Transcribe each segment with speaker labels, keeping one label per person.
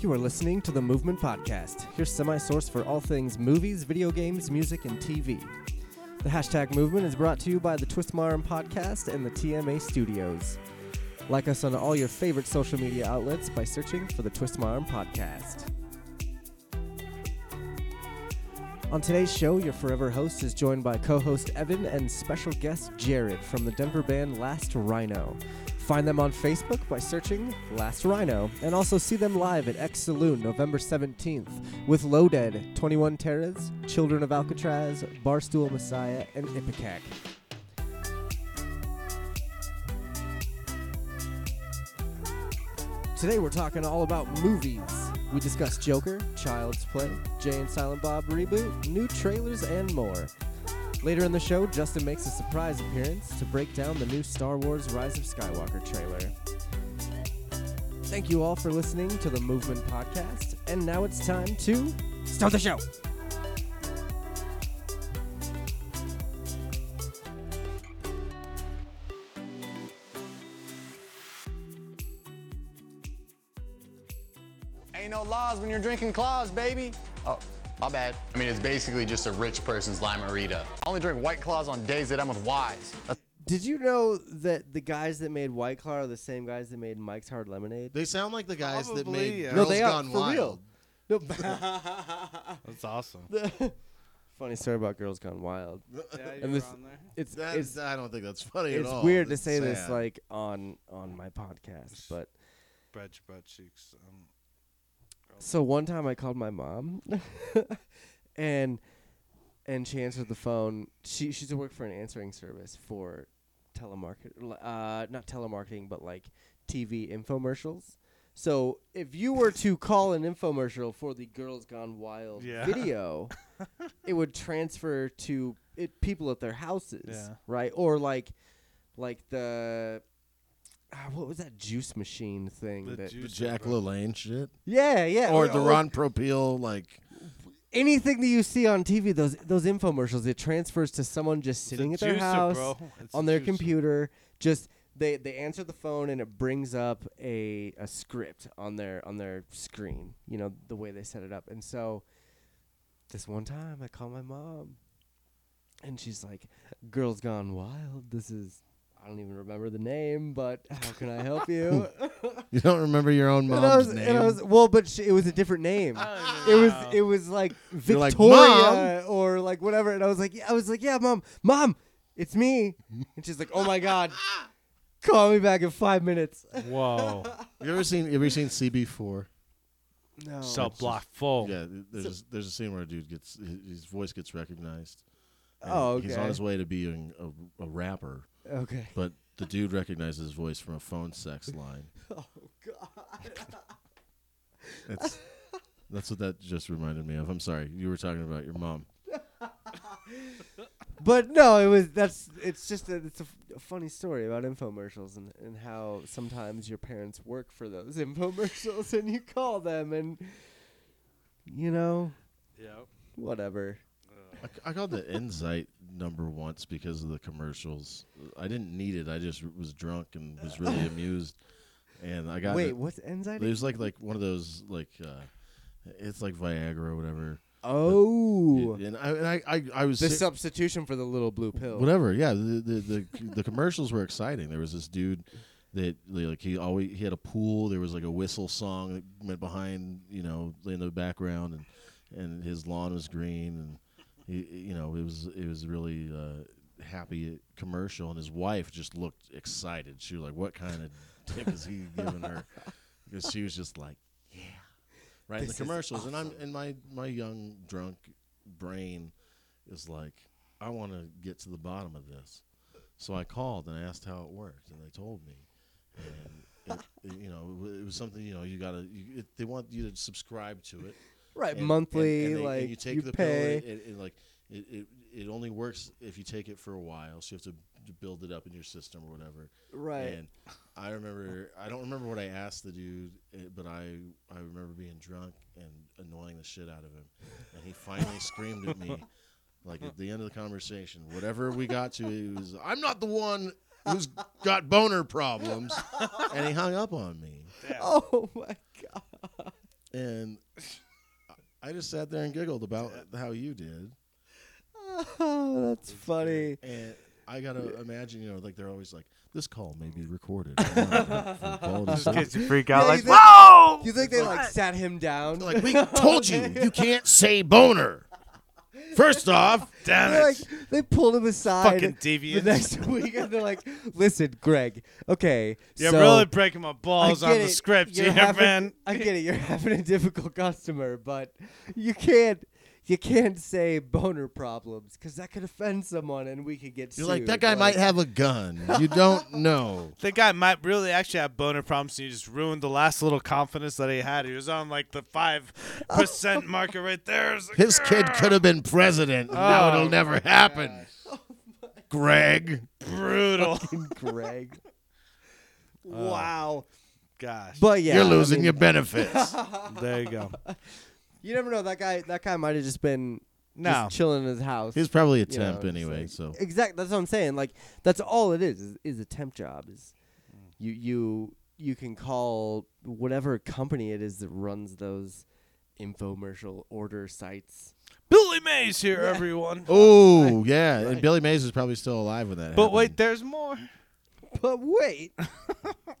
Speaker 1: You are listening to the Movement Podcast, your semi source for all things movies, video games, music, and TV. The hashtag movement is brought to you by the Twistmarm Podcast and the TMA Studios. Like us on all your favorite social media outlets by searching for the Twistmarm Podcast. On today's show, your forever host is joined by co host Evan and special guest Jared from the Denver band Last Rhino. Find them on Facebook by searching Last Rhino and also see them live at X Saloon November 17th with Low Dead, 21 Terras, Children of Alcatraz, Barstool Messiah, and Ipecac. Today we're talking all about movies. We discuss Joker, Child's Play, Jay and Silent Bob reboot, new trailers, and more. Later in the show, Justin makes a surprise appearance to break down the new Star Wars Rise of Skywalker trailer. Thank you all for listening to the Movement Podcast, and now it's time to start the show.
Speaker 2: Ain't no laws when you're drinking claws, baby. Oh, my bad. I mean, it's basically just a rich person's limerita. I only drink white claws on days that I'm with Y's. That's
Speaker 1: Did you know that the guys that made White Claw are the same guys that made Mike's Hard Lemonade?
Speaker 3: They sound like the guys that
Speaker 4: Probably,
Speaker 3: made
Speaker 4: yeah.
Speaker 1: no,
Speaker 3: Girls
Speaker 1: they are
Speaker 3: Gone
Speaker 1: for
Speaker 3: Wild.
Speaker 1: real. No,
Speaker 4: That's awesome.
Speaker 1: funny story about Girls Gone Wild.
Speaker 4: Yeah,
Speaker 1: And
Speaker 4: you
Speaker 1: this-
Speaker 4: were on there.
Speaker 1: It's
Speaker 3: That-
Speaker 1: it's
Speaker 3: I don't think that's funny
Speaker 1: it's
Speaker 3: at all.
Speaker 1: weird to
Speaker 3: It's
Speaker 1: say this
Speaker 3: sad.
Speaker 1: like on on my podcast, but
Speaker 4: Bread your butt cheeks. Um,
Speaker 1: so one time I called my mom, and and she answered the phone. She she's at work for an answering service for telemarket, uh, not telemarketing, but like TV infomercials. So if you were to call an infomercial for the Girls Gone Wild
Speaker 4: Yeah.
Speaker 1: video, it would transfer to it people at their houses,
Speaker 4: Yeah.
Speaker 1: right? Or like like the ah, what was that juice machine thing?
Speaker 4: the
Speaker 1: that,
Speaker 3: The
Speaker 4: juice
Speaker 3: Jack
Speaker 4: bro.
Speaker 3: LaLanne shit,
Speaker 1: yeah, Oh, yeah.
Speaker 3: or the Ron Propeel like
Speaker 1: anything that you see on TV, those those infomercials, it transfers to someone just
Speaker 4: a
Speaker 1: sitting at their
Speaker 4: juicer,
Speaker 1: house
Speaker 4: bro. It's
Speaker 1: on
Speaker 4: a
Speaker 1: their
Speaker 4: juicer.
Speaker 1: computer. Just they they answer the phone and it brings up a a script on their on their screen. You know the way they set it up, and so this one time I call my mom, and she's like, "Girls Gone Wild. This is." I don't even remember the name, but how can I help you?
Speaker 3: you don't remember your own
Speaker 1: and I
Speaker 3: mom's
Speaker 1: was,
Speaker 3: name.
Speaker 1: And I was, well, but sh- it was a different name. It was it was like
Speaker 3: You're like,
Speaker 1: Victoria or like whatever. And I was like, I was like, yeah, mom, mom, it's me. And she's like, oh my god, call me back in five minutes. Oh,
Speaker 4: Whoa.
Speaker 3: you ever seen? You ever seen CB4?
Speaker 1: No,
Speaker 4: Cell block
Speaker 1: Oh.
Speaker 4: full.
Speaker 3: Yeah, there's there's a scene where a dude gets his his voice gets recognized. and
Speaker 1: Oh,
Speaker 3: He's
Speaker 1: okay.
Speaker 3: on his way to being a, a rapper,
Speaker 1: okay.
Speaker 3: but the dude recognizes his voice from a phone sex line.
Speaker 1: Oh god.
Speaker 3: That's that's what that just reminded me of. I'm sorry, you were talking about your mom.
Speaker 1: But no, it was that's it's just a, it's a, f- a funny story about infomercials and and how sometimes your parents work for those infomercials and you call them and you know
Speaker 4: Yep.
Speaker 1: whatever.
Speaker 3: I, c- I called the Insight number once because of the commercials. I didn't need it. I just r- was drunk and was really amused. And I got
Speaker 1: Wait,
Speaker 3: it.
Speaker 1: what's anxiety?
Speaker 3: There's like like one of those like uh, it's like Viagra or whatever.
Speaker 1: Oh,
Speaker 3: And I and I I, I was
Speaker 1: the
Speaker 3: sit-
Speaker 1: substitution for the little blue pill.
Speaker 3: whatever. Yeah, the the the, the commercials were exciting. There was this dude that like he always he had a pool. There was like a whistle song that went behind, you know, in the background, and and his lawn was green, and he, you know, it was it was really uh, happy commercial. And his wife just looked excited. She was like, "What kind of dick is he giving her?" Because she was just like, "Yeah." Right in the
Speaker 1: This is
Speaker 3: commercials, and I'm and my my young drunk brain is like, I want to get to the bottom of this. So I called and asked how it worked, and they told me. And it, it, you know, it, wa- it was something you know you gotta. You, it, they want you to subscribe to it
Speaker 1: Right,
Speaker 3: and-
Speaker 1: monthly,
Speaker 3: and- and they-
Speaker 1: like
Speaker 3: and you take the
Speaker 1: pay.
Speaker 3: pill. It, it, it, like it, it, it only works if you take it for a while, so you have to b- build it up in your system or whatever.
Speaker 1: right.
Speaker 3: And I remember, I don't remember what I asked the dude, eh, but I I remember being drunk and annoying the shit out of him, and he finally screamed at me, like at the end of the conversation, whatever we got to, he was, I'm not the one who's got boner problems, and he hung up on me.
Speaker 1: oh my god.
Speaker 3: and I just sat there and giggled about how you did.
Speaker 1: Oh, that's funny.
Speaker 3: And I gotta imagine, you know, like they're always like, "This call may be recorded." for quality
Speaker 4: Mm. Just in
Speaker 3: sake."
Speaker 4: case you freak out,
Speaker 1: Yeah,
Speaker 4: like,
Speaker 1: you think-
Speaker 4: whoa!
Speaker 1: You think they like sat him down?
Speaker 3: like we told you, you can't say boner. First off, damn
Speaker 1: They're like they pulled him aside
Speaker 4: Fucking
Speaker 1: the
Speaker 4: deviant.
Speaker 1: next week, and they're like, "Listen, Greg, okay,
Speaker 4: You're
Speaker 1: so
Speaker 4: really breaking my
Speaker 1: I
Speaker 4: balls
Speaker 1: get
Speaker 4: on the
Speaker 1: it.
Speaker 4: script
Speaker 1: You're
Speaker 4: here,
Speaker 1: having-
Speaker 4: man.
Speaker 1: I get it. You're having a difficult customer, but you can't." You can't say boner problems because that could offend someone, and we could get
Speaker 3: You're
Speaker 1: sued.
Speaker 3: like that guy might have a gun. You don't know.
Speaker 4: The guy might really actually have boner problems, and you just ruined the last little confidence that he had. He was on like the five
Speaker 1: Oh.
Speaker 4: percent marker right there. It's like,
Speaker 3: His kid could have been president. and now
Speaker 4: Oh,
Speaker 3: it'll never happen. Greg.
Speaker 4: brutal.
Speaker 1: Greg. Uh, wow.
Speaker 4: Gosh,
Speaker 1: But yeah,
Speaker 3: You're
Speaker 1: I
Speaker 3: losing
Speaker 1: mean,
Speaker 3: your benefits.
Speaker 4: there you go.
Speaker 1: You never know. That guy. That guy might have just been
Speaker 4: No.
Speaker 1: just chilling in his house.
Speaker 3: He's probably a
Speaker 1: you know,
Speaker 3: temp
Speaker 1: just
Speaker 3: anyway,
Speaker 1: like-
Speaker 3: so
Speaker 1: exactly. That's what I'm saying. Like that's all it is. Is, is a temp job. Is you you you can call whatever company it is that runs those infomercial order sites.
Speaker 4: Billy Mays here, everyone.
Speaker 3: Oh yeah, and Billy Mays is probably still alive when that.
Speaker 4: But wait,
Speaker 3: happened.
Speaker 4: there's more.
Speaker 1: But wait,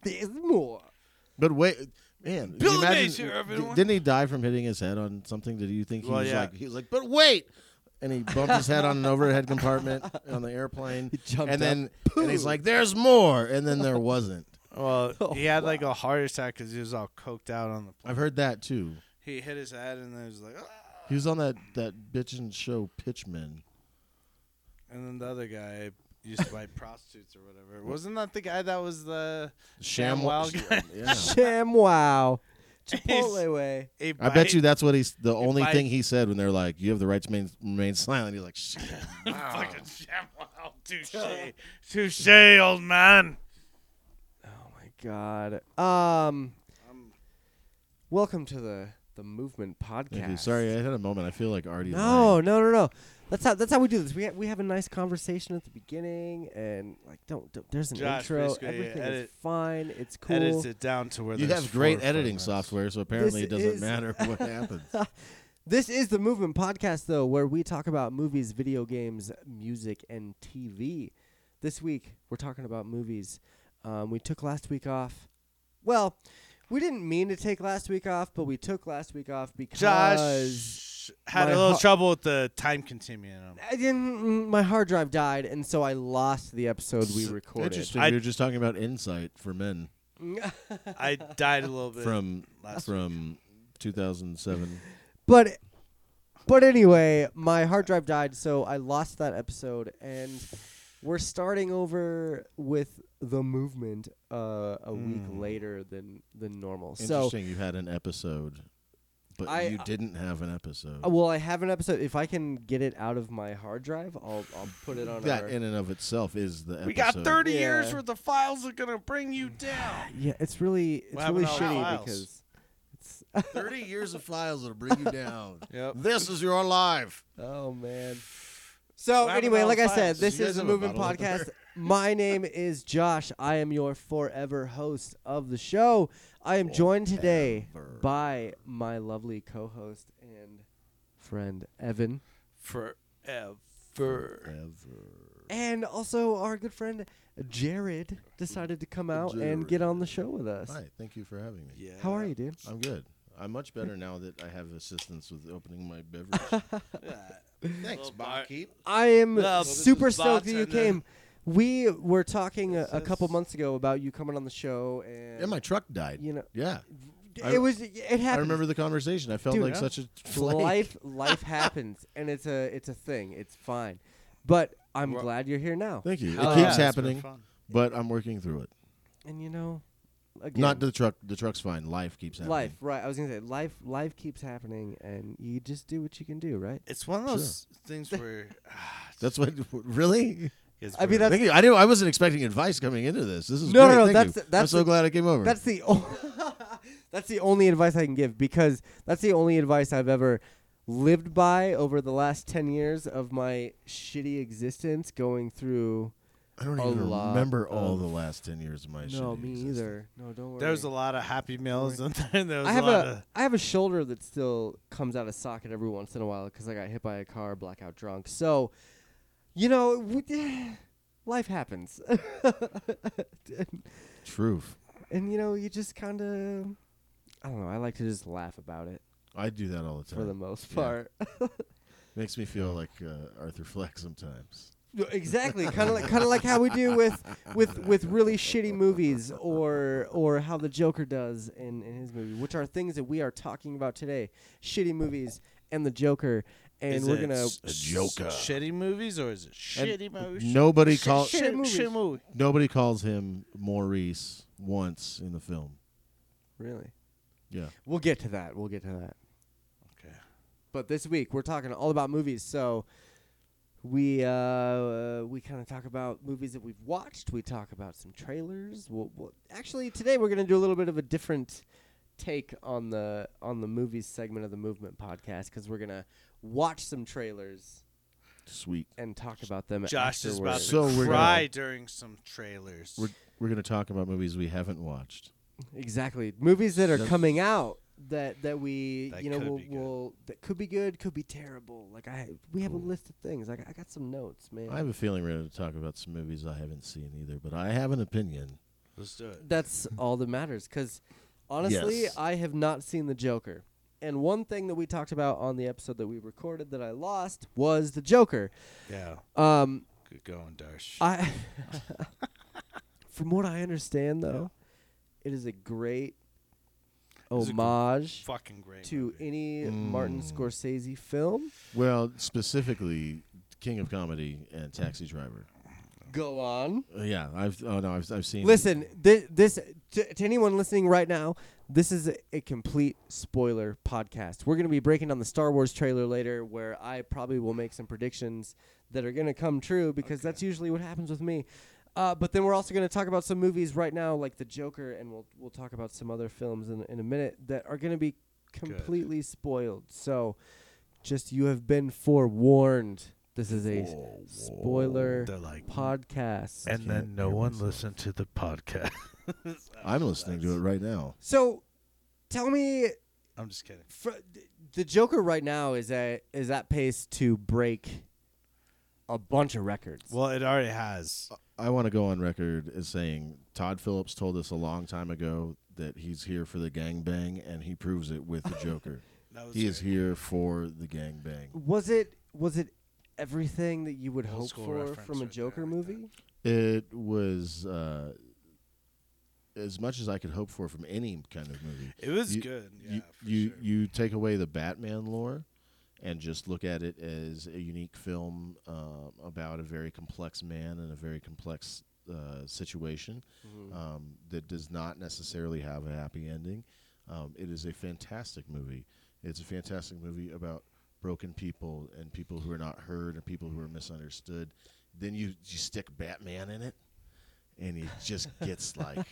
Speaker 1: there's more.
Speaker 3: but wait, man,
Speaker 4: Billy
Speaker 3: you imagine-
Speaker 4: Mays here,
Speaker 3: d-
Speaker 4: everyone.
Speaker 3: Didn't he die from hitting his head on something? Did you think he
Speaker 4: Well,
Speaker 3: was
Speaker 4: yeah.
Speaker 3: like he was like, but wait, and he bumped his head on an overhead compartment on the airplane,
Speaker 1: jumped
Speaker 3: and then
Speaker 1: up.
Speaker 3: and he's
Speaker 1: Pooh.
Speaker 3: like, there's more, and then there wasn't.
Speaker 4: Well,
Speaker 3: Oh,
Speaker 4: he had like a heart attack because he was all coked out on the.
Speaker 3: I've heard that too.
Speaker 4: He hit his head and then he was like, "Ah."
Speaker 3: He was on that that bitchin' show Pitchman.
Speaker 4: and then the other guy used to buy prostitutes or whatever. Wasn't that the guy that was the ShamWow guy?
Speaker 3: Yeah.
Speaker 1: Sham wow.
Speaker 4: He's-
Speaker 1: Chipotle way.
Speaker 4: He
Speaker 3: I
Speaker 4: bite-
Speaker 3: bet you that's what he's the only
Speaker 4: bite-
Speaker 3: thing he said when they're like, "You have the right to remain, remain silent." He's like, "Shit."
Speaker 4: Fucking ShamWow. Touche. Touche, old man.
Speaker 1: Oh my god. Um. Welcome to the the movement
Speaker 3: Thank you.
Speaker 1: podcast.
Speaker 3: Sorry, I had a moment. I feel like already.
Speaker 1: No, no, no, no. That's how that's how we do this. We ha- we have a nice conversation at the beginning, and like don't, don't there's an
Speaker 4: Josh,
Speaker 1: intro.
Speaker 4: basically,
Speaker 1: Everything is
Speaker 4: edit-
Speaker 1: fine. It's cool.
Speaker 4: Edits it down to where
Speaker 3: You
Speaker 4: there's
Speaker 3: have great
Speaker 4: four or five
Speaker 3: editing
Speaker 4: minutes.
Speaker 3: software, so apparently it
Speaker 1: This
Speaker 3: doesn't
Speaker 1: is-
Speaker 3: matter what happens.
Speaker 1: This is the Movement Podcast, though, where we talk about movies, video games, music, and TV. This week we're talking about movies. Um, we took last week off. Well, we didn't mean to take last week off, but we took last week off because
Speaker 4: Josh had
Speaker 1: my
Speaker 4: a little
Speaker 1: heart-
Speaker 4: trouble with the time continuum.
Speaker 1: I didn't. My hard drive died, and so I lost the episode we recorded.
Speaker 3: Interesting.
Speaker 4: I-
Speaker 3: we were just talking about insight for men
Speaker 4: I died a little bit.
Speaker 3: from
Speaker 4: last
Speaker 3: from 2007.
Speaker 1: But but anyway, my hard drive died, so I lost that episode, and we're starting over with the movement uh, a week later than than normal. So.
Speaker 3: Hmm. Interesting. You had an episode, but
Speaker 1: I-
Speaker 3: you didn't have an episode.
Speaker 1: uh, Well, I have an episode. If I can get it out of my hard drive, I'll I'll put it on
Speaker 3: that
Speaker 1: our.
Speaker 3: in and of itself is the episode.
Speaker 4: We got 30 years
Speaker 1: Yeah.
Speaker 4: worth of files that are going to bring you down.
Speaker 1: yeah, it's really it's
Speaker 4: What
Speaker 1: really
Speaker 4: happened to all the
Speaker 1: shitty
Speaker 4: files?
Speaker 1: because it's
Speaker 3: 30 years of files that'll bring you down.
Speaker 4: Yep.
Speaker 3: This is your life.
Speaker 1: Oh man. So
Speaker 4: What happened
Speaker 1: anyway,
Speaker 4: to all
Speaker 1: like
Speaker 4: the
Speaker 1: I said,
Speaker 4: files?
Speaker 1: this
Speaker 3: You
Speaker 1: is
Speaker 3: guys
Speaker 1: the
Speaker 3: have a
Speaker 1: Movement
Speaker 3: bottle opener?
Speaker 1: Podcast. My name is Josh. I am your forever host of the show. I am joined today by my lovely co-host and friend Evan,
Speaker 4: Forever.
Speaker 1: and also our good friend Jared decided to come out and get on the show with us.
Speaker 3: Hi, thank you for having me.
Speaker 4: Yeah.
Speaker 1: How are you, dude?
Speaker 3: I'm good. I'm much better now that I have assistance with opening my beverage. Thanks, Barkeep.
Speaker 1: I am
Speaker 4: Well, this
Speaker 1: super
Speaker 4: is
Speaker 1: stoked that you
Speaker 4: bartender.
Speaker 1: came. We were talking a, a
Speaker 4: This
Speaker 1: couple
Speaker 4: is-
Speaker 1: months ago about you coming on the show, and
Speaker 3: Yeah, my truck died.
Speaker 1: You know-
Speaker 3: Yeah. I-
Speaker 1: it was it happened.
Speaker 3: I remember the conversation. I felt
Speaker 1: Dude,
Speaker 3: like
Speaker 1: yeah.
Speaker 3: such a flake.
Speaker 1: life life happens and it's a it's a thing it's fine but i'm
Speaker 4: Well-
Speaker 1: glad you're here now
Speaker 3: Thank you. It
Speaker 4: Hell yeah,
Speaker 3: keeps
Speaker 4: it's been
Speaker 3: happening,
Speaker 4: fun.
Speaker 3: but I'm working through it.
Speaker 1: and you know again,
Speaker 3: Not the truck. The truck's fine. Life keeps happening.
Speaker 1: life right i was gonna say life life keeps happening and you just do what you can do right
Speaker 4: It's one of those things where. ah,
Speaker 3: That's what. Really?
Speaker 4: it's
Speaker 1: I mean,
Speaker 4: weird.
Speaker 1: that's-
Speaker 3: Thank you. I didn't. I wasn't expecting advice coming into this. This is
Speaker 1: No,
Speaker 3: great.
Speaker 1: no, no,
Speaker 3: Thank
Speaker 1: that's-
Speaker 3: you. I'm
Speaker 1: that's
Speaker 3: so
Speaker 1: the-
Speaker 3: glad I came over.
Speaker 1: that's the o- that's the only advice i can give because that's the only advice i've ever lived by over the last 10 years of my shitty existence going through
Speaker 3: I don't
Speaker 1: a
Speaker 3: even
Speaker 1: lot
Speaker 3: remember all
Speaker 1: of-
Speaker 3: the last ten years of my shit.
Speaker 1: No, me either. No, don't worry.
Speaker 4: There was a lot of Happy Meals and there. There was
Speaker 1: I have
Speaker 4: a lot
Speaker 1: a
Speaker 4: of.
Speaker 1: I have a shoulder that still comes out of socket every once in a while because I got hit by a car, blackout drunk. So, you know, we- life happens, and,
Speaker 3: Truth.
Speaker 1: you know, you just kind of, I don't know. I like to just laugh about it
Speaker 3: I do that all the time.
Speaker 1: for the most
Speaker 3: Yeah.
Speaker 1: part.
Speaker 3: Makes me feel like uh, Arthur Fleck sometimes.
Speaker 1: No, exactly, kind of like kind of like how we do with with with really shitty movies, or or how the Joker does in in his movie, which are things that we are talking about today: shitty movies and the Joker. And
Speaker 4: is
Speaker 1: we're
Speaker 4: it
Speaker 1: gonna
Speaker 4: s-
Speaker 3: Joker.
Speaker 4: Shitty movies or is it shitty movies?
Speaker 3: Nobody calls
Speaker 1: shit.
Speaker 4: shit,
Speaker 1: movies.
Speaker 4: shit movie.
Speaker 3: nobody calls him Maurice once in the film.
Speaker 1: really.
Speaker 3: Yeah.
Speaker 1: We'll get to that. We'll get to that.
Speaker 4: Okay.
Speaker 1: But this week we're talking all about movies. So we uh, uh, we kind of talk about movies that we've watched. We talk about some trailers. We'll, we'll, actually today we're gonna do a little bit of a different take on the on the movies segment of the Movement podcast because we're gonna watch some trailers
Speaker 3: Sweet.
Speaker 1: and talk about them.
Speaker 4: Josh is about
Speaker 1: afterwards.
Speaker 4: to
Speaker 3: So we're
Speaker 4: cry
Speaker 3: gonna-
Speaker 4: during some trailers.
Speaker 3: We're we're gonna talk about movies we haven't watched.
Speaker 1: Exactly. Movies that are
Speaker 3: That's-
Speaker 1: coming out that that we
Speaker 4: That
Speaker 1: you know
Speaker 4: could
Speaker 1: will
Speaker 4: be good.
Speaker 1: will that could be good, could be terrible. Like I we have a
Speaker 3: Cool.
Speaker 1: list of things. I got, I got some notes, man.
Speaker 3: I have a feeling we're gonna talk about some movies I haven't seen either, but I have an opinion.
Speaker 4: Let's do it.
Speaker 1: That's all that matters cuz honestly,
Speaker 3: Yes.
Speaker 1: I have not seen The Joker. And one thing that we talked about on the episode that we recorded that I lost was The Joker.
Speaker 4: Yeah.
Speaker 1: Um
Speaker 4: Good going, Darsh.
Speaker 1: I From what I understand though, it is a great
Speaker 4: It's a gr-
Speaker 1: homage
Speaker 4: Fucking great.
Speaker 1: to
Speaker 4: movie. Mm.
Speaker 1: any Martin Scorsese film.
Speaker 3: Well, specifically King of Comedy and Taxi Driver.
Speaker 1: Go on.
Speaker 3: Uh, yeah, I've oh no, I've I've seen
Speaker 1: Listen, this, this to, to anyone listening right now, this is a, a complete spoiler podcast. We're going to be breaking down the Star Wars trailer later, where I probably will make some predictions that are going to come true because that's usually what happens with me. Uh, but then we're also going to talk about some movies right now, like The Joker, and we'll we'll talk about some other films in in a minute that are going to be completely spoiled. So, just you have been forewarned. This is a spoiler
Speaker 4: They're like,
Speaker 1: podcast.
Speaker 3: I can't hear myself.
Speaker 4: listened to the podcast.
Speaker 3: I'm listening to it right now.
Speaker 1: So, tell me,
Speaker 4: I'm just kidding.
Speaker 1: fr- the Joker right now is at is at pace to break a bunch of records.
Speaker 4: Well, it already has.
Speaker 3: I want to go on record as saying Todd Phillips told us a long time ago that he's here for the gangbang, and he proves it with the Joker.
Speaker 4: That was
Speaker 3: he is
Speaker 4: great.
Speaker 3: here for the gangbang.
Speaker 1: was it was it everything that you would
Speaker 4: Old
Speaker 1: hope
Speaker 4: school
Speaker 1: for
Speaker 4: reference
Speaker 1: from a
Speaker 4: right there,
Speaker 1: Joker
Speaker 4: like
Speaker 1: movie?
Speaker 3: It was uh, as much as I could hope for from any kind of movie.
Speaker 4: It was
Speaker 3: You-
Speaker 4: good. Yeah,
Speaker 3: you
Speaker 4: for
Speaker 3: you,
Speaker 4: sure.
Speaker 3: you take away the Batman lore and just look at it as a unique film um, about a very complex man and a very complex uh, situation
Speaker 4: Mm-hmm.
Speaker 3: um, that does not necessarily have a happy ending. Um, it is a fantastic movie. It's a fantastic movie about broken people and people who are not heard and people who are misunderstood. Then you, you stick Batman in it, and it just gets like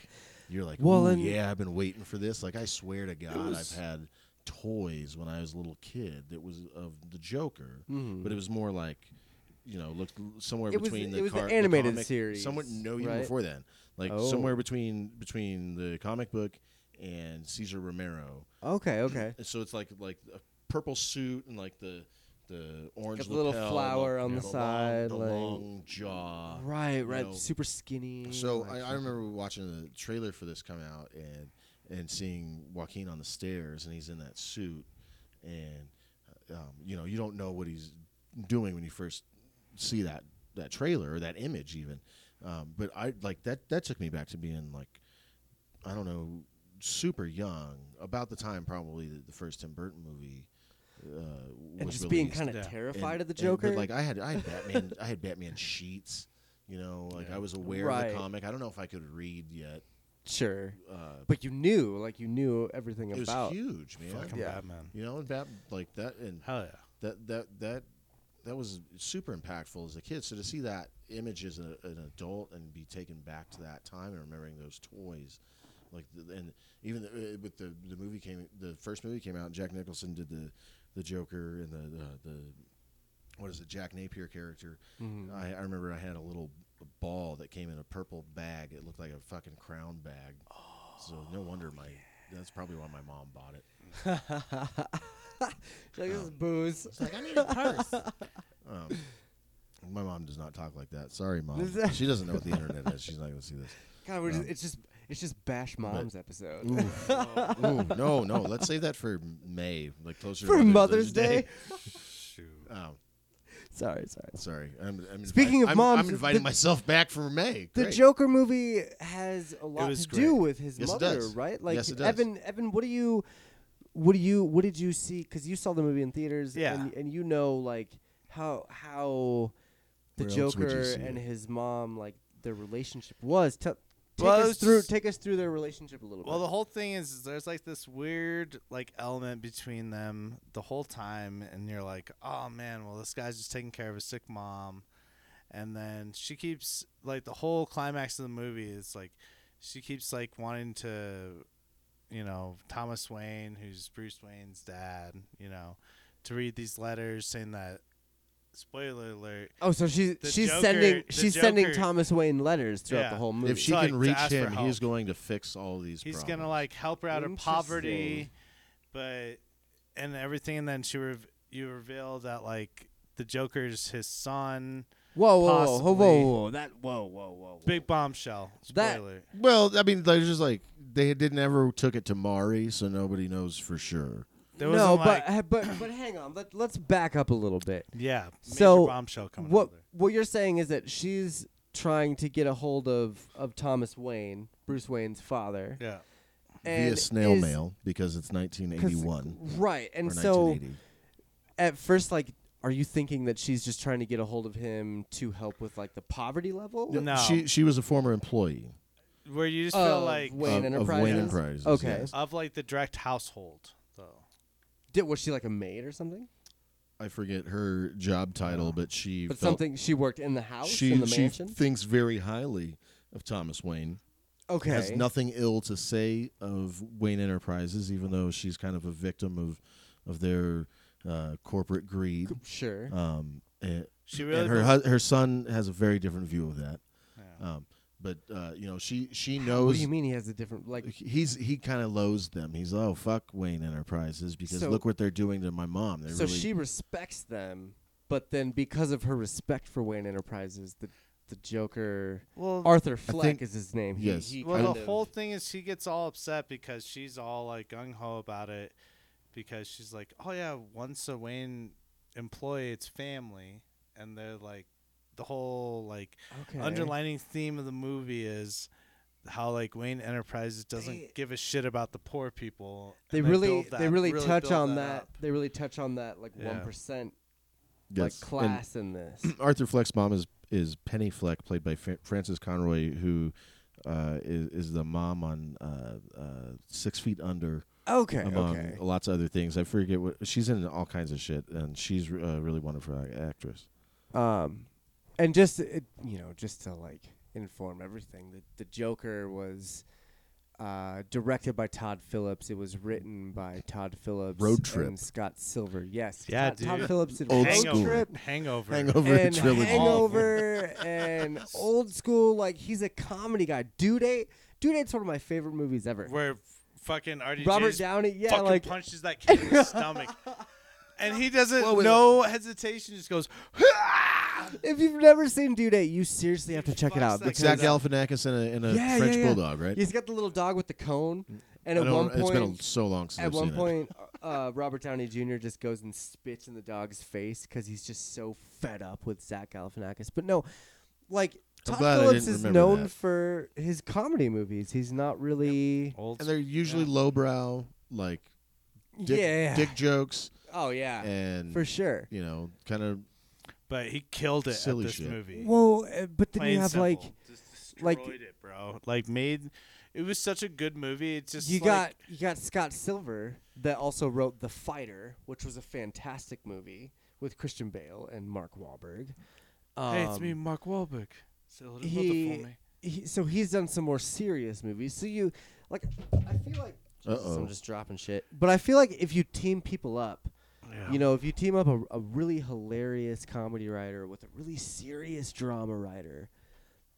Speaker 3: you're like,
Speaker 1: Well,
Speaker 3: "Ooh,
Speaker 1: and-
Speaker 3: yeah, I've been waiting for this. Like I swear to God,
Speaker 4: was-
Speaker 3: I've had toys when I was a little kid that was of the Joker,
Speaker 1: Mhm.
Speaker 3: but it was more like, you know, looked somewhere
Speaker 1: It was-
Speaker 3: between
Speaker 1: it
Speaker 3: the,
Speaker 1: was the
Speaker 3: car-
Speaker 1: animated
Speaker 3: comic-
Speaker 1: series,
Speaker 3: Somewhere no, even
Speaker 1: right?
Speaker 3: before then, like
Speaker 1: Oh.
Speaker 3: somewhere between between the comic book and Caesar Romero.
Speaker 1: Okay, okay.
Speaker 3: And so it's like like a purple suit and like the the orange
Speaker 1: the little
Speaker 3: lapel,
Speaker 1: flower
Speaker 3: the-
Speaker 1: on the
Speaker 3: long-
Speaker 1: side,
Speaker 3: the
Speaker 1: like-
Speaker 3: long jaw,
Speaker 1: right, right.
Speaker 3: know,
Speaker 1: super skinny.
Speaker 3: Uh, so
Speaker 1: like-
Speaker 3: I, I remember watching the trailer for this come out and and seeing Joaquin on the stairs and he's in that suit and uh, um, you know you don't know what he's doing when you first see that that trailer or that image even um, but I like that that took me back to being like I don't know super young about the time probably that the first Tim Burton movie uh, was
Speaker 1: and just being
Speaker 3: released
Speaker 1: kind of
Speaker 4: yeah. And-
Speaker 1: terrified
Speaker 3: and-
Speaker 1: of the
Speaker 3: and- but,
Speaker 1: Joker.
Speaker 3: like I had, I had Batman, I had Batman sheets. You know, like I was aware of
Speaker 1: Right.
Speaker 3: the comic. I don't know if I could read yet.
Speaker 1: sure,
Speaker 3: Uh,
Speaker 1: but you knew, like you knew everything
Speaker 3: it was
Speaker 1: about.
Speaker 3: huge, man.
Speaker 4: Fucking
Speaker 1: Yeah.
Speaker 4: Batman.
Speaker 3: You know, and Bat like that, and
Speaker 4: Hell yeah.
Speaker 3: that that that that was super impactful as a kid. So to see that image as a, an adult and be taken back to that time and remembering those toys, like the, and even the, uh, with the the movie came the first movie came out. and Jack Nicholson did the the Joker and the the, the what is it Jack Napier character. I, I remember I had a little ball that came in a purple bag. It looked like a fucking crown bag. so no wonder my that's probably why my mom bought it.
Speaker 1: She's like, this is booze.
Speaker 3: Like I need a purse. um, my mom does not talk like that. Sorry, mom.
Speaker 1: that-
Speaker 3: she doesn't know what the internet is. She's not gonna see this.
Speaker 1: God, we're just, it's just it's just bash mom's episode.
Speaker 3: Ooh, no, no. Let's save that for May, like closer
Speaker 1: For
Speaker 3: to
Speaker 1: Mother's Day.
Speaker 4: Shoot.
Speaker 3: Oh,
Speaker 1: sorry, sorry.
Speaker 3: sorry. I'm, I'm
Speaker 1: Speaking of
Speaker 3: I'm-
Speaker 1: moms,
Speaker 3: I'm inviting
Speaker 1: the-
Speaker 3: myself back for May.
Speaker 1: The
Speaker 3: Great.
Speaker 1: Joker movie has a lot
Speaker 4: was
Speaker 1: to do
Speaker 4: great.
Speaker 1: with his
Speaker 3: Yes, it
Speaker 1: mother,
Speaker 3: does.
Speaker 1: right? Like
Speaker 3: Yes, it does.
Speaker 1: Evan, Evan, what do you, what do you, what did you see? Because you saw the movie in theaters,
Speaker 4: Yeah.
Speaker 1: and, and you know like how how the
Speaker 3: Where else would you
Speaker 1: Joker
Speaker 3: see
Speaker 1: and
Speaker 3: it?
Speaker 1: his mom like their relationship was. Tell take
Speaker 4: Well, it
Speaker 1: us
Speaker 4: was
Speaker 1: through
Speaker 4: just-
Speaker 1: take us through their relationship a little
Speaker 4: Well,
Speaker 1: bit.
Speaker 4: the whole thing is is there's like this weird like element between them the whole time, and you're like, oh man, well this guy's just taking care of his sick mom, and then she keeps like the whole climax of the movie is like she keeps like wanting to, you know, Thomas Wayne, who's Bruce Wayne's dad, you know, to read these letters saying that. Spoiler alert.
Speaker 1: oh, so she's
Speaker 4: the
Speaker 1: she's
Speaker 4: Joker-
Speaker 1: sending
Speaker 4: the
Speaker 1: she's sending
Speaker 4: Joker-
Speaker 1: Thomas Wayne letters throughout the
Speaker 4: Yeah.
Speaker 1: whole movie.
Speaker 3: If she
Speaker 4: So, like,
Speaker 3: can
Speaker 4: to
Speaker 3: reach
Speaker 4: ask for
Speaker 3: him, he's
Speaker 4: help.
Speaker 3: going to fix all these.
Speaker 4: He's
Speaker 3: problems.
Speaker 4: gonna like help her out of poverty, but and everything. And then she rev- you reveal that like the Joker's his son.
Speaker 1: whoa, whoa, whoa, whoa, whoa,
Speaker 4: possibly-
Speaker 1: whoa, that whoa, whoa, whoa, whoa.
Speaker 4: Big bombshell.
Speaker 1: That-
Speaker 4: Spoiler.
Speaker 3: Well, I mean, there's just like they didn't ever took it to Mari, so nobody knows for sure.
Speaker 4: There
Speaker 1: no,
Speaker 4: wasn't, like-
Speaker 1: but uh, but but hang on. Let let's back up a little bit.
Speaker 4: yeah. Major
Speaker 1: So,
Speaker 4: bombshell coming.
Speaker 1: what
Speaker 4: out of there.
Speaker 1: what you're saying is that she's trying to get a hold of of Thomas Wayne, Bruce Wayne's father,
Speaker 4: Yeah.
Speaker 1: and
Speaker 3: Via snail
Speaker 1: is-
Speaker 3: mail because it's
Speaker 1: 'cause-
Speaker 3: 1981
Speaker 1: right?
Speaker 3: or
Speaker 1: And so
Speaker 3: 1980.
Speaker 1: at first, like, are you thinking that she's just trying to get a hold of him to help with like the poverty level?
Speaker 4: No.
Speaker 3: She she was a former employee
Speaker 4: Where you just feel
Speaker 1: Of
Speaker 4: like
Speaker 1: Wayne
Speaker 3: of, of
Speaker 1: Enterprises.
Speaker 3: Wayne Enterprises.
Speaker 1: Okay.
Speaker 3: yes.
Speaker 4: of like the direct household though.
Speaker 1: Did was she like a maid or something?
Speaker 3: I forget her job
Speaker 4: Oh.
Speaker 3: title, but she
Speaker 1: But
Speaker 3: felt
Speaker 1: something she worked in the house
Speaker 3: she
Speaker 1: in the
Speaker 3: she
Speaker 1: mansion.
Speaker 3: thinks very highly of Thomas Wayne.
Speaker 1: okay.
Speaker 3: Has nothing ill to say of Wayne Enterprises, even though she's kind of a victim of of their uh, corporate greed.
Speaker 1: Sure.
Speaker 3: Um, and,
Speaker 4: She really
Speaker 3: and her
Speaker 4: bel-
Speaker 3: hu- her son has a very different view of that. Um, but uh, you know, she she knows
Speaker 1: what do you mean he has a different like?
Speaker 3: he's he kind of loathes them. He's oh fuck Wayne Enterprises because
Speaker 1: So-
Speaker 3: look what they're doing to my mom. They're
Speaker 1: So
Speaker 3: really,
Speaker 1: she respects them, but then because of her respect for Wayne Enterprises, the the Joker
Speaker 4: Well,
Speaker 1: Arthur Fleck
Speaker 3: think-
Speaker 1: is his name. He-
Speaker 3: yes.
Speaker 1: He,
Speaker 4: Well,
Speaker 1: kind
Speaker 4: the
Speaker 1: of-
Speaker 4: whole thing is she gets all upset because she's all like gung ho about it because she's like, oh yeah, once a Wayne employee, it's family, and they're like, the whole like
Speaker 1: Okay.
Speaker 4: underlining theme of the movie is how like Wayne Enterprises doesn't
Speaker 1: They-
Speaker 4: give a shit about the poor people.
Speaker 1: They
Speaker 4: and
Speaker 1: really,
Speaker 4: build
Speaker 1: they
Speaker 4: that-
Speaker 1: really, touch
Speaker 4: build
Speaker 1: on that.
Speaker 4: that
Speaker 1: They really touch on that, like
Speaker 4: Yeah.
Speaker 1: one percent,
Speaker 3: Yes.
Speaker 1: like
Speaker 3: And
Speaker 1: class in this.
Speaker 3: Arthur Fleck's mom is is Penny Fleck, played by Fran Frances Conroy, who uh, is is the mom on uh, uh, Six Feet Under.
Speaker 1: Okay,
Speaker 3: among
Speaker 1: okay.
Speaker 3: lots of other things. I forget what she's in all kinds of shit, and she's uh, really wonderful ac- actress.
Speaker 1: Um, and just it, you know, just to like inform everything, the the Joker was uh, directed by Todd Phillips. It was written by Todd Phillips,
Speaker 3: Road Trip.
Speaker 1: and Scott Silver. Yes,
Speaker 4: Yeah,
Speaker 1: Todd, Todd
Speaker 4: dude.
Speaker 1: Phillips did
Speaker 3: Old
Speaker 4: up.
Speaker 1: Road
Speaker 3: school.
Speaker 1: Trip
Speaker 4: Hangover, hangover,
Speaker 3: Hangover
Speaker 1: and
Speaker 3: trilogy.
Speaker 1: Hangover and old school. Like he's a comedy guy. Due Date, Due Date's one of my favorite movies ever.
Speaker 4: where fucking RDJ
Speaker 1: Robert
Speaker 4: 's
Speaker 1: Downey, yeah,
Speaker 4: fucking
Speaker 1: like
Speaker 4: punches that kid in the stomach. And he doesn't,
Speaker 1: What was
Speaker 4: no hesitation, just goes,
Speaker 1: if you've never seen Due Date, you seriously have to check it
Speaker 4: Fucks
Speaker 1: out.
Speaker 4: that
Speaker 3: Like
Speaker 1: because-
Speaker 4: guy
Speaker 3: Zach Galifianakis and a, and a
Speaker 1: Yeah,
Speaker 3: French
Speaker 1: yeah, yeah.
Speaker 3: bulldog, right?
Speaker 1: He's got the little dog with the cone, and
Speaker 3: Mm,
Speaker 1: at
Speaker 3: I don't-
Speaker 1: one
Speaker 3: it's been
Speaker 1: point,
Speaker 3: so long since
Speaker 1: at
Speaker 3: I've
Speaker 1: one
Speaker 3: seen it.
Speaker 1: point, uh, Robert Downey Jr. just goes and spits in the dog's face because he's just so fed up with Zach Galifianakis. But no, like
Speaker 3: I'm
Speaker 1: Todd
Speaker 3: glad I
Speaker 1: Phillips
Speaker 3: didn't
Speaker 1: is
Speaker 3: remember
Speaker 1: known
Speaker 3: that.
Speaker 1: for his comedy movies. He's not really,
Speaker 4: Old
Speaker 3: and they're usually lowbrow, like dick,
Speaker 1: yeah,
Speaker 3: dick jokes,
Speaker 1: oh yeah,
Speaker 3: and
Speaker 1: for sure.
Speaker 3: you know, kind of
Speaker 4: But he killed it
Speaker 3: Silly
Speaker 4: at this
Speaker 3: shit.
Speaker 4: movie.
Speaker 1: Well, uh, but then
Speaker 4: Plain
Speaker 1: you have
Speaker 4: simple.
Speaker 1: like
Speaker 4: Just
Speaker 1: like-
Speaker 4: destroyed it, bro. Like made it was such a good movie. It's just
Speaker 1: you
Speaker 4: like-
Speaker 1: got you got Scott Silver that also wrote The Fighter, which was a fantastic movie with Christian Bale and Mark Wahlberg. Um,
Speaker 4: Hey, it's me, Mark Wahlberg. Say a little brother
Speaker 1: he,
Speaker 4: for me.
Speaker 1: he so he's done some more serious movies. So you like I feel like Jesus,
Speaker 3: Uh-oh.
Speaker 1: I'm just dropping shit. But I feel like if you team people up, you know, if you team up a, a really hilarious comedy writer with a really serious drama writer,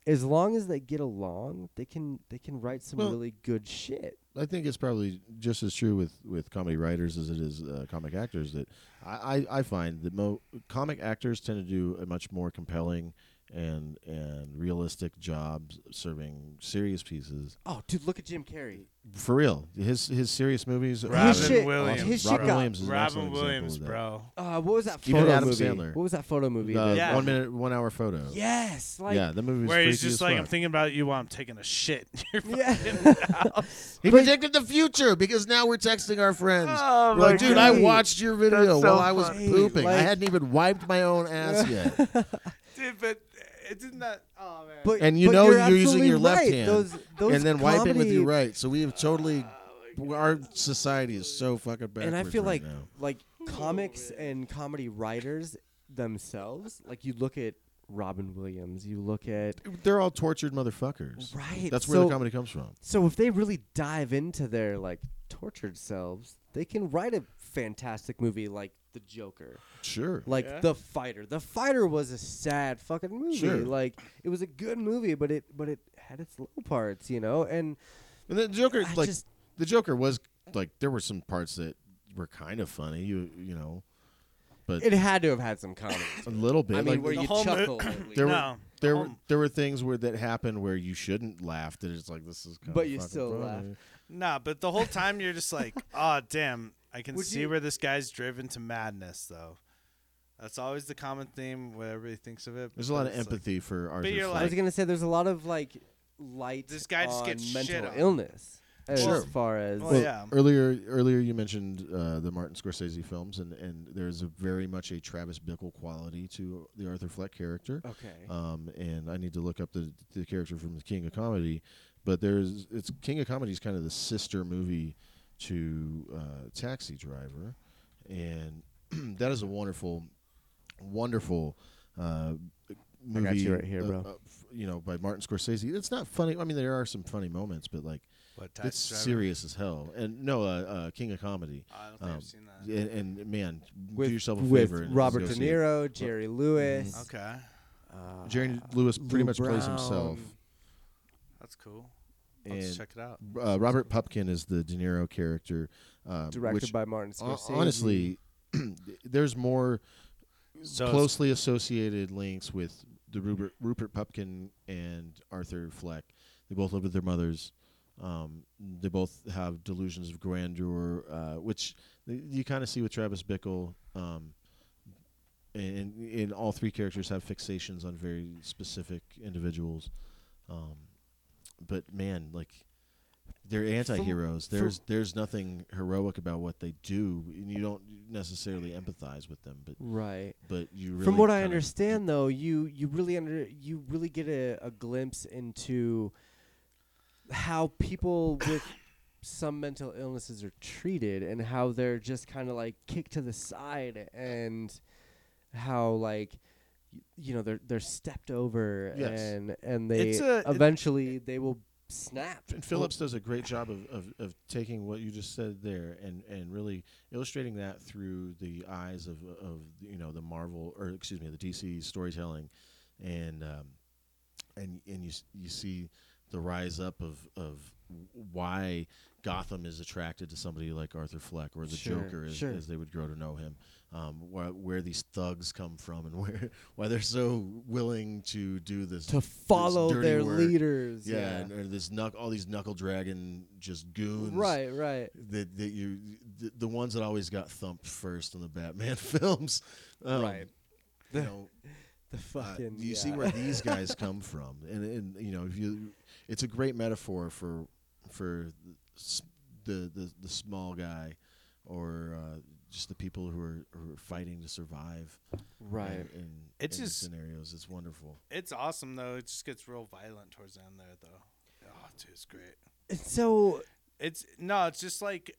Speaker 1: as long as they get along, they can they can write some
Speaker 3: Well-
Speaker 1: really good shit.
Speaker 3: I think it's probably just as true with, with comedy writers as it is uh, comic actors that I, I, I find that mo- comic actors tend to do a much more compelling and and realistic job serving serious pieces.
Speaker 1: Oh, dude, look at Jim Carrey.
Speaker 3: For real, his his serious movies. are
Speaker 4: Robin
Speaker 1: his shit,
Speaker 4: Williams,
Speaker 1: his shit
Speaker 3: Robin
Speaker 1: got.
Speaker 3: Williams is an excellent
Speaker 4: Robin
Speaker 3: example
Speaker 4: Williams,
Speaker 3: of that.
Speaker 4: bro.
Speaker 1: Uh, what was that
Speaker 3: Even
Speaker 1: photo
Speaker 3: Adam
Speaker 1: movie?
Speaker 3: Sandler.
Speaker 1: What was that photo movie?
Speaker 3: The
Speaker 1: that-
Speaker 4: Yeah.
Speaker 3: one minute, one hour photo.
Speaker 1: Yes, like
Speaker 3: yeah, the movie was
Speaker 4: Where he's
Speaker 3: freaky
Speaker 4: just
Speaker 3: as
Speaker 4: like,
Speaker 3: fuck.
Speaker 4: I'm thinking about you while I'm taking a shit. You're
Speaker 1: Yeah.
Speaker 4: fucking out.
Speaker 3: He predicted the future because now we're texting our friends.
Speaker 4: Oh,
Speaker 3: We're like,
Speaker 4: my
Speaker 3: dude,
Speaker 4: God.
Speaker 3: I watched your video
Speaker 4: That's so
Speaker 3: while I was
Speaker 1: funny.
Speaker 3: pooping. I
Speaker 1: Like-
Speaker 3: hadn't even wiped my own ass yet.
Speaker 4: Dude, but it didn't that. Oh man.
Speaker 1: But,
Speaker 3: and you
Speaker 1: but
Speaker 3: know
Speaker 1: you're,
Speaker 3: you're, using
Speaker 1: absolutely
Speaker 3: your left
Speaker 1: right.
Speaker 3: hand
Speaker 1: Those, those
Speaker 3: and then
Speaker 1: comedy,
Speaker 3: wipe it with your right. So we have totally our society is so fucking backwards.
Speaker 1: And I feel like
Speaker 3: right now.
Speaker 1: like comics and comedy writers themselves, like you look at Robin Williams, you look at
Speaker 3: they're all tortured motherfuckers.
Speaker 1: Right,
Speaker 3: That's where
Speaker 1: so-
Speaker 3: the comedy comes from.
Speaker 1: so if they really dive into their like tortured selves, they can write a fantastic movie like The Joker.
Speaker 3: Sure.
Speaker 1: like
Speaker 4: Yeah.
Speaker 1: the fighter the fighter was a sad fucking movie
Speaker 3: Sure.
Speaker 1: like it was a good movie but it but it had its low parts you know and
Speaker 3: And the Joker,
Speaker 1: I
Speaker 3: like
Speaker 1: just-
Speaker 3: the Joker was like there were some parts that were kind of funny. You you know, but
Speaker 1: it had to have had some comedy
Speaker 3: a little bit.
Speaker 1: i mean
Speaker 3: like,
Speaker 1: where
Speaker 4: the
Speaker 1: you Um,
Speaker 4: whole mo-
Speaker 1: chuckle at least.
Speaker 3: there were
Speaker 4: No,
Speaker 3: there
Speaker 4: the
Speaker 3: were
Speaker 4: whole-
Speaker 3: there were things where that happened where you shouldn't laugh. That it's like this is kind
Speaker 1: But
Speaker 3: of
Speaker 1: you still laugh.
Speaker 4: Nah, but the whole time you're just like, oh damn, I can
Speaker 1: Would
Speaker 4: see
Speaker 1: you-
Speaker 4: where this guy's driven to madness though. That's always the common theme what everybody thinks of it.
Speaker 3: There's a
Speaker 4: but
Speaker 3: lot of
Speaker 4: it's like-
Speaker 3: empathy for Arthur.
Speaker 4: you're
Speaker 3: Fleck.
Speaker 1: i was
Speaker 4: like-
Speaker 1: gonna say there's a lot of like light
Speaker 4: This guy just
Speaker 1: on
Speaker 4: gets
Speaker 1: mental
Speaker 4: shit on.
Speaker 1: illness as
Speaker 4: Sure.
Speaker 1: far as
Speaker 4: Well, yeah.
Speaker 3: Earlier, earlier you mentioned uh, the Martin Scorsese films, and, and there's a very much a Travis Bickle quality to the Arthur Fleck character.
Speaker 1: okay
Speaker 3: Um, and I need to look up the the character from the King of Comedy, but there's it's King of Comedy is kind of the sister movie to uh, Taxi Driver, and that is a wonderful, wonderful. Uh,
Speaker 1: I
Speaker 3: Movie,
Speaker 1: got you right here,
Speaker 3: uh,
Speaker 1: bro.
Speaker 3: uh, f- you know, by Martin Scorsese. It's not funny. I mean, there are some funny moments, but like,
Speaker 4: What, Taxi
Speaker 3: it's
Speaker 4: Driver?
Speaker 3: serious um, as hell. And no, uh, uh, King of Comedy.
Speaker 4: I don't think I've seen that.
Speaker 3: And, and man,
Speaker 1: with,
Speaker 3: do yourself a
Speaker 1: with
Speaker 3: favor. and
Speaker 1: robert
Speaker 3: go
Speaker 1: de
Speaker 3: see it.
Speaker 1: niro jerry lewis
Speaker 4: Okay,
Speaker 1: uh,
Speaker 3: Jerry Lewis pretty
Speaker 1: Lou
Speaker 3: much plays himself.
Speaker 1: Brown.
Speaker 4: that's cool.
Speaker 3: And
Speaker 4: Let's check it out.
Speaker 3: uh, Robert Pupkin is the De Niro character. Um,
Speaker 1: directed
Speaker 3: which,
Speaker 1: by martin
Speaker 3: hon-
Speaker 1: scorsese
Speaker 3: honestly, there's more
Speaker 4: So it's-
Speaker 3: closely associated links with the Rupert, Rupert Pupkin and Arthur Fleck. They both live with their mothers. Um, they both have delusions of grandeur, uh, which y- you kind of see with Travis Bickle. Um, and, and all three characters have fixations on very specific individuals. Um, but man, like they're anti-heroes. There's there's nothing heroic about what they do, and you don't necessarily empathize with them. But
Speaker 1: right
Speaker 3: but you really
Speaker 1: From what I
Speaker 3: kinda-
Speaker 1: understand, though, you you really under you really get a, a glimpse into how people with some mental illnesses are treated and how they're just kind of like kicked to the side and how like y- you know they're they're stepped over
Speaker 3: Yes.
Speaker 1: and and they
Speaker 4: It's a- it-
Speaker 1: eventually they will snap.
Speaker 3: and Phillips does a great job of, of, of taking what you just said there and, and really illustrating that through the eyes of, of you know the Marvel or excuse me the DC storytelling, and um, and and you s- you see the rise up of of why Gotham is attracted to somebody like Arthur Fleck or the
Speaker 1: Sure,
Speaker 3: Joker as,
Speaker 1: sure.
Speaker 3: as they would grow to know him, um, wh- where these thugs come from and where why they're so willing to do this
Speaker 1: to
Speaker 3: this
Speaker 1: follow
Speaker 3: dirty
Speaker 1: their
Speaker 3: work.
Speaker 1: leaders.
Speaker 3: Yeah,
Speaker 1: Yeah.
Speaker 3: And, or this knuck, all these knuckle dragon just goons.
Speaker 1: Right, right.
Speaker 3: That, that you, the, the ones that always got thumped first in the Batman films. Um,
Speaker 1: Right.
Speaker 3: You know,
Speaker 1: The
Speaker 3: uh,
Speaker 1: fucking
Speaker 3: you see
Speaker 1: yeah.
Speaker 3: where these guys come from, and, and you know, if you, it's a great metaphor for for s- the the, the small guy, or uh, just the people who are, who are fighting to survive.
Speaker 1: right.
Speaker 3: In, in,
Speaker 4: It's
Speaker 3: in these
Speaker 4: just-
Speaker 3: scenarios. It's wonderful.
Speaker 4: It's awesome though. It just gets real violent towards the end there though. Oh, dude, it's great.
Speaker 1: And so
Speaker 4: It's no, it's just like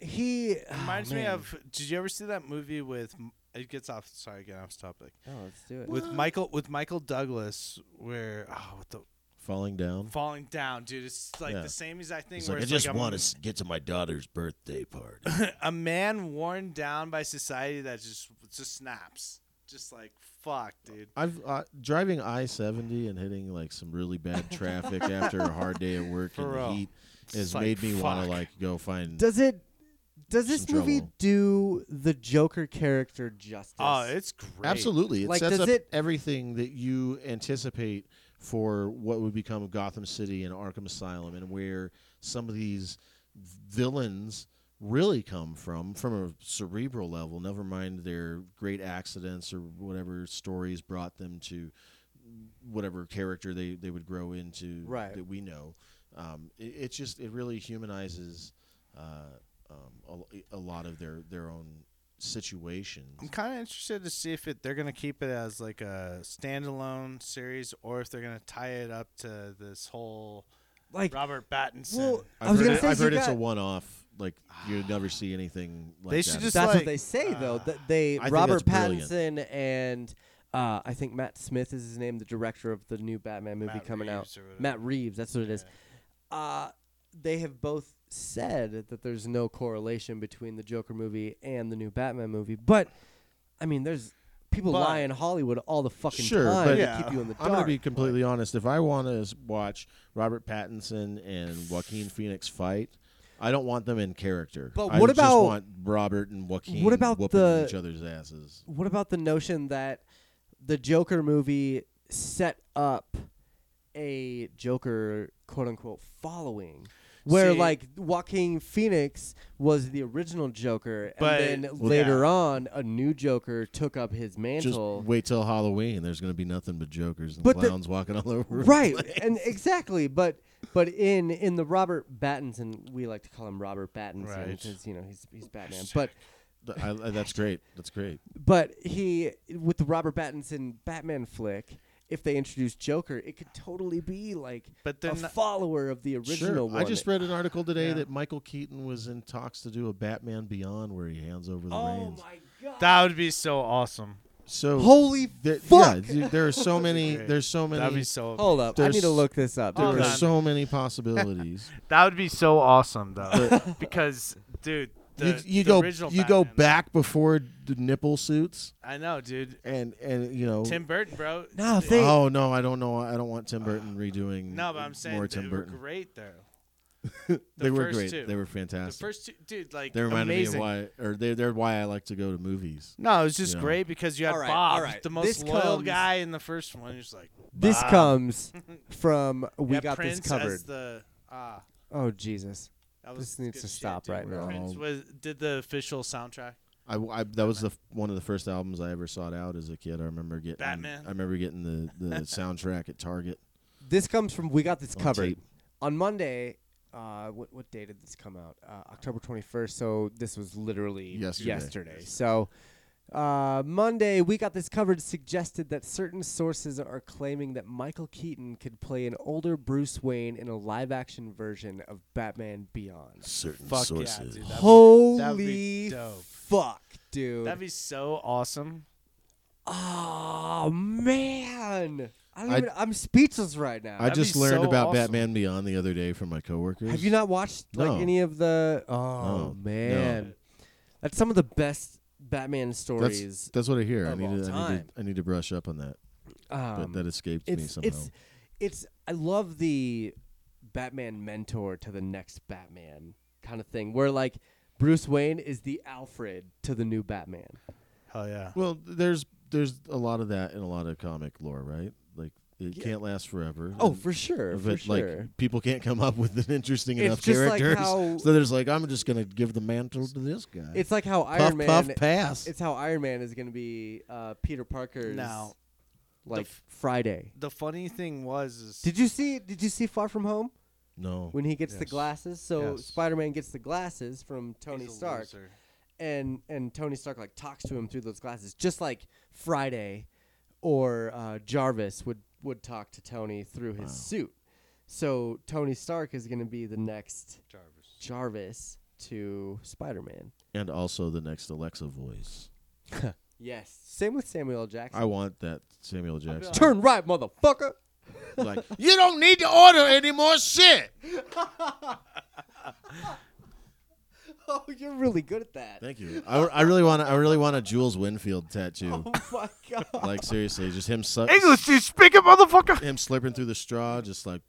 Speaker 1: he
Speaker 3: Ah,
Speaker 1: oh,
Speaker 4: reminds me
Speaker 1: man.
Speaker 4: of. Did you ever see that movie with? It gets off. Sorry, again off topic.
Speaker 1: Oh, let's do it.
Speaker 4: With Michael with Michael Douglas, where oh, what the
Speaker 3: Falling down.
Speaker 4: falling down, dude. It's like
Speaker 3: Yeah.
Speaker 4: the same exact thing.
Speaker 3: It's
Speaker 4: where
Speaker 3: like, I
Speaker 4: it's
Speaker 3: just
Speaker 4: like a-
Speaker 3: want to get to my daughter's birthday party.
Speaker 4: a man worn down by society that just just snaps. just like fuck, dude.
Speaker 3: I've uh, driving I seventy and hitting like some really bad traffic after a hard day at work
Speaker 4: For
Speaker 3: in the
Speaker 4: real.
Speaker 3: heat has
Speaker 4: like,
Speaker 3: made me want to
Speaker 4: fuck.
Speaker 3: like go find.
Speaker 1: Does it? Does this
Speaker 3: Some
Speaker 1: movie
Speaker 3: trouble.
Speaker 1: do the Joker character justice?
Speaker 4: Oh, it's great.
Speaker 3: Absolutely, it
Speaker 1: Like,
Speaker 3: sets
Speaker 1: does
Speaker 3: up
Speaker 1: it-
Speaker 3: everything that you anticipate for what would become Gotham City and Arkham Asylum, and where some of these villains really come from, from a cerebral level. Never mind their great accidents or whatever stories brought them to whatever character they, they would grow into
Speaker 1: Right.
Speaker 3: that we know. Um, it, it just it really humanizes uh, um, a, a lot of their their own situations.
Speaker 4: I'm kind of interested to see if it they're gonna keep it as like a standalone series or if they're gonna tie it up to this whole
Speaker 1: like
Speaker 4: Robert Pattinson.
Speaker 1: well,
Speaker 3: I've
Speaker 1: I was
Speaker 3: heard,
Speaker 1: gonna
Speaker 3: it-
Speaker 1: say
Speaker 3: I've
Speaker 1: so
Speaker 3: heard
Speaker 1: you
Speaker 3: it's a
Speaker 1: got-
Speaker 3: one-off. Like you'd never see anything like
Speaker 4: They
Speaker 3: that.
Speaker 4: should just-
Speaker 1: That's
Speaker 4: like,
Speaker 1: what they say though.
Speaker 4: uh,
Speaker 1: That they
Speaker 3: I think
Speaker 1: Robert
Speaker 3: that's brilliant.
Speaker 1: Pattinson and uh, I think Matt Smith is his name, the director of the new Batman movie
Speaker 4: Matt
Speaker 1: coming
Speaker 4: Reeves
Speaker 1: out.
Speaker 4: or whatever.
Speaker 1: Matt Reeves, that's what it is. Uh, they have both said that there's no correlation between the Joker movie and the new Batman movie, but I mean, there's people
Speaker 4: But-
Speaker 1: lie in Hollywood all the fucking
Speaker 3: Sure,
Speaker 1: time
Speaker 3: but-
Speaker 1: to
Speaker 4: Yeah.
Speaker 1: keep you in the dark.
Speaker 3: I'm gonna be completely honest. If I want to watch Robert Pattinson and Joaquin Phoenix fight, I don't want them in character.
Speaker 1: But
Speaker 3: I
Speaker 1: what
Speaker 3: just
Speaker 1: about-
Speaker 3: want Robert and Joaquin?
Speaker 1: what about
Speaker 3: whooping
Speaker 1: the-
Speaker 3: each other's asses?
Speaker 1: what about the notion that the Joker movie set up a Joker quote unquote following? Where
Speaker 4: See-
Speaker 1: like Joaquin Phoenix was the original Joker,
Speaker 4: But-
Speaker 1: and then
Speaker 4: Well,
Speaker 1: later
Speaker 4: yeah.
Speaker 1: on a new Joker took up his
Speaker 3: Just
Speaker 1: mantle.
Speaker 3: wait till Halloween. There's gonna be nothing but jokers and
Speaker 1: But the-
Speaker 3: clowns walking all over.
Speaker 1: right, and exactly, but but in in the Robert Pattinson, we like to call him Robert Pattinson
Speaker 4: Right.
Speaker 1: because you know he's he's Batman, but
Speaker 3: I, I- that's great. That's great.
Speaker 1: But he, with the Robert Pattinson Batman flick, if they introduce Joker, it could totally be like
Speaker 4: But
Speaker 1: a
Speaker 4: they're not-
Speaker 1: follower of the
Speaker 3: Sure.
Speaker 1: original one.
Speaker 3: I just read an article today
Speaker 4: Yeah.
Speaker 3: that Michael Keaton was in talks to do a Batman Beyond where he hands over the
Speaker 1: Oh
Speaker 3: reins.
Speaker 1: my god!
Speaker 4: That would be so awesome.
Speaker 3: So
Speaker 1: Holy
Speaker 3: There,
Speaker 1: fuck!
Speaker 3: Yeah, dude, there are so many.
Speaker 4: great.
Speaker 3: There's so
Speaker 4: That'd
Speaker 3: many.
Speaker 4: be so.
Speaker 1: Hold up, I need to
Speaker 3: There's-
Speaker 1: look this up.
Speaker 3: there
Speaker 4: Hold
Speaker 3: are
Speaker 4: on.
Speaker 3: so many possibilities.
Speaker 4: That would be so awesome though, because dude, the,
Speaker 3: you you
Speaker 4: the
Speaker 3: go
Speaker 4: original
Speaker 3: you go
Speaker 4: Batman-
Speaker 3: back before the nipple suits
Speaker 4: I know, dude.
Speaker 3: and and you know.
Speaker 4: Tim Burton, bro.
Speaker 1: No, if they
Speaker 3: oh no, I don't know. I don't want Tim Burton redoing.
Speaker 4: No, but I'm saying
Speaker 3: more
Speaker 4: they
Speaker 3: Tim
Speaker 4: were
Speaker 3: Burton.
Speaker 4: great though.
Speaker 3: they were
Speaker 4: first
Speaker 3: great.
Speaker 4: two.
Speaker 3: They were
Speaker 4: The
Speaker 3: fantastic.
Speaker 4: first two, dude, like
Speaker 3: they reminded
Speaker 4: amazing.
Speaker 3: me of why, or they, they're why I like to go to movies.
Speaker 4: No, it was just
Speaker 3: Yeah.
Speaker 4: great because you had
Speaker 1: All right, all
Speaker 4: Bob,
Speaker 1: right.
Speaker 4: the most
Speaker 1: This
Speaker 4: loyal
Speaker 1: comes-
Speaker 4: guy in the first one. He's like,
Speaker 1: this
Speaker 4: Bob.
Speaker 1: comes from we
Speaker 4: Yeah,
Speaker 1: got
Speaker 4: Prince
Speaker 1: this covered.
Speaker 4: As the, ah,
Speaker 1: oh Jesus!
Speaker 4: that was
Speaker 1: This needs
Speaker 4: good
Speaker 1: to
Speaker 4: shit,
Speaker 1: stop
Speaker 4: dude,
Speaker 1: right
Speaker 4: where
Speaker 1: now.
Speaker 4: Prince was did the official soundtrack.
Speaker 3: I, I- that was the f- one of the first albums I ever sought out as a kid. I remember getting
Speaker 4: Batman.
Speaker 3: I remember getting the, the soundtrack at Target.
Speaker 1: This comes from we got this
Speaker 3: On
Speaker 1: covered
Speaker 3: tape.
Speaker 1: on Monday. Uh, what what day did this come out? Uh, October twenty first. So this was literally
Speaker 3: Yesterday.
Speaker 1: So uh, Monday we got this covered. Suggested that certain sources are claiming that Michael Keaton could play an older Bruce Wayne in a live action version of Batman Beyond.
Speaker 3: Certain
Speaker 4: Fuck yeah,
Speaker 3: sources.
Speaker 4: dude. That'd be, that'd
Speaker 1: Holy
Speaker 4: be dope.
Speaker 1: fuck, dude!
Speaker 4: That'd be so awesome.
Speaker 1: oh man, I don't
Speaker 3: I-
Speaker 1: even, I'm speechless right now.
Speaker 3: I
Speaker 4: That'd
Speaker 3: just
Speaker 4: be
Speaker 3: learned
Speaker 4: so
Speaker 3: about
Speaker 4: awesome.
Speaker 3: Batman Beyond the other day from my coworkers.
Speaker 1: Have you not watched like
Speaker 3: No.
Speaker 1: any of the? Oh
Speaker 3: No,
Speaker 1: man, that's some of the best Batman stories.
Speaker 3: That's, that's what I hear. I
Speaker 1: of
Speaker 3: need,
Speaker 1: all
Speaker 3: to, I, need
Speaker 1: time.
Speaker 3: to, I need to brush up on that.
Speaker 1: um,
Speaker 3: but that escaped me
Speaker 1: it's
Speaker 3: somehow.
Speaker 1: it's it's. I love the Batman mentor to the next Batman kind of thing, where like Bruce Wayne is the Alfred to the new Batman.
Speaker 4: Hell yeah.
Speaker 3: well, there's there's a lot of that in a lot of comic lore, right? Like it
Speaker 1: Yeah.
Speaker 3: can't last forever.
Speaker 1: Oh,
Speaker 3: and-
Speaker 1: for sure, for
Speaker 3: but
Speaker 1: sure.
Speaker 3: like people can't come up with an interesting
Speaker 1: It's
Speaker 3: enough
Speaker 1: just like
Speaker 3: characters,
Speaker 1: how-
Speaker 3: so there's like I'm just gonna give the mantle to this guy.
Speaker 1: It's like how
Speaker 3: puff
Speaker 1: Iron Man.
Speaker 3: puff pass.
Speaker 1: It's how Iron Man is going to be uh, Peter Parker's
Speaker 4: Now,
Speaker 1: like
Speaker 4: f-
Speaker 1: Friday.
Speaker 4: the funny thing was, is
Speaker 1: Did you see? Did you see Far From Home?
Speaker 3: no,
Speaker 1: when he gets the
Speaker 4: Yes.
Speaker 1: glasses. So
Speaker 4: Yes.
Speaker 1: Spider-Man gets the glasses from Tony
Speaker 4: He's a
Speaker 1: Stark,
Speaker 4: loser.
Speaker 1: and and Tony Stark like talks to him through those glasses, just like Friday or uh, Jarvis would would talk to Tony through his suit. So Tony Stark is going to be the next
Speaker 4: Jarvis.
Speaker 1: Jarvis to Spider-Man.
Speaker 3: and also the next Alexa voice.
Speaker 1: Yes. Same with Samuel L. Jackson.
Speaker 3: I want that Samuel Jackson.
Speaker 1: Turn right, motherfucker.
Speaker 3: like you don't need to order any more shit.
Speaker 1: Oh, you're really good at that.
Speaker 3: Thank you. I, I really want I really want a Jules Winfield tattoo.
Speaker 1: Oh my god.
Speaker 3: Like seriously, just him su-
Speaker 4: English, you speak it, motherfucker.
Speaker 3: him slipping through the straw, just like.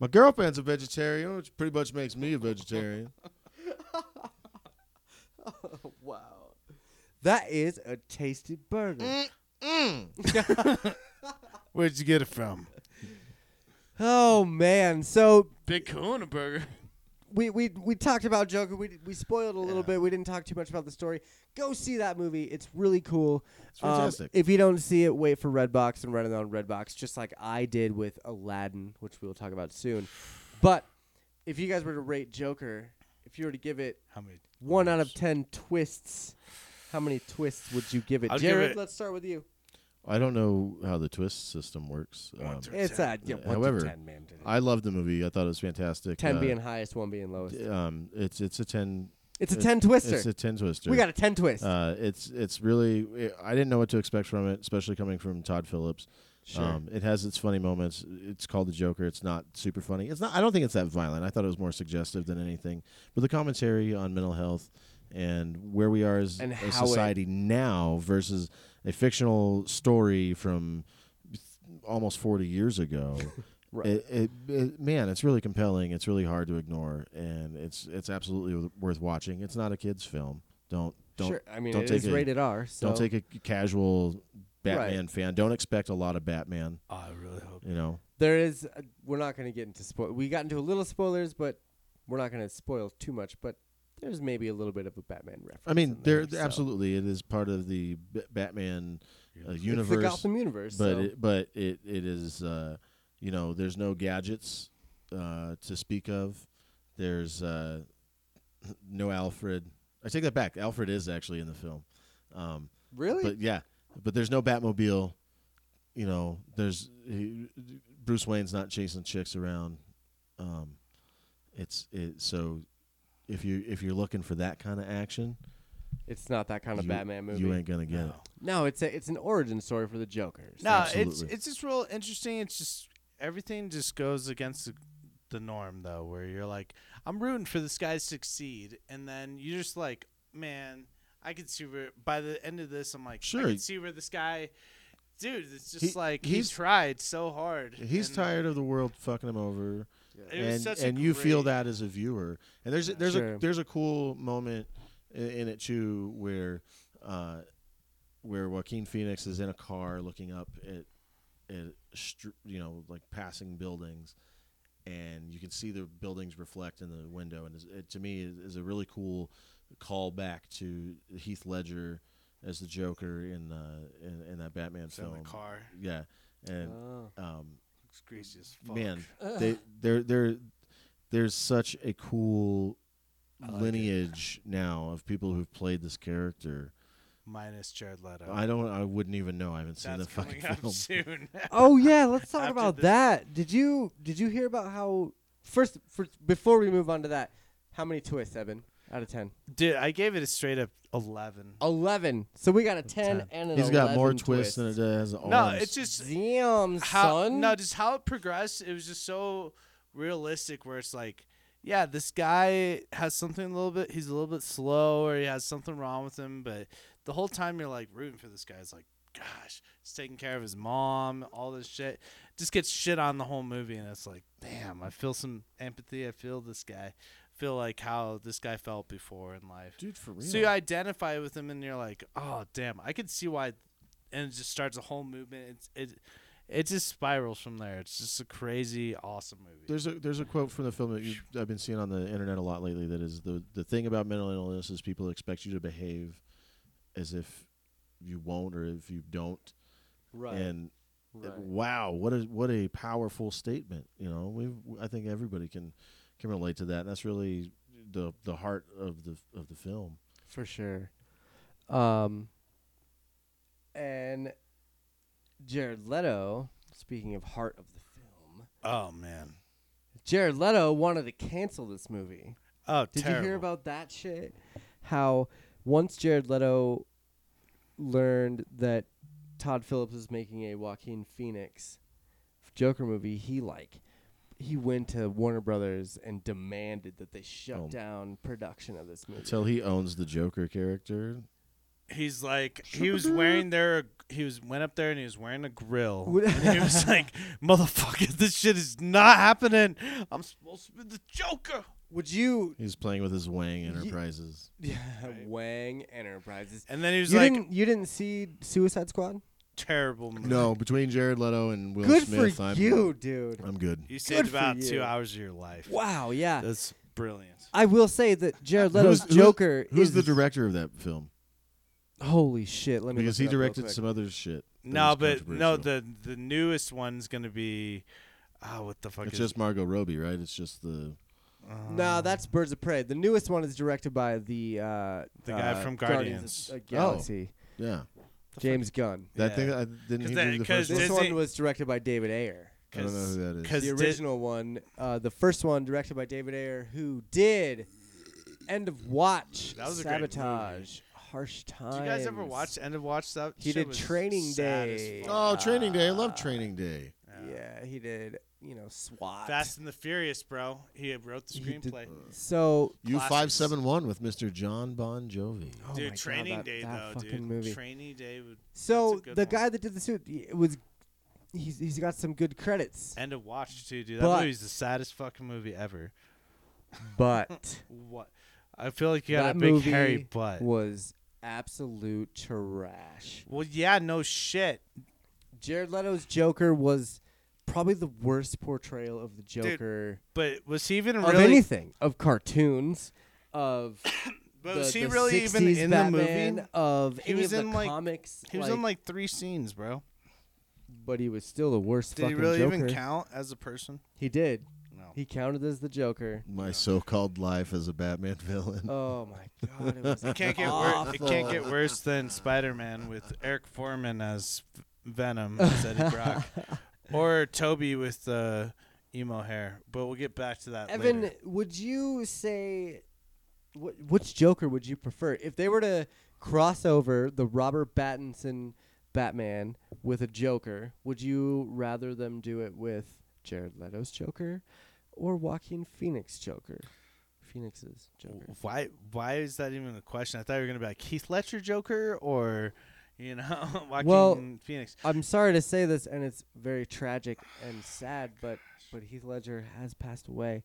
Speaker 3: My girlfriend's a vegetarian, which pretty much makes me a vegetarian.
Speaker 1: wow. That is a tasty burger.
Speaker 4: Where'd you get it from?
Speaker 1: Oh man. So
Speaker 4: Big Kahuna Burger.
Speaker 1: we, we we talked about Joker. We we spoiled a little bit. We didn't talk too much about the story. Go see that movie. It's really cool. It's
Speaker 3: fantastic.
Speaker 1: if you don't see it, wait for Redbox and rent it on Redbox, just like I did with Aladdin, which we will talk about soon. But if you guys were to rate Joker, if you were to give it
Speaker 4: How many?
Speaker 1: one out of ten twists, how many twists would you give it?
Speaker 4: I'll give
Speaker 1: Jared,
Speaker 4: it-
Speaker 1: let's start with you.
Speaker 3: I don't know how the twist system works. Um,
Speaker 1: It's a yeah, one
Speaker 3: however,
Speaker 1: to ten, man.
Speaker 3: I loved the movie. I thought it was fantastic.
Speaker 1: Ten
Speaker 3: Uh,
Speaker 1: being highest, one being lowest.
Speaker 3: um, it's it's a ten.
Speaker 1: It's a ten twister.
Speaker 3: It's a ten twister.
Speaker 1: we got a ten twist.
Speaker 3: Uh, it's it's really I didn't know what to expect from it, especially coming from Todd Phillips.
Speaker 1: Sure.
Speaker 3: Um, it has its funny moments. It's called the Joker. It's not super funny. It's not. I don't think it's that violent. I thought it was more suggestive than anything. But the commentary on mental health and where we are as
Speaker 1: And
Speaker 3: a
Speaker 1: how it-
Speaker 3: society now versus a fictional story from almost 40 years ago.
Speaker 1: Right.
Speaker 3: It, it, it- man, it's really compelling. It's really hard to ignore, and it's it's absolutely worth watching. It's not a kids' film. Don't don't
Speaker 1: sure. I mean,
Speaker 3: don't
Speaker 1: it
Speaker 3: take
Speaker 1: is
Speaker 3: a,
Speaker 1: rated R. So
Speaker 3: Don't take a casual Batman fan. Don't expect a lot of Batman.
Speaker 4: Oh, I really hope.
Speaker 3: You know,
Speaker 1: there is. A, we're not going to get into spoil. We got into a little spoilers, but we're not going to spoil too much. But there's maybe a little bit of a Batman reference.
Speaker 3: I mean,
Speaker 1: in
Speaker 3: there
Speaker 1: there, so.
Speaker 3: absolutely it is part of the B- Batman uh,
Speaker 1: It's the
Speaker 3: universe,
Speaker 1: Gotham universe.
Speaker 3: but
Speaker 1: so.
Speaker 3: it, but it it is uh, you know there's no gadgets uh, to speak of. There's uh, no Alfred. I take that back. Alfred is actually in the film. Um,
Speaker 1: really,
Speaker 3: But yeah, but there's no Batmobile. You know, there's he, Bruce Wayne's not chasing chicks around. Um, it's it so if you if you're looking for that kind of action,
Speaker 1: it's not that kind of
Speaker 3: you,
Speaker 1: Batman movie.
Speaker 3: you ain't gonna get it.
Speaker 1: no, it's a, it's an origin story for the Joker. so-
Speaker 4: No, it's
Speaker 3: Absolutely.
Speaker 4: it's just real interesting. It's just everything just goes against the, the norm though, where you're like, I'm rooting for this guy to succeed, and then you're just like, man, I could see where by the end of this, I'm like, I
Speaker 3: Sure.
Speaker 4: can see where this guy, dude, it's just
Speaker 3: He-
Speaker 4: like
Speaker 3: he's-
Speaker 4: he tried so hard.
Speaker 3: He's
Speaker 4: and
Speaker 3: tired of the world fucking him over.
Speaker 4: It was
Speaker 3: and
Speaker 4: such a
Speaker 3: and you feel
Speaker 4: great-
Speaker 3: that as a viewer. And there's there's
Speaker 1: Sure.
Speaker 3: a there's a cool moment in, in it too where uh, where Joaquin Phoenix is in a car looking up at at str- you know like passing buildings, and you can see the buildings reflect in the window. And it's- it, to me is, is a really cool call back to Heath Ledger as the Joker in uh, in, in that Batman
Speaker 4: It's in
Speaker 3: film.
Speaker 4: the car.
Speaker 3: Yeah, and
Speaker 1: Oh.
Speaker 3: um,
Speaker 4: It's greasy as fuck.
Speaker 3: man, they they're they're there's such a cool lineage now of people who've played this character.
Speaker 4: Minus Jared Leto.
Speaker 3: I don't. I wouldn't even know. I haven't seen
Speaker 4: That's
Speaker 3: the fucking
Speaker 4: coming up
Speaker 3: film.
Speaker 4: soon.
Speaker 1: Oh yeah, let's talk
Speaker 4: After
Speaker 1: about
Speaker 4: this-
Speaker 1: that. Did you did you hear about how first for, before we move on to that, how many twists, Evan? Out of ten.
Speaker 4: Dude, I gave it a straight up 11.
Speaker 1: Eleven. So we got a ten,
Speaker 4: 10.
Speaker 1: and an
Speaker 3: He's got more
Speaker 1: 11
Speaker 3: twists than it
Speaker 1: twist.
Speaker 3: does.
Speaker 4: No,
Speaker 3: arms.
Speaker 4: it's just
Speaker 1: Damn,
Speaker 4: how
Speaker 1: son.
Speaker 4: no, just how it progressed. It was just so realistic, where it's like, yeah, this guy has something a little bit. He's a little bit slow, or he has something wrong with him. But the whole time you're like rooting for this guy. It's like, gosh, he's taking care of his mom, all this shit. Just gets shit on the whole movie, and it's like, damn, I feel some empathy. I feel this guy. Feel like how this guy felt before in life.
Speaker 3: dude for real.
Speaker 4: So you identify with him, and you're like, "Oh, damn! I could see why," and it just starts a whole movement. It's it, it just spirals from there. It's just a crazy, awesome movie.
Speaker 3: There's a there's a quote from the film that you, I've been seeing on the internet a lot lately. That is the the thing about mental illness is people expect you to behave as if you won't or if you don't.
Speaker 1: Right.
Speaker 3: And uh,
Speaker 1: right.
Speaker 3: wow, what a what a powerful statement. You know, we I think everybody can can relate to that. That's really the the heart of the of the film.
Speaker 1: For sure. Um. And Jared Leto. Speaking of heart of the film,
Speaker 4: oh man!
Speaker 1: Jared Leto wanted to cancel this movie.
Speaker 4: Oh,
Speaker 1: Did you hear
Speaker 4: terrible.
Speaker 1: about that shit? How once Jared Leto learned that Todd Phillips was making a Joaquin Phoenix Joker movie, he like he went to Warner Brothers and demanded that they shut
Speaker 3: Oh.
Speaker 1: down production of this movie.
Speaker 3: Until he owns the Joker character.
Speaker 4: He's like he was wearing their he was went up there and he was wearing a grill.
Speaker 1: What-
Speaker 4: and he was like, "Motherfucker, this shit is not happening. I'm supposed to be the Joker."
Speaker 1: Would you?
Speaker 3: He's playing with his Wang Enterprises.
Speaker 1: Yeah, Wang Enterprises.
Speaker 4: And then he was
Speaker 1: you
Speaker 4: like,
Speaker 1: didn't. You didn't see Suicide Squad?
Speaker 4: "Terrible movie."
Speaker 3: No, between Jared Leto and Will
Speaker 1: Good
Speaker 3: Smith,
Speaker 1: for
Speaker 3: I'm,
Speaker 1: you, dude.
Speaker 3: I'm good.
Speaker 4: you saved
Speaker 1: for
Speaker 4: about
Speaker 1: you.
Speaker 4: two hours of your life.
Speaker 1: Wow. Yeah.
Speaker 4: That's brilliant.
Speaker 1: I will say that Jared Leto's
Speaker 3: Who's- who's-
Speaker 1: Joker
Speaker 3: Who's
Speaker 1: is
Speaker 3: the director of that film?
Speaker 1: Holy shit! Let me
Speaker 3: Because
Speaker 1: look it
Speaker 3: he
Speaker 1: up real
Speaker 3: directed
Speaker 1: quick.
Speaker 3: some other shit. that
Speaker 4: No,
Speaker 3: was
Speaker 4: but no,
Speaker 3: controversial.
Speaker 4: the the newest one's gonna be, oh, what the fuck
Speaker 3: it's
Speaker 4: is um,
Speaker 3: just Margot Robbie, right? It's just the
Speaker 1: No, that's Birds of Prey. The newest one is directed by the uh,
Speaker 4: The guy
Speaker 1: uh,
Speaker 4: from
Speaker 1: Guardians
Speaker 4: Guardians. Oh.
Speaker 1: of the Galaxy,
Speaker 3: yeah.
Speaker 1: James Gunn.
Speaker 3: That
Speaker 4: Yeah.
Speaker 3: thing I didn't
Speaker 4: 'Cause
Speaker 3: he
Speaker 4: that-
Speaker 3: do the
Speaker 4: 'cause
Speaker 3: first
Speaker 1: This
Speaker 3: one?
Speaker 1: one
Speaker 4: Disney-
Speaker 1: was directed by David Ayer.
Speaker 3: I don't know who that is.
Speaker 4: Because
Speaker 1: The original one, uh, the first one directed by David Ayer, who did End of Watch,
Speaker 4: That was a great movie.
Speaker 1: Sabotage, Harsh Times.
Speaker 4: Did you guys ever watch End of Watch? That
Speaker 1: He
Speaker 4: shit
Speaker 1: did
Speaker 4: was
Speaker 1: Training
Speaker 4: sad as
Speaker 1: Day.
Speaker 4: fuck.
Speaker 3: Oh, Training Day! I love Training Day.
Speaker 1: Yeah, he did. You know, SWAT.
Speaker 4: Fast and the Furious, bro. He wrote the
Speaker 1: He did-
Speaker 4: screenplay.
Speaker 1: So
Speaker 3: U
Speaker 4: Classics.
Speaker 3: five seven one with Mr. John Bon Jovi.
Speaker 1: Oh my
Speaker 4: dude,
Speaker 1: God,
Speaker 4: Training
Speaker 1: that-
Speaker 4: Day
Speaker 1: that
Speaker 4: though,
Speaker 1: fucking
Speaker 4: dude.
Speaker 1: movie.
Speaker 4: Training Day would
Speaker 1: So
Speaker 4: That's a
Speaker 1: the
Speaker 4: good one.
Speaker 1: guy that did the suit it was, he's he's got some good credits,
Speaker 4: end of watch too, dude. That
Speaker 1: But-
Speaker 4: movie's the saddest fucking movie ever.
Speaker 1: but
Speaker 4: What? I feel like you got
Speaker 1: that
Speaker 4: a big
Speaker 1: movie
Speaker 4: hairy butt.
Speaker 1: was absolute trash.
Speaker 4: well, yeah, no shit.
Speaker 1: Jared Leto's Joker was probably the worst portrayal of the Joker
Speaker 4: But was he even
Speaker 1: of
Speaker 4: really?
Speaker 1: anything of cartoons of.
Speaker 4: but
Speaker 1: the,
Speaker 4: was he
Speaker 1: the
Speaker 4: really even
Speaker 1: 60s
Speaker 4: in
Speaker 1: Batman,
Speaker 4: the movie?
Speaker 1: Of
Speaker 4: He
Speaker 1: any
Speaker 4: was
Speaker 1: of
Speaker 4: in,
Speaker 1: the
Speaker 4: like-
Speaker 1: comics,
Speaker 4: He was in like three scenes, bro.
Speaker 1: but he was still the worst
Speaker 4: Did he
Speaker 1: fucking
Speaker 4: really
Speaker 1: Joker.
Speaker 4: even count as a person?
Speaker 1: He did.
Speaker 4: No.
Speaker 1: He counted as the Joker.
Speaker 3: My so-called life as a Batman villain.
Speaker 1: Oh my god! It was
Speaker 4: It can't get worse. It can't get worse than Spider-Man with Eric Foreman as V- Venom, as Eddie Brock, or Toby with the emo hair. But we'll get back to that.
Speaker 1: Evan,
Speaker 4: later.
Speaker 1: would you say wh- which Joker would you prefer if they were to cross over the Robert Pattinson Batman with a Joker? Would you rather them do it with Jared Leto's Joker or Joaquin Phoenix Joker? Phoenix's Joker.
Speaker 4: why? Why is that even a question? I thought you were gonna be like Keith Ledger Joker or, you know, Joaquin
Speaker 1: Well-
Speaker 4: Phoenix.
Speaker 1: I'm sorry to say this, and it's very tragic and sad, but but Heath Ledger has passed away.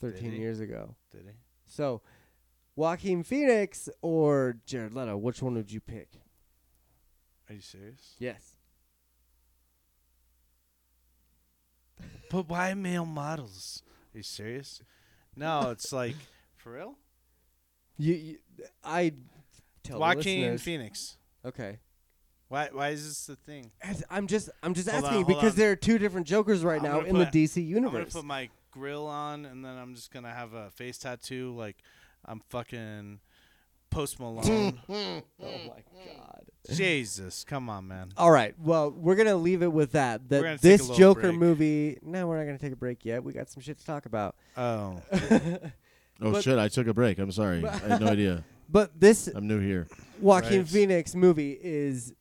Speaker 1: Thirteen
Speaker 4: he?
Speaker 1: years ago.
Speaker 4: Did he?
Speaker 1: So, Joaquin Phoenix or Jared Leto, which one would you pick?
Speaker 4: Are you serious?
Speaker 1: Yes.
Speaker 4: But why male models? Are you serious? No, it's like for real.
Speaker 1: You, you I tell the
Speaker 4: Joaquin
Speaker 1: listeners-
Speaker 4: Phoenix.
Speaker 1: Okay.
Speaker 4: Why? Why is this the thing?
Speaker 1: As- I'm just I'm just
Speaker 4: Hold on,
Speaker 1: asking
Speaker 4: hold
Speaker 1: because
Speaker 4: on.
Speaker 1: there are two different Jokers right
Speaker 4: I'm
Speaker 1: now
Speaker 4: gonna
Speaker 1: in the
Speaker 4: put-
Speaker 1: DC
Speaker 4: I'm gonna
Speaker 1: universe.
Speaker 4: put my grill on, and then I'm just gonna have a face tattoo like I'm fucking Post Malone.
Speaker 1: oh
Speaker 4: Mm,
Speaker 1: my god.
Speaker 4: Jesus, come on, man.
Speaker 1: All right. Well, we're gonna leave it with that.
Speaker 4: We're gonna
Speaker 1: That
Speaker 4: take a
Speaker 1: this
Speaker 4: little
Speaker 1: Joker
Speaker 4: break.
Speaker 1: movie. No, we're not gonna take a break yet. We got some shit to talk about.
Speaker 4: Oh,
Speaker 3: oh
Speaker 1: but-
Speaker 3: shit! I took a break. I'm sorry. I had no idea.
Speaker 1: But this
Speaker 3: I'm new here.
Speaker 1: Joaquin
Speaker 4: Right.
Speaker 1: Phoenix movie is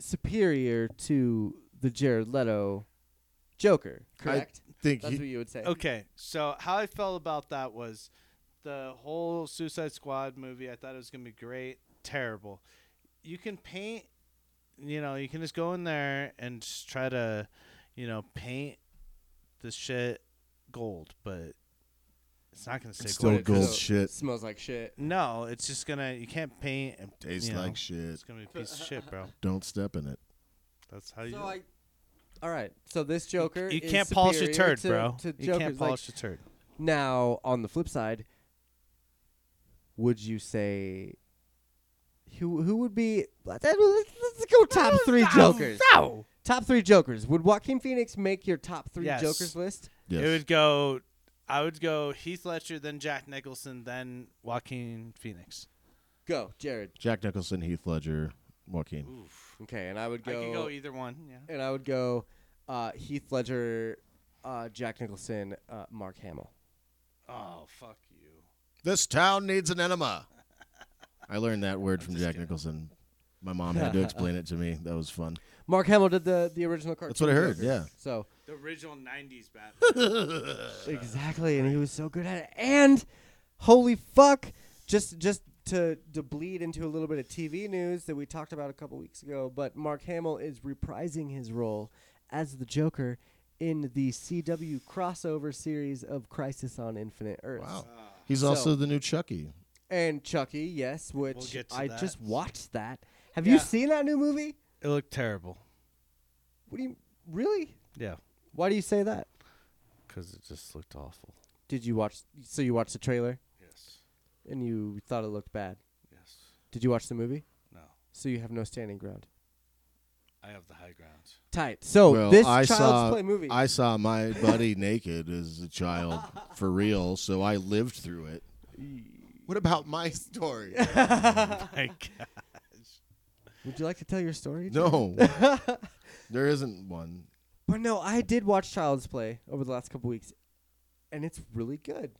Speaker 1: superior to the Jared Leto Joker. Correct.
Speaker 3: Think
Speaker 1: That's
Speaker 3: he-
Speaker 1: what you would say.
Speaker 4: okay. So how I felt about that was the whole Suicide Squad movie. I thought it was gonna be great. Terrible. You can paint. You know, you can just go in there and just try to, you know, paint the shit gold, but it's not gonna stay
Speaker 3: It's
Speaker 4: gold.
Speaker 3: still gold shit.
Speaker 1: Smells like shit.
Speaker 4: No, it's just gonna. You can't paint and
Speaker 3: Tastes
Speaker 4: you know,
Speaker 3: like shit.
Speaker 4: It's gonna be a piece of shit, bro.
Speaker 3: Don't step in it.
Speaker 4: That's how you.
Speaker 1: So I. All right. So this Joker.
Speaker 4: you
Speaker 1: is
Speaker 4: can't polish a
Speaker 1: superior
Speaker 4: turd,
Speaker 1: to-
Speaker 4: bro.
Speaker 1: To
Speaker 4: you can't
Speaker 1: Joker's. Like,
Speaker 4: polish a turd.
Speaker 1: now, on the flip side, would you say who who would be? Let's, let's let's go top three Jokers.
Speaker 4: No.
Speaker 1: Top three Jokers. Would Joaquin Phoenix make your top three
Speaker 4: Yes.
Speaker 1: Jokers list?
Speaker 3: Yes.
Speaker 4: It would go. I would go Heath Ledger, then Jack Nicholson, then Joaquin Phoenix.
Speaker 1: Go, Jared.
Speaker 3: Jack Nicholson, Heath Ledger, Joaquin.
Speaker 1: Okay, and I would
Speaker 4: I
Speaker 1: go.
Speaker 4: could go either one. Yeah.
Speaker 1: and I would go uh, Heath Ledger, uh, Jack Nicholson, uh, Mark Hamill.
Speaker 4: Oh fuck you.
Speaker 3: This town needs an enema. I learned that word from Jack Nicholson. My mom had to explain it to me. That was fun.
Speaker 1: Mark Hamill did the the original cartoon.
Speaker 3: That's what I heard,
Speaker 1: Joker.
Speaker 3: yeah.
Speaker 1: So
Speaker 4: The original '90s Batman.
Speaker 1: Exactly, and he was so good at it. And holy fuck, just just to to bleed into a little bit of TV news that we talked about a couple weeks ago, but Mark Hamill is reprising his role as the Joker in the CW crossover series of Crisis on Infinite Earths.
Speaker 3: Wow. He's
Speaker 1: So-
Speaker 3: also the new Chucky.
Speaker 1: And Chucky, yes, which
Speaker 4: get to
Speaker 1: I
Speaker 4: that.
Speaker 1: just watched that. Have
Speaker 4: Yeah.
Speaker 1: you seen that new movie?
Speaker 4: it looked terrible.
Speaker 1: What do you really?
Speaker 4: Yeah,
Speaker 1: Why do you say that?
Speaker 4: because it just looked awful.
Speaker 1: Did you watch so you watched the trailer
Speaker 4: Yes.
Speaker 1: and you thought it looked bad?
Speaker 4: Yes.
Speaker 1: Did you watch the movie?
Speaker 4: No.
Speaker 1: So you have no standing ground.
Speaker 4: I have the high ground.
Speaker 1: Tight. So
Speaker 3: Well,
Speaker 1: Oh, this
Speaker 3: I
Speaker 1: Child's
Speaker 3: saw,
Speaker 1: Play movie.
Speaker 3: I saw my buddy naked as a child for real, so I lived through it. What about my story?
Speaker 4: My God.
Speaker 1: Would you like to tell your story?
Speaker 3: no, there isn't one.
Speaker 1: But no, I did watch Child's Play over the last couple weeks, and it's really good.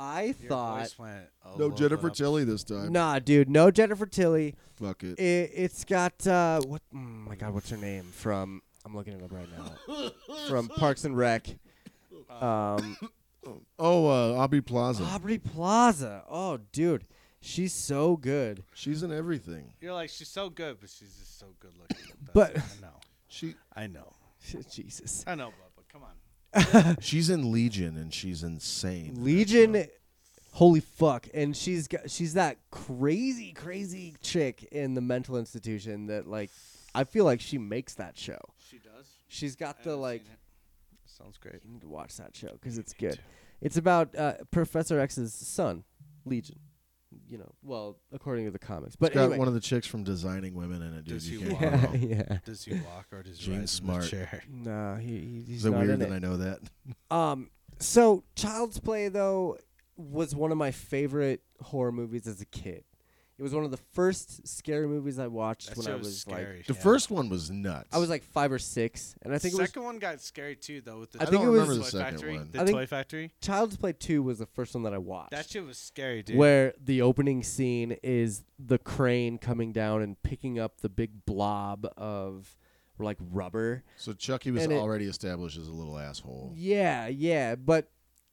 Speaker 1: I
Speaker 4: Your
Speaker 1: thought.
Speaker 4: voice went a
Speaker 3: No
Speaker 4: little
Speaker 3: Jennifer
Speaker 4: bit up.
Speaker 3: Tilly this time.
Speaker 1: Nah, dude, no Jennifer Tilly.
Speaker 3: Fuck it.
Speaker 1: It, it's got uh, what? Oh my God, what's her name from? I'm looking it up right now. from Parks and Rec. Um,
Speaker 3: Oh, uh, Aubrey Plaza.
Speaker 1: Aubrey Plaza. Oh, dude, she's so good.
Speaker 3: She's in everything.
Speaker 4: You're like she's so good, but she's just so good looking. That's
Speaker 1: But-
Speaker 4: it. I know,
Speaker 3: She
Speaker 4: I know,
Speaker 1: Jesus.
Speaker 4: I know, Bubba. Come on.
Speaker 3: she's in Legion and she's insane.
Speaker 1: Legion, holy fuck! And she's got she's that crazy, crazy chick in the mental institution that like I feel like she makes that show.
Speaker 4: She does.
Speaker 1: She's got the like
Speaker 4: Sounds great.
Speaker 1: you need to watch that show because it's good. It's about uh, Professor X's son, Legion. You know, well, according to the comics, but
Speaker 3: It's got
Speaker 1: anyway.
Speaker 3: one of the chicks from Designing Women in it, dude.
Speaker 4: Does
Speaker 3: You
Speaker 4: he
Speaker 3: can't
Speaker 4: walk?
Speaker 3: go wrong.
Speaker 1: yeah.
Speaker 4: Does he walk or does he
Speaker 3: Gene
Speaker 4: ride in
Speaker 3: Smart.
Speaker 4: the chair?
Speaker 1: No, he, he- he's
Speaker 3: Is it
Speaker 1: not
Speaker 3: weird
Speaker 1: in
Speaker 3: that
Speaker 1: it.
Speaker 3: I know that?
Speaker 1: Um, so Child's Play though was one of my favorite horror movies as a kid. It was one of the first scary movies I watched
Speaker 4: That
Speaker 1: when
Speaker 4: shit
Speaker 1: I was
Speaker 4: scary.
Speaker 1: like
Speaker 3: The
Speaker 4: yeah.
Speaker 3: first one was nuts.
Speaker 1: I was like five or six, and I think it was
Speaker 4: second one got scary too, though. With the
Speaker 1: I
Speaker 3: I
Speaker 1: think
Speaker 3: don't
Speaker 1: it was-
Speaker 3: remember the
Speaker 4: toy
Speaker 3: second
Speaker 4: factory,
Speaker 3: one.
Speaker 4: the
Speaker 1: I think-
Speaker 4: toy factory.
Speaker 1: Child's Play two was the first one that I watched.
Speaker 4: That shit was scary, dude.
Speaker 1: where the opening scene is the crane coming down and picking up the big blob of like rubber.
Speaker 3: So Chucky was
Speaker 1: And it-
Speaker 3: already established as a little asshole.
Speaker 1: Yeah, yeah, but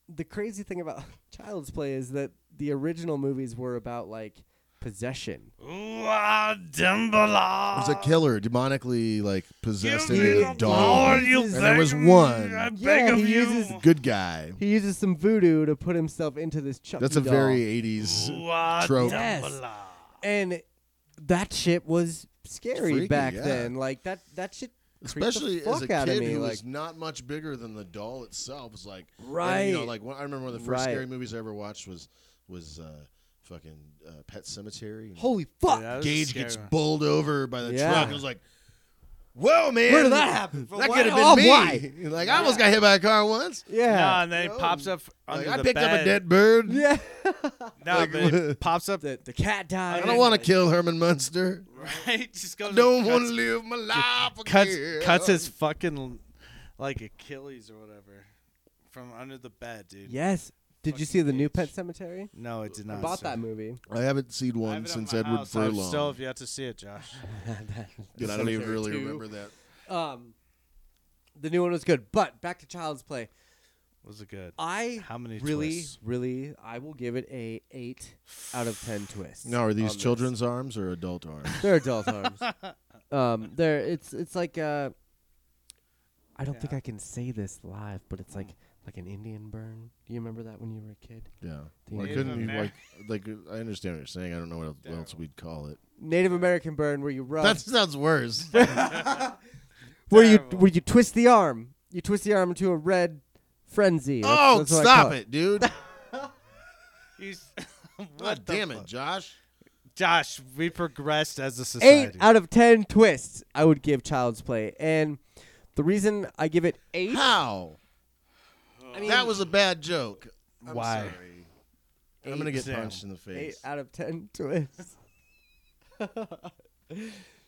Speaker 1: the crazy thing about Child's Play is that the original movies were about like possession.
Speaker 4: Ooh, ah, Dumbledore.
Speaker 3: It was a killer, demonically like possessed and
Speaker 1: me
Speaker 3: ate
Speaker 1: the
Speaker 3: a dog.
Speaker 1: you
Speaker 3: And there was one
Speaker 1: Yeah, he uses
Speaker 3: good guy.
Speaker 1: he uses some voodoo to put himself into this Chucky
Speaker 3: That's a
Speaker 1: doll.
Speaker 3: very '80s trope.
Speaker 1: yes, and that shit was scary
Speaker 3: Freaky,
Speaker 1: back
Speaker 3: yeah.
Speaker 1: then. Like that that shit, creeped the
Speaker 3: Especially as a
Speaker 1: fuck out of
Speaker 3: kid
Speaker 1: me,
Speaker 3: who
Speaker 1: like,
Speaker 3: was not much bigger than the doll itself. It was like and,
Speaker 1: Right.
Speaker 3: you know, like one, I remember one of the first
Speaker 1: Right.
Speaker 3: scary movies I ever watched was was uh, fucking uh, Pet Cemetery. and
Speaker 1: Holy fuck!
Speaker 4: Yeah, that was a
Speaker 3: Gage
Speaker 4: scary
Speaker 3: gets
Speaker 4: one.
Speaker 3: bowled over by the
Speaker 1: Yeah.
Speaker 3: truck. It was like, whoa, man,
Speaker 1: Where did that happen?
Speaker 3: That
Speaker 1: Why-
Speaker 3: could have been
Speaker 1: oh,
Speaker 3: me.
Speaker 1: why?
Speaker 3: Like I almost got hit by a car once.
Speaker 4: No,
Speaker 1: Yeah,
Speaker 4: and then it pops up
Speaker 3: Like
Speaker 4: under
Speaker 3: I
Speaker 4: the
Speaker 3: picked up
Speaker 4: bed.
Speaker 3: a dead bird.
Speaker 1: yeah.
Speaker 4: No,
Speaker 3: like,
Speaker 4: but it pops up
Speaker 1: the the cat died.
Speaker 3: I don't want to kill Herman Munster.
Speaker 4: right. Just goes.
Speaker 3: I
Speaker 4: and
Speaker 3: don't
Speaker 4: cuts-
Speaker 3: want to live my life
Speaker 4: cuts
Speaker 3: again.
Speaker 4: cuts his fucking like Achilles or whatever from under the bed, dude.
Speaker 1: Yes. Did you see the new Pet Cemetery?
Speaker 4: No, it did
Speaker 1: I
Speaker 4: not.
Speaker 1: bought
Speaker 4: sir.
Speaker 1: that movie.
Speaker 3: I haven't seen
Speaker 4: I
Speaker 3: one
Speaker 4: have it on
Speaker 3: since
Speaker 4: my
Speaker 3: Edward
Speaker 4: house. I would
Speaker 3: Furlong.
Speaker 4: Still, if you have to see it, Josh.
Speaker 3: Dude, I don't even
Speaker 1: Cemetery
Speaker 3: really
Speaker 1: two.
Speaker 3: remember that.
Speaker 1: Um, the new one was good, but back to Child's Play.
Speaker 4: Was it good?
Speaker 1: I
Speaker 4: How many
Speaker 1: really,
Speaker 4: twists?
Speaker 1: really, I will give it a eight out of ten twists.
Speaker 3: Now, are
Speaker 1: on
Speaker 3: these
Speaker 1: this.
Speaker 3: children's arms or adult arms?
Speaker 1: They're adult arms. Um, they're it's it's like uh, I don't think
Speaker 4: Yeah.
Speaker 1: I can say this live, but it's like like an Indian burn. Do you remember that when you were a kid?
Speaker 3: Yeah.
Speaker 1: The
Speaker 3: Why
Speaker 1: Native
Speaker 3: couldn't you like
Speaker 4: American-
Speaker 3: like I understand what you're saying. I don't know what else, what else we'd call it.
Speaker 1: Native American burn, where you rub,
Speaker 3: That sounds worse.
Speaker 1: where you
Speaker 4: terrible.
Speaker 1: where you twist the arm, you twist the arm into a red frenzy. That's-
Speaker 3: oh,
Speaker 1: that's what I call
Speaker 3: stop it, dude.
Speaker 4: You s-
Speaker 3: God
Speaker 4: what the
Speaker 3: damn
Speaker 4: fu-
Speaker 3: it, Josh.
Speaker 4: Josh? We progressed as a
Speaker 1: eight
Speaker 4: society.
Speaker 1: out of ten twists I would give Child's Play, and the reason I give it eight,
Speaker 3: How?
Speaker 1: I mean,
Speaker 3: That was a bad joke. I'm
Speaker 4: Why?
Speaker 3: sorry. I'm gonna get
Speaker 4: Sam.
Speaker 3: punched in the
Speaker 1: eight
Speaker 3: face.
Speaker 1: out of ten twists.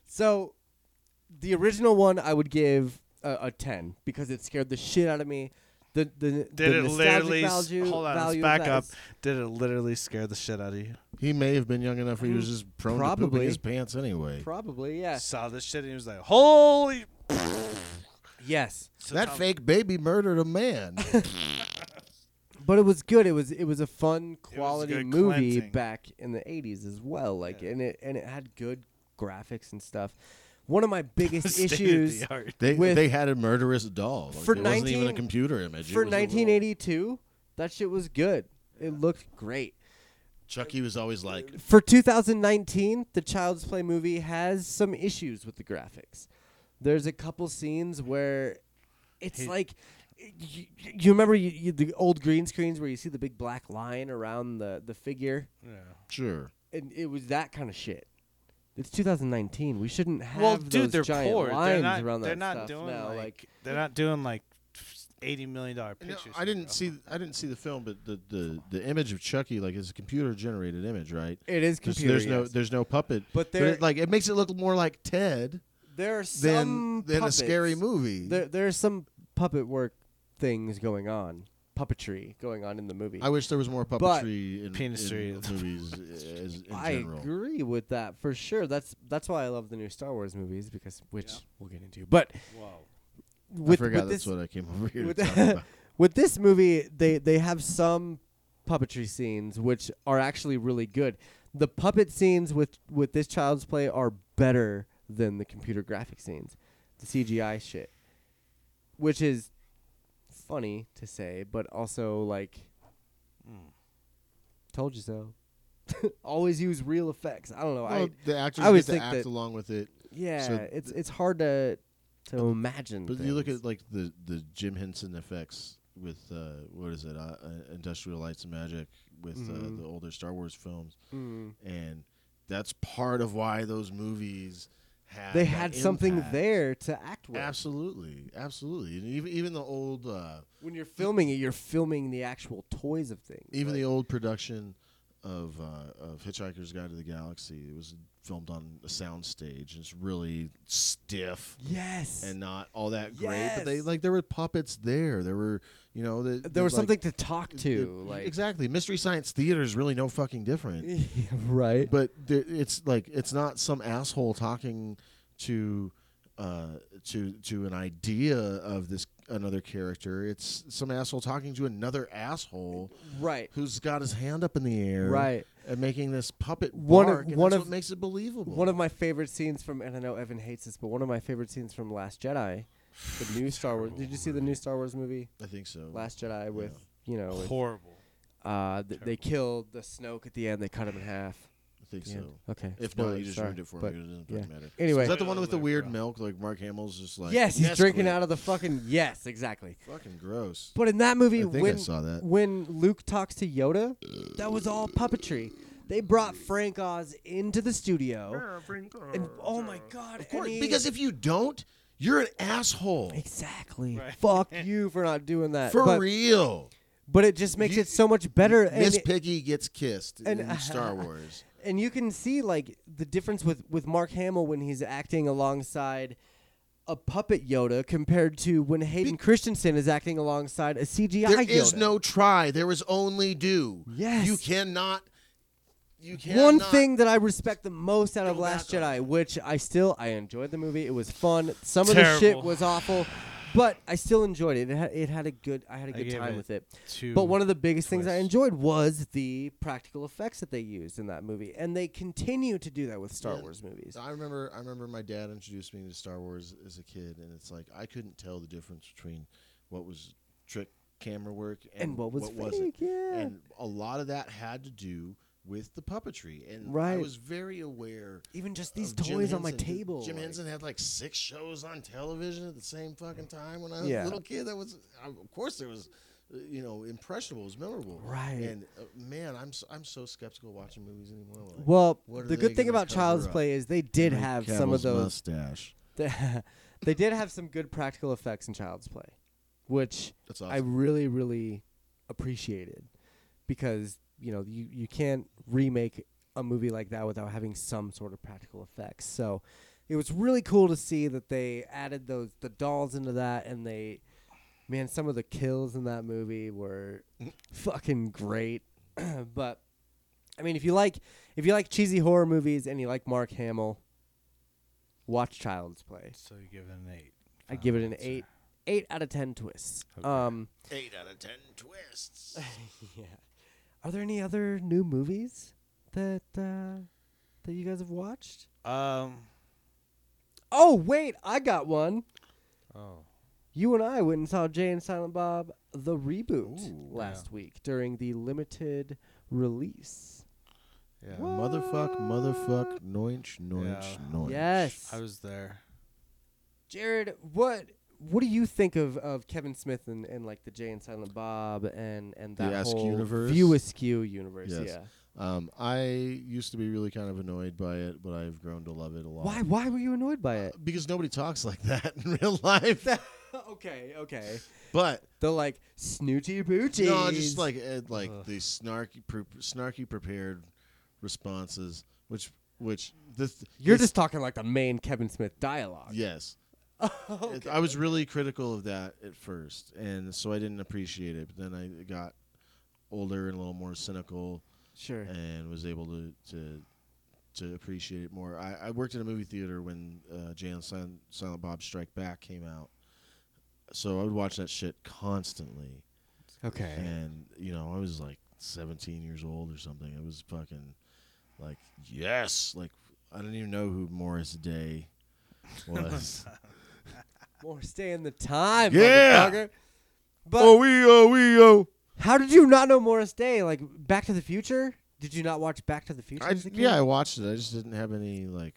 Speaker 1: so, the original one I would give a, a ten because it scared the shit out of me. The the
Speaker 4: Did
Speaker 1: the
Speaker 4: it
Speaker 1: nostalgic
Speaker 4: literally? s-
Speaker 1: value,
Speaker 4: hold on, let's
Speaker 1: value of
Speaker 4: back
Speaker 1: that
Speaker 4: up.
Speaker 1: is-
Speaker 4: Did it literally scare the shit out of you?
Speaker 3: He may have been young enough. He was just prone to pooping
Speaker 1: Probably.
Speaker 3: his pants anyway.
Speaker 1: Probably yeah.
Speaker 4: Saw this shit and he was like, "Holy!"
Speaker 1: Yes,
Speaker 3: that fake baby murdered a man.
Speaker 1: but it was good. It was it was a fun
Speaker 4: a
Speaker 1: quality
Speaker 4: good
Speaker 1: movie
Speaker 4: cleansing.
Speaker 1: back in the '80s as well. Like and it and it had good graphics and stuff. One of my biggest
Speaker 4: State of the
Speaker 1: issues
Speaker 4: art.
Speaker 3: They
Speaker 1: With-
Speaker 3: they had a murderous doll. Like,
Speaker 1: For
Speaker 3: it wasn't even a
Speaker 1: 19
Speaker 3: computer image. It
Speaker 1: for
Speaker 3: was a little-
Speaker 1: 1982, that shit was good. It looked great.
Speaker 3: Chucky was always like,
Speaker 1: For 2019, the Child's Play movie has some issues with the graphics. There's a couple scenes where it's like you, you remember you, you, the old green screens where you see the big black line around the the figure,
Speaker 3: sure.
Speaker 1: and it was that kind of shit. It's 2019. We shouldn't have
Speaker 4: well, dude,
Speaker 1: those
Speaker 4: they're
Speaker 1: giant
Speaker 4: poor.
Speaker 1: lines
Speaker 4: They're not.
Speaker 1: around
Speaker 4: they're
Speaker 1: that
Speaker 4: not
Speaker 1: stuff
Speaker 4: doing
Speaker 1: now.
Speaker 4: like,
Speaker 1: Like,
Speaker 4: They're not doing like eighty million dollar
Speaker 3: No,
Speaker 4: pictures.
Speaker 3: I didn't
Speaker 4: bro.
Speaker 3: see I didn't see the film, but the, the, the image of Chucky like is a computer generated image, right?
Speaker 1: it is
Speaker 3: There's,
Speaker 1: computer.
Speaker 3: there's no
Speaker 1: yes.
Speaker 3: there's no puppet,
Speaker 1: But
Speaker 3: it,
Speaker 1: there-
Speaker 3: like it makes it look more like Ted
Speaker 1: there are
Speaker 3: than
Speaker 1: some
Speaker 3: than a scary
Speaker 1: puppets-
Speaker 3: movie.
Speaker 1: There, there's some puppet work things going on, puppetry going on in the movie.
Speaker 3: I wish there was more puppetry in,
Speaker 4: Penisry.
Speaker 3: in movies as, in
Speaker 1: I
Speaker 3: general.
Speaker 1: agree with that for sure. That's that's why I love the new Star Wars movies because which we'll get into. But with,
Speaker 3: I forgot
Speaker 1: with
Speaker 3: that's
Speaker 1: this
Speaker 3: what I came over here to
Speaker 1: with,
Speaker 3: talk about.
Speaker 1: with this movie, they they have some puppetry scenes which are actually really good. The puppet scenes with with this Child's Play are better than the computer graphic scenes, the CGI shit, which is funny to say, but also like,
Speaker 3: Hmm.
Speaker 1: told you so. Always use real effecks. I don't know.
Speaker 3: Well,
Speaker 1: I
Speaker 3: the actors
Speaker 1: I always
Speaker 3: get to
Speaker 1: think
Speaker 3: act
Speaker 1: that-
Speaker 3: along with it.
Speaker 1: yeah,
Speaker 3: th-
Speaker 1: it's it's hard to to imagine.
Speaker 3: But you look
Speaker 1: things.
Speaker 3: at like the the Jim Henson effects with uh, what is it, uh, uh, Industrial Lights and Magic, with
Speaker 1: Mm-hmm.
Speaker 3: uh, the older Star Wars films,
Speaker 1: Hmm.
Speaker 3: and that's part of why those movies had
Speaker 1: they
Speaker 3: that
Speaker 1: had something
Speaker 3: impact.
Speaker 1: there to act with.
Speaker 3: Absolutely, absolutely, and even even the old uh,
Speaker 1: When you're filming it, you're filming the actual toys of things.
Speaker 3: even
Speaker 1: like-
Speaker 3: the old production of uh, of Hitchhiker's Guide to the Galaxy. It was filmed on a soundstage. and It's really stiff.
Speaker 1: yes,
Speaker 3: and not all that great. But they
Speaker 1: Yes.
Speaker 3: like there were puppets there. There were you know the,
Speaker 1: there was something to talk to, like
Speaker 3: exactly. Mystery Science Theater is really no fucking different.
Speaker 1: right.
Speaker 3: but there, it's like it's not some asshole talking to uh, to to an idea of this another character. It's some asshole talking to another asshole
Speaker 1: right.
Speaker 3: who's got his hand up in the air,
Speaker 1: Right.
Speaker 3: and making this puppet
Speaker 1: One of-
Speaker 3: bark. and
Speaker 1: one
Speaker 3: that's
Speaker 1: of-
Speaker 3: what makes it believable.
Speaker 1: One of my favorite scenes from, and I know Evan hates this, but one of my favorite scenes from Last Jedi, the new Star Wars. Did you see the new Star Wars movie,
Speaker 3: I think so.
Speaker 1: Last Jedi? With you know, with,
Speaker 4: horrible.
Speaker 1: uh, th- they killed the Snoke at the end. They cut him in half.
Speaker 3: I think
Speaker 1: Yeah.
Speaker 3: so.
Speaker 1: Okay.
Speaker 3: If not,
Speaker 1: Spoilers,
Speaker 3: you just
Speaker 1: sorry,
Speaker 3: ruined it for
Speaker 1: but-
Speaker 3: me. It doesn't
Speaker 1: yeah.
Speaker 3: fucking matter.
Speaker 1: Anyway.
Speaker 3: is that the one
Speaker 4: Spoiler
Speaker 3: with the
Speaker 4: alert,
Speaker 3: weird
Speaker 4: bro.
Speaker 3: milk? Like Mark Hamill's just like
Speaker 1: yes, he's drinking
Speaker 3: Nesquik.
Speaker 1: out of the fucking. Yes, exactly.
Speaker 3: fucking gross.
Speaker 1: But in that movie,
Speaker 3: I think I
Speaker 1: when
Speaker 3: saw that.
Speaker 1: when Luke talks to Yoda, that was all puppetry. They brought Frank Oz into the studio, and oh my god, of
Speaker 3: Course, because if you don't, you're an asshole
Speaker 1: exactly, fuck you for not doing that.
Speaker 3: for
Speaker 1: but,
Speaker 3: real.
Speaker 1: but it just makes it so much better. And,
Speaker 3: Miss Piggy gets kissed
Speaker 1: and-
Speaker 3: in Star Wars.
Speaker 1: and you can see like the difference with with Mark Hamill when he's acting alongside a puppet Yoda compared to when Hayden Christensen is acting alongside a CGI
Speaker 3: There
Speaker 1: Yoda.
Speaker 3: is no try. There is only do.
Speaker 1: Yes.
Speaker 3: you cannot. You cannot.
Speaker 1: One thing that I respect the most out of
Speaker 3: Go back
Speaker 1: Last
Speaker 3: on
Speaker 1: Jedi, which I still I enjoyed the movie. It was fun. Some of the shit
Speaker 4: Terrible.
Speaker 1: was awful, but I still enjoyed it. It had, it had a good I had a good
Speaker 4: gave
Speaker 1: time
Speaker 4: it
Speaker 1: with it.
Speaker 4: two
Speaker 1: But one of the biggest things I
Speaker 4: twists.
Speaker 1: enjoyed was the practical effects that they used in that movie, and they continue to do that with Star Wars movies.
Speaker 3: I remember I remember my dad introduced me to Star Wars as a kid and it's like I couldn't tell the difference between what was trick camera work and,
Speaker 1: And what was
Speaker 3: not
Speaker 1: fake, yeah.
Speaker 3: And a lot of that had to do with the puppetry and I
Speaker 1: Right.
Speaker 3: was very aware
Speaker 1: Even just these
Speaker 3: of Jim
Speaker 1: toys on my
Speaker 3: Henson. Jim-
Speaker 1: table.
Speaker 3: Jim
Speaker 1: like-
Speaker 3: Henson had like six shows on television at the same fucking time when I was
Speaker 1: Yeah.
Speaker 3: a little kid. That was, I- of course, there was, uh, you know, impressionable. It was memorable.
Speaker 1: Right.
Speaker 3: And uh, man, I'm so, I'm so skeptical watching movies anymore. Like,
Speaker 1: Well,
Speaker 3: what are
Speaker 1: the
Speaker 3: they
Speaker 1: good thing
Speaker 3: gonna
Speaker 1: about Child's
Speaker 3: cover up?
Speaker 1: Play is they did have some of those
Speaker 3: mustache.
Speaker 1: they they did have some good practical effects in Child's Play, which
Speaker 3: That's
Speaker 1: I
Speaker 3: awesome.
Speaker 1: really, really appreciated because you know you you can't remake a movie like that without having some sort of practical effects. So it was really cool to see that they added those the dolls into that and they man some of the kills in that movie were
Speaker 3: Mm.
Speaker 1: fucking great. but I mean if you like if you like cheesy horror movies and you like Mark Hamill watch Child's Play.
Speaker 4: So you give it an eight.
Speaker 1: I give it an eight eight out of ten twists. Um,
Speaker 3: Eight out of ten twists.
Speaker 1: yeah. Are there any other new movies that uh, that you guys have watched?
Speaker 4: Um.
Speaker 1: Oh wait, I got one.
Speaker 4: Oh.
Speaker 1: You and I went and saw Jay and Silent Bob the reboot
Speaker 3: Ooh,
Speaker 1: last week during the limited release.
Speaker 4: Yeah.
Speaker 3: Motherfuck, motherfuck, noinch, noinch,
Speaker 4: Yeah.
Speaker 3: noinch.
Speaker 1: Yes.
Speaker 4: I was there.
Speaker 1: Jared, what what do you think of, of Kevin Smith and, and like the Jay and Silent Bob and and
Speaker 3: The
Speaker 1: that
Speaker 3: Ask
Speaker 1: whole
Speaker 3: universe?
Speaker 1: View Askew universe?
Speaker 3: Yes.
Speaker 1: Yeah.
Speaker 3: Um, I used to be really kind of annoyed by it, but I've grown to love it a lot.
Speaker 1: Why why were you annoyed by it?
Speaker 3: Because nobody talks like that in real life.
Speaker 1: okay, okay.
Speaker 3: But
Speaker 1: The like snooty booty.
Speaker 3: no, just like uh, like
Speaker 4: Ugh.
Speaker 3: the snarky, pre- snarky prepared responses, which which the th-
Speaker 1: you're
Speaker 3: it's-
Speaker 1: just talking like the main Kevin Smith dialogue.
Speaker 3: yes.
Speaker 1: Oh,
Speaker 3: It- I was really critical of that at first, and so I didn't appreciate it. But then I got older and a little more cynical,
Speaker 1: Sure.
Speaker 3: and was able to to, to appreciate it more. I, I worked in a movie theater when uh, Jay and Silent, Silent Bob Strike Back came out, so I would watch that shit constantly.
Speaker 1: Okay.
Speaker 3: And you know, I was like 17 years old or something. It was fucking like yes, like I didn't even know who Morris Day was.
Speaker 1: More stay in the time,
Speaker 3: Yeah.
Speaker 1: motherfucker. But
Speaker 3: we oh we oh.
Speaker 1: how did you not know Morris Day? Like Back to the Future? Did you not watch Back to the Future?
Speaker 3: I,
Speaker 1: as a kid?
Speaker 3: yeah, I watched it. I just didn't have any like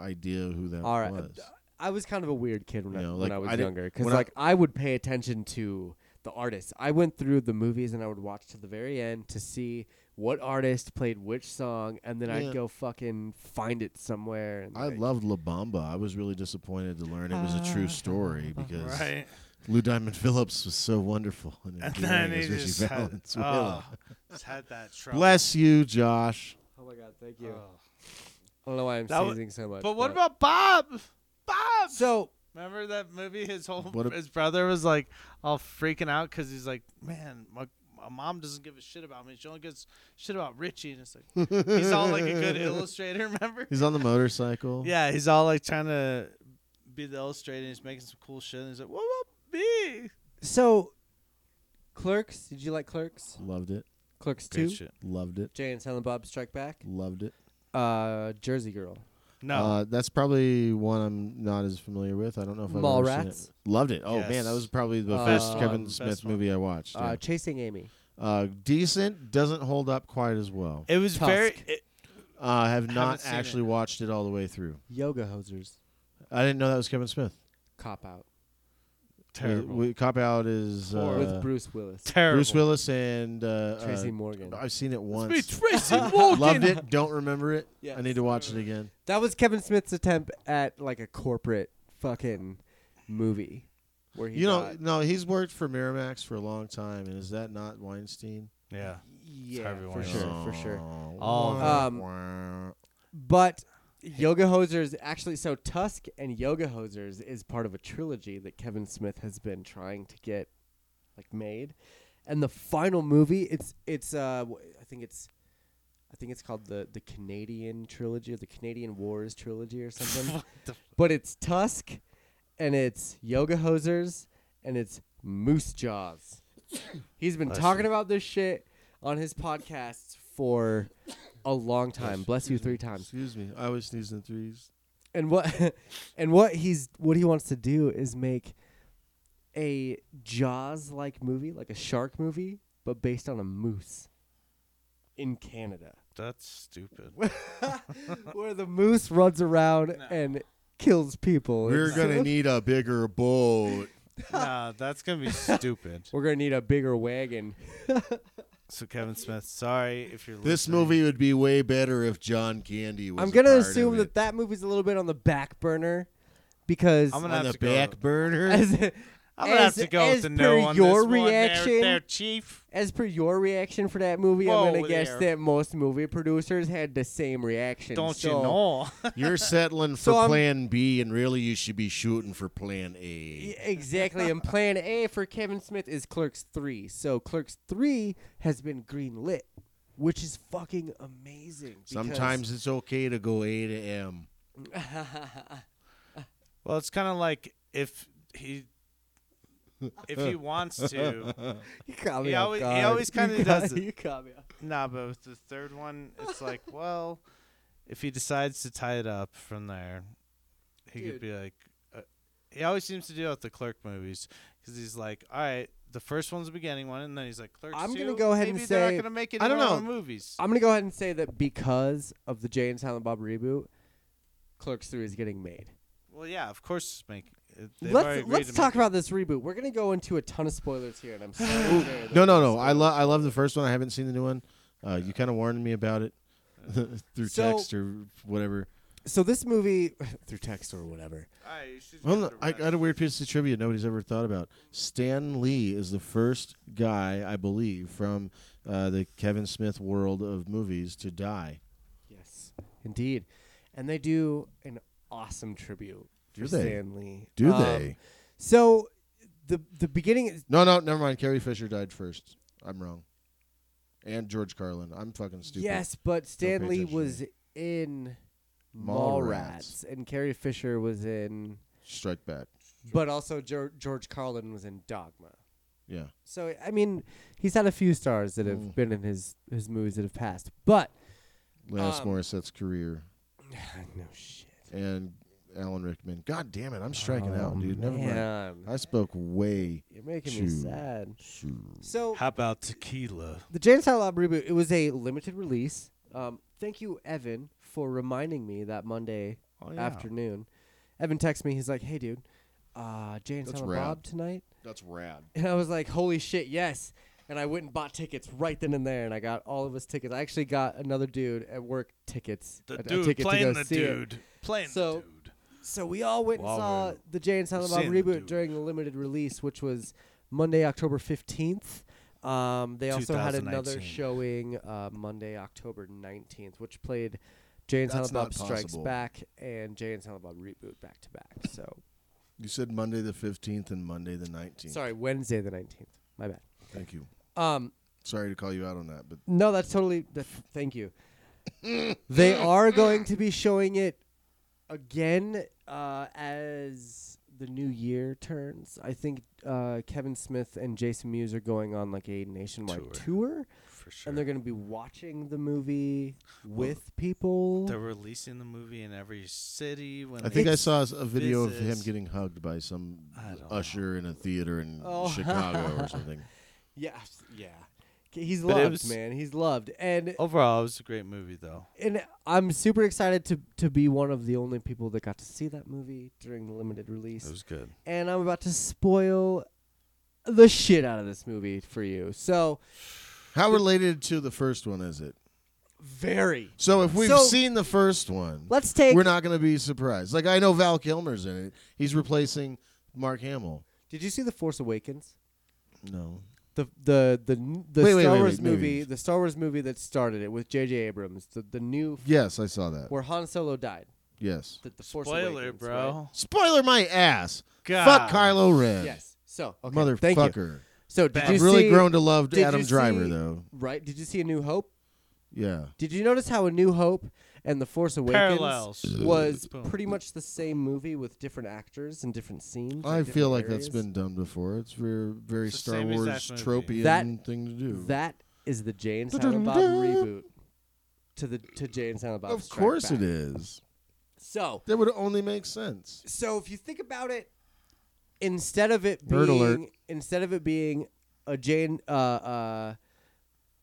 Speaker 3: idea who that
Speaker 1: All right.
Speaker 3: was.
Speaker 1: I was kind of a weird kid when,
Speaker 3: You
Speaker 1: I,
Speaker 3: know,
Speaker 1: when
Speaker 3: like,
Speaker 1: I was
Speaker 3: I didn't-
Speaker 1: younger because
Speaker 3: when I-
Speaker 1: like I, would pay attention to the artists. I went through the movies and I would watch to the very end to see what artist played which song, and then I'd
Speaker 3: Yeah.
Speaker 1: go fucking find it somewhere. And
Speaker 3: I
Speaker 1: like,
Speaker 3: loved La Bamba. I was really disappointed to learn it was a
Speaker 1: Ah.
Speaker 3: true story because
Speaker 4: Right.
Speaker 3: Lou Diamond Phillips was so wonderful. And,
Speaker 4: And then he
Speaker 3: Richie
Speaker 4: just had,
Speaker 3: Valenzuela.
Speaker 4: oh, just had that trouble.
Speaker 3: Bless you, Josh.
Speaker 1: Oh my god, thank you.
Speaker 4: Oh.
Speaker 1: I don't know why I'm
Speaker 4: That wa-
Speaker 1: seizing so much.
Speaker 4: But what about Bob? Bob.
Speaker 1: so?
Speaker 4: Remember that movie? His whole
Speaker 3: What a-
Speaker 4: his brother was like all freaking out because he's like, man, my, my mom doesn't give a shit about me. She only gives shit about Richie, and it's like he's all like a good illustrator. Remember?
Speaker 3: He's on the motorcycle.
Speaker 4: Yeah, he's all like trying to be the illustrator. And he's making some cool shit. And he's like, what about me?
Speaker 1: So, Clerks. Did you like Clerks?
Speaker 3: Loved it.
Speaker 1: Clerks two.
Speaker 3: Loved it.
Speaker 1: Jay and Silent Bob Strike Back.
Speaker 3: Loved it.
Speaker 1: Uh, Jersey Girl.
Speaker 4: No,
Speaker 3: Uh, that's probably one I'm not as familiar with. I don't know if I've ever seen
Speaker 1: Mallrats?
Speaker 3: it. Loved it. Oh
Speaker 4: Yes.
Speaker 3: man, that was probably the
Speaker 1: Uh,
Speaker 3: first
Speaker 1: Best
Speaker 3: Kevin
Speaker 4: one.
Speaker 3: Smith
Speaker 4: Best one.
Speaker 3: movie I watched.
Speaker 1: Uh,
Speaker 3: yeah.
Speaker 1: Chasing Amy.
Speaker 3: Uh, decent. Doesn't hold up quite as well.
Speaker 4: it was very.
Speaker 1: Tusk.
Speaker 4: It,
Speaker 3: Uh, I have
Speaker 4: Haven't
Speaker 3: not
Speaker 4: seen
Speaker 3: actually
Speaker 4: it.
Speaker 3: watched it all the way through.
Speaker 1: Yoga hosers.
Speaker 3: I didn't know that was Kevin Smith.
Speaker 1: Cop out.
Speaker 4: terrible.
Speaker 3: We- we- Cop Out is uh,
Speaker 1: with Bruce Willis.
Speaker 4: terrible.
Speaker 3: Bruce Willis and uh,
Speaker 1: Tracy
Speaker 3: uh,
Speaker 1: Morgan.
Speaker 3: I've seen it
Speaker 4: Be
Speaker 3: once.
Speaker 4: Tracy Morgan.
Speaker 3: Loved it. Don't remember it.
Speaker 1: Yes.
Speaker 3: I need to watch it again.
Speaker 1: That was Kevin Smith's attempt at like a corporate fucking movie where he
Speaker 3: you know,
Speaker 1: got,
Speaker 3: no, he's worked for Miramax for a long time, and is that not Weinstein? Oh,
Speaker 4: Yeah.
Speaker 1: yeah,
Speaker 4: Harvey
Speaker 1: for sure, for sure.
Speaker 4: All of
Speaker 1: Um, But Yoga Hosers actually so Tusk and Yoga Hosers is part of a trilogy that Kevin Smith has been trying to get like made. And the final movie, it's it's uh w- I think it's I think it's called the the Canadian trilogy or the Canadian Wars trilogy or something. but it's Tusk, and it's Yoga Hosers, and it's Moose Jaws. He's been talking about this shit on his podcasts for a long time. Bless you three times.
Speaker 3: Excuse me. I always sneeze in threes.
Speaker 1: And what and what he's what he wants to do is make a Jaws like movie, like a shark movie, but based on a moose in Canada.
Speaker 4: That's stupid.
Speaker 1: Where the moose runs around and kills people.
Speaker 3: We're
Speaker 1: It's-
Speaker 3: gonna need a bigger boat.
Speaker 4: nah, that's gonna be stupid.
Speaker 1: we're gonna need a bigger wagon.
Speaker 4: So Kevin Smith, sorry if you're
Speaker 3: This
Speaker 4: listening.
Speaker 3: movie would be way better if John Candy was.
Speaker 1: I'm
Speaker 3: a
Speaker 1: gonna
Speaker 3: part of
Speaker 1: assume
Speaker 3: it.
Speaker 1: that that movie's a little bit on the back burner because
Speaker 4: I'm gonna
Speaker 3: on
Speaker 4: have
Speaker 3: the
Speaker 4: to go.
Speaker 3: back burner.
Speaker 1: as,
Speaker 4: I'm gonna have
Speaker 1: as-
Speaker 4: to go
Speaker 1: as
Speaker 4: with the
Speaker 1: per
Speaker 4: no on
Speaker 1: your
Speaker 4: this one there-
Speaker 1: reaction-
Speaker 4: there, Chief.
Speaker 1: as per your reaction for that movie, I'm gonna
Speaker 4: Whoa
Speaker 1: guess
Speaker 4: there.
Speaker 1: that most movie producers had the same reaction.
Speaker 4: Don't you
Speaker 1: So-
Speaker 4: know?
Speaker 3: You're settling for
Speaker 1: So I'm-
Speaker 3: Plan B, and really you should be shooting for Plan A.
Speaker 1: E- Exactly, and Plan A for Kevin Smith is Clerks Three. So Clerks Three has been green lit, which is fucking amazing. because-
Speaker 3: Sometimes it's okay to go A to M.
Speaker 4: well, it's kind of like if he if he wants to.
Speaker 1: You caught me
Speaker 4: He
Speaker 1: off
Speaker 4: always- he
Speaker 1: guard.
Speaker 4: always
Speaker 1: You
Speaker 4: kinda
Speaker 1: caught-
Speaker 4: does it.
Speaker 1: You caught me off.
Speaker 4: Nah, but with the third one, it's like, well, if he decides to tie it up from there, he
Speaker 1: Dude.
Speaker 4: could be like, uh, he always seems to do it with the Clerk movies because he's like, all right, the first one's the beginning one, and then he's like, Clerks.
Speaker 1: I'm gonna
Speaker 4: 2?
Speaker 1: go ahead and
Speaker 4: Maybe they're
Speaker 1: say-
Speaker 4: not gonna make it.
Speaker 1: I
Speaker 4: in
Speaker 1: don't
Speaker 4: all
Speaker 1: know.
Speaker 4: the movies.
Speaker 1: I'm gonna go ahead and say that because of the Jay and Silent Bob reboot, Clerks Three is getting made.
Speaker 4: well, yeah, of course, it's make. it- they've already
Speaker 1: let's
Speaker 4: agreed
Speaker 1: let's
Speaker 4: to
Speaker 1: talk
Speaker 4: make
Speaker 1: about this reboot. We're gonna go into a ton of spoilers here, and I'm sorry. to say that
Speaker 3: No, no, no.
Speaker 1: that's-
Speaker 3: I love I love the first one. I haven't seen the new one. Uh, you kind of warned me about it through
Speaker 1: So-
Speaker 3: text or whatever.
Speaker 1: So this movie, through text or whatever,
Speaker 4: it. All right, you should
Speaker 3: Well,
Speaker 4: get
Speaker 3: no,
Speaker 4: the
Speaker 3: I
Speaker 4: rest.
Speaker 3: got a weird piece of trivia nobody's ever thought about. Stan Lee is the first guy, I believe, from uh, the Kevin Smith world of movies to die.
Speaker 1: yes, indeed, and they do an awesome tribute
Speaker 3: Do
Speaker 1: for
Speaker 3: they?
Speaker 1: Stan Lee.
Speaker 3: Do
Speaker 1: Um,
Speaker 3: they?
Speaker 1: So the the beginning is
Speaker 3: No, no, never mind. Carrie Fisher died first. I'm wrong. And George Carlin. I'm fucking stupid.
Speaker 1: yes, but Stan
Speaker 3: pay
Speaker 1: Lee
Speaker 3: attention.
Speaker 1: was in
Speaker 3: Mallrats.
Speaker 1: Mallrats, and Carrie Fisher was in,
Speaker 3: Strike back.
Speaker 1: but also Geor George Carlin was in Dogma.
Speaker 3: Yeah.
Speaker 1: So I mean, he's had a few stars that have
Speaker 3: Mm.
Speaker 1: been in his his movies that have passed, but
Speaker 3: Lance
Speaker 1: Um,
Speaker 3: Morissette's career
Speaker 1: no shit,
Speaker 3: and Alan Rickman. God damn it. I'm striking out, dude. Never mind.
Speaker 1: man.
Speaker 3: I spoke way.
Speaker 1: You're making me
Speaker 3: Shoot.
Speaker 1: sad. So
Speaker 4: How about tequila?
Speaker 1: the Jane Silent Bob reboot. It was a limited release. Um, thank you, Evan, for reminding me that Monday
Speaker 4: Oh, yeah.
Speaker 1: afternoon. Evan texts me. He's like, "Hey, dude, uh, Jane
Speaker 3: That's
Speaker 1: Silent
Speaker 3: rad.
Speaker 1: Bob tonight."
Speaker 3: That's rad.
Speaker 1: And I was like, holy shit, yes. And I went and bought tickets right then and there, and I got all of us tickets. I actually got another dude at work tickets.
Speaker 4: The
Speaker 1: a- a
Speaker 4: dude
Speaker 1: ticket to
Speaker 4: playing
Speaker 1: go
Speaker 4: the
Speaker 1: see it.
Speaker 4: dude playing
Speaker 1: So-
Speaker 4: the dude.
Speaker 1: So we all went and
Speaker 4: Wow,
Speaker 1: saw
Speaker 4: man.
Speaker 1: the Jay and Silent Bob
Speaker 4: Seeing the
Speaker 1: reboot
Speaker 4: dude.
Speaker 1: during the limited release, which was Monday, October 15th. Um, they also had another
Speaker 4: 2019.
Speaker 1: showing uh, Monday, October 19th, which played Jay and
Speaker 3: That's
Speaker 1: Silent Bob
Speaker 3: not
Speaker 1: Strikes
Speaker 3: possible.
Speaker 1: Back and Jay and Silent Bob Reboot back to back. So,
Speaker 3: You said Monday the 15th and Monday the 19th.
Speaker 1: sorry, Wednesday the 19th. My bad.
Speaker 3: Thank you.
Speaker 1: Um,
Speaker 3: Sorry to call you out on that, but
Speaker 1: No, that's totally. That, thank you. they are going to be showing it again uh, as the new year turns. I think uh, Kevin Smith and Jason Mewes are going on like a nationwide tour,
Speaker 4: Tour. For sure.
Speaker 1: and they're going to be watching the movie with people.
Speaker 4: They're releasing the movie in every city. When
Speaker 3: I
Speaker 4: they
Speaker 3: think I
Speaker 4: s-
Speaker 3: saw a video of him
Speaker 4: visits.
Speaker 3: getting hugged by some
Speaker 4: I don't
Speaker 3: usher in a theater in
Speaker 1: Oh.
Speaker 3: Chicago or something.
Speaker 1: yeah, yeah. K- He's
Speaker 4: But it
Speaker 1: loved,
Speaker 4: was-
Speaker 1: man. He's loved, and
Speaker 4: Overall, it was a great movie, though.
Speaker 1: and I'm super excited to to be one of the only people that got to see that movie during the limited release.
Speaker 4: It was good.
Speaker 1: and I'm about to spoil the shit out of this movie for you. So
Speaker 3: How related to the first one is it?
Speaker 1: very.
Speaker 3: So if we've
Speaker 1: So-
Speaker 3: seen the first one,
Speaker 1: Let's take.
Speaker 3: we're not going to be surprised. Like I know Val Kilmer's in it. He's replacing Mark Hamill.
Speaker 1: Did you see the Force Awakens?
Speaker 3: No.
Speaker 1: The the the n- the
Speaker 3: Wait, wait,
Speaker 1: Star
Speaker 3: wait,
Speaker 1: Wars
Speaker 3: wait,
Speaker 1: movie,
Speaker 3: movies.
Speaker 1: the Star Wars movie that started it with J.J. Abrams, the the new f-
Speaker 3: Yes, I saw that.
Speaker 1: where Han Solo died.
Speaker 3: Yes.
Speaker 1: The, the Force
Speaker 4: Spoiler,
Speaker 1: Awakens,
Speaker 4: bro.
Speaker 3: Spoiler my ass.
Speaker 4: God.
Speaker 3: Fuck Kylo Ren.
Speaker 1: right? Yes. So okay. Thank you.
Speaker 3: Motherfucker.
Speaker 1: So did
Speaker 4: Bad.
Speaker 1: you
Speaker 3: I've really
Speaker 1: see,
Speaker 3: grown to love
Speaker 1: did you
Speaker 3: Adam Driver
Speaker 1: see-
Speaker 3: though.
Speaker 1: Right? Did you see A New Hope?
Speaker 3: Yeah.
Speaker 1: Did you notice how A New Hope and The Force Awakens
Speaker 4: Parallels.
Speaker 1: was
Speaker 4: Boom.
Speaker 1: pretty much the same movie with different actors and different scenes?
Speaker 3: I
Speaker 1: and
Speaker 3: feel
Speaker 1: different
Speaker 3: like
Speaker 1: areas?
Speaker 3: that's been done before. It's very, very
Speaker 4: It's the
Speaker 3: Star
Speaker 4: same
Speaker 3: Wars
Speaker 4: exact movie.
Speaker 3: tropey
Speaker 1: That-
Speaker 3: thing to do.
Speaker 1: That is the Jay and Silent Bob
Speaker 3: Da-da-da-da.
Speaker 1: reboot to the to Jay and Silent Bob.
Speaker 3: of
Speaker 1: Strike
Speaker 3: course
Speaker 1: Back.
Speaker 3: it is.
Speaker 1: So
Speaker 3: That would only make sense.
Speaker 1: so if you think about it, instead of it being
Speaker 3: Nerd alert.
Speaker 1: instead of it being a Jay and uh uh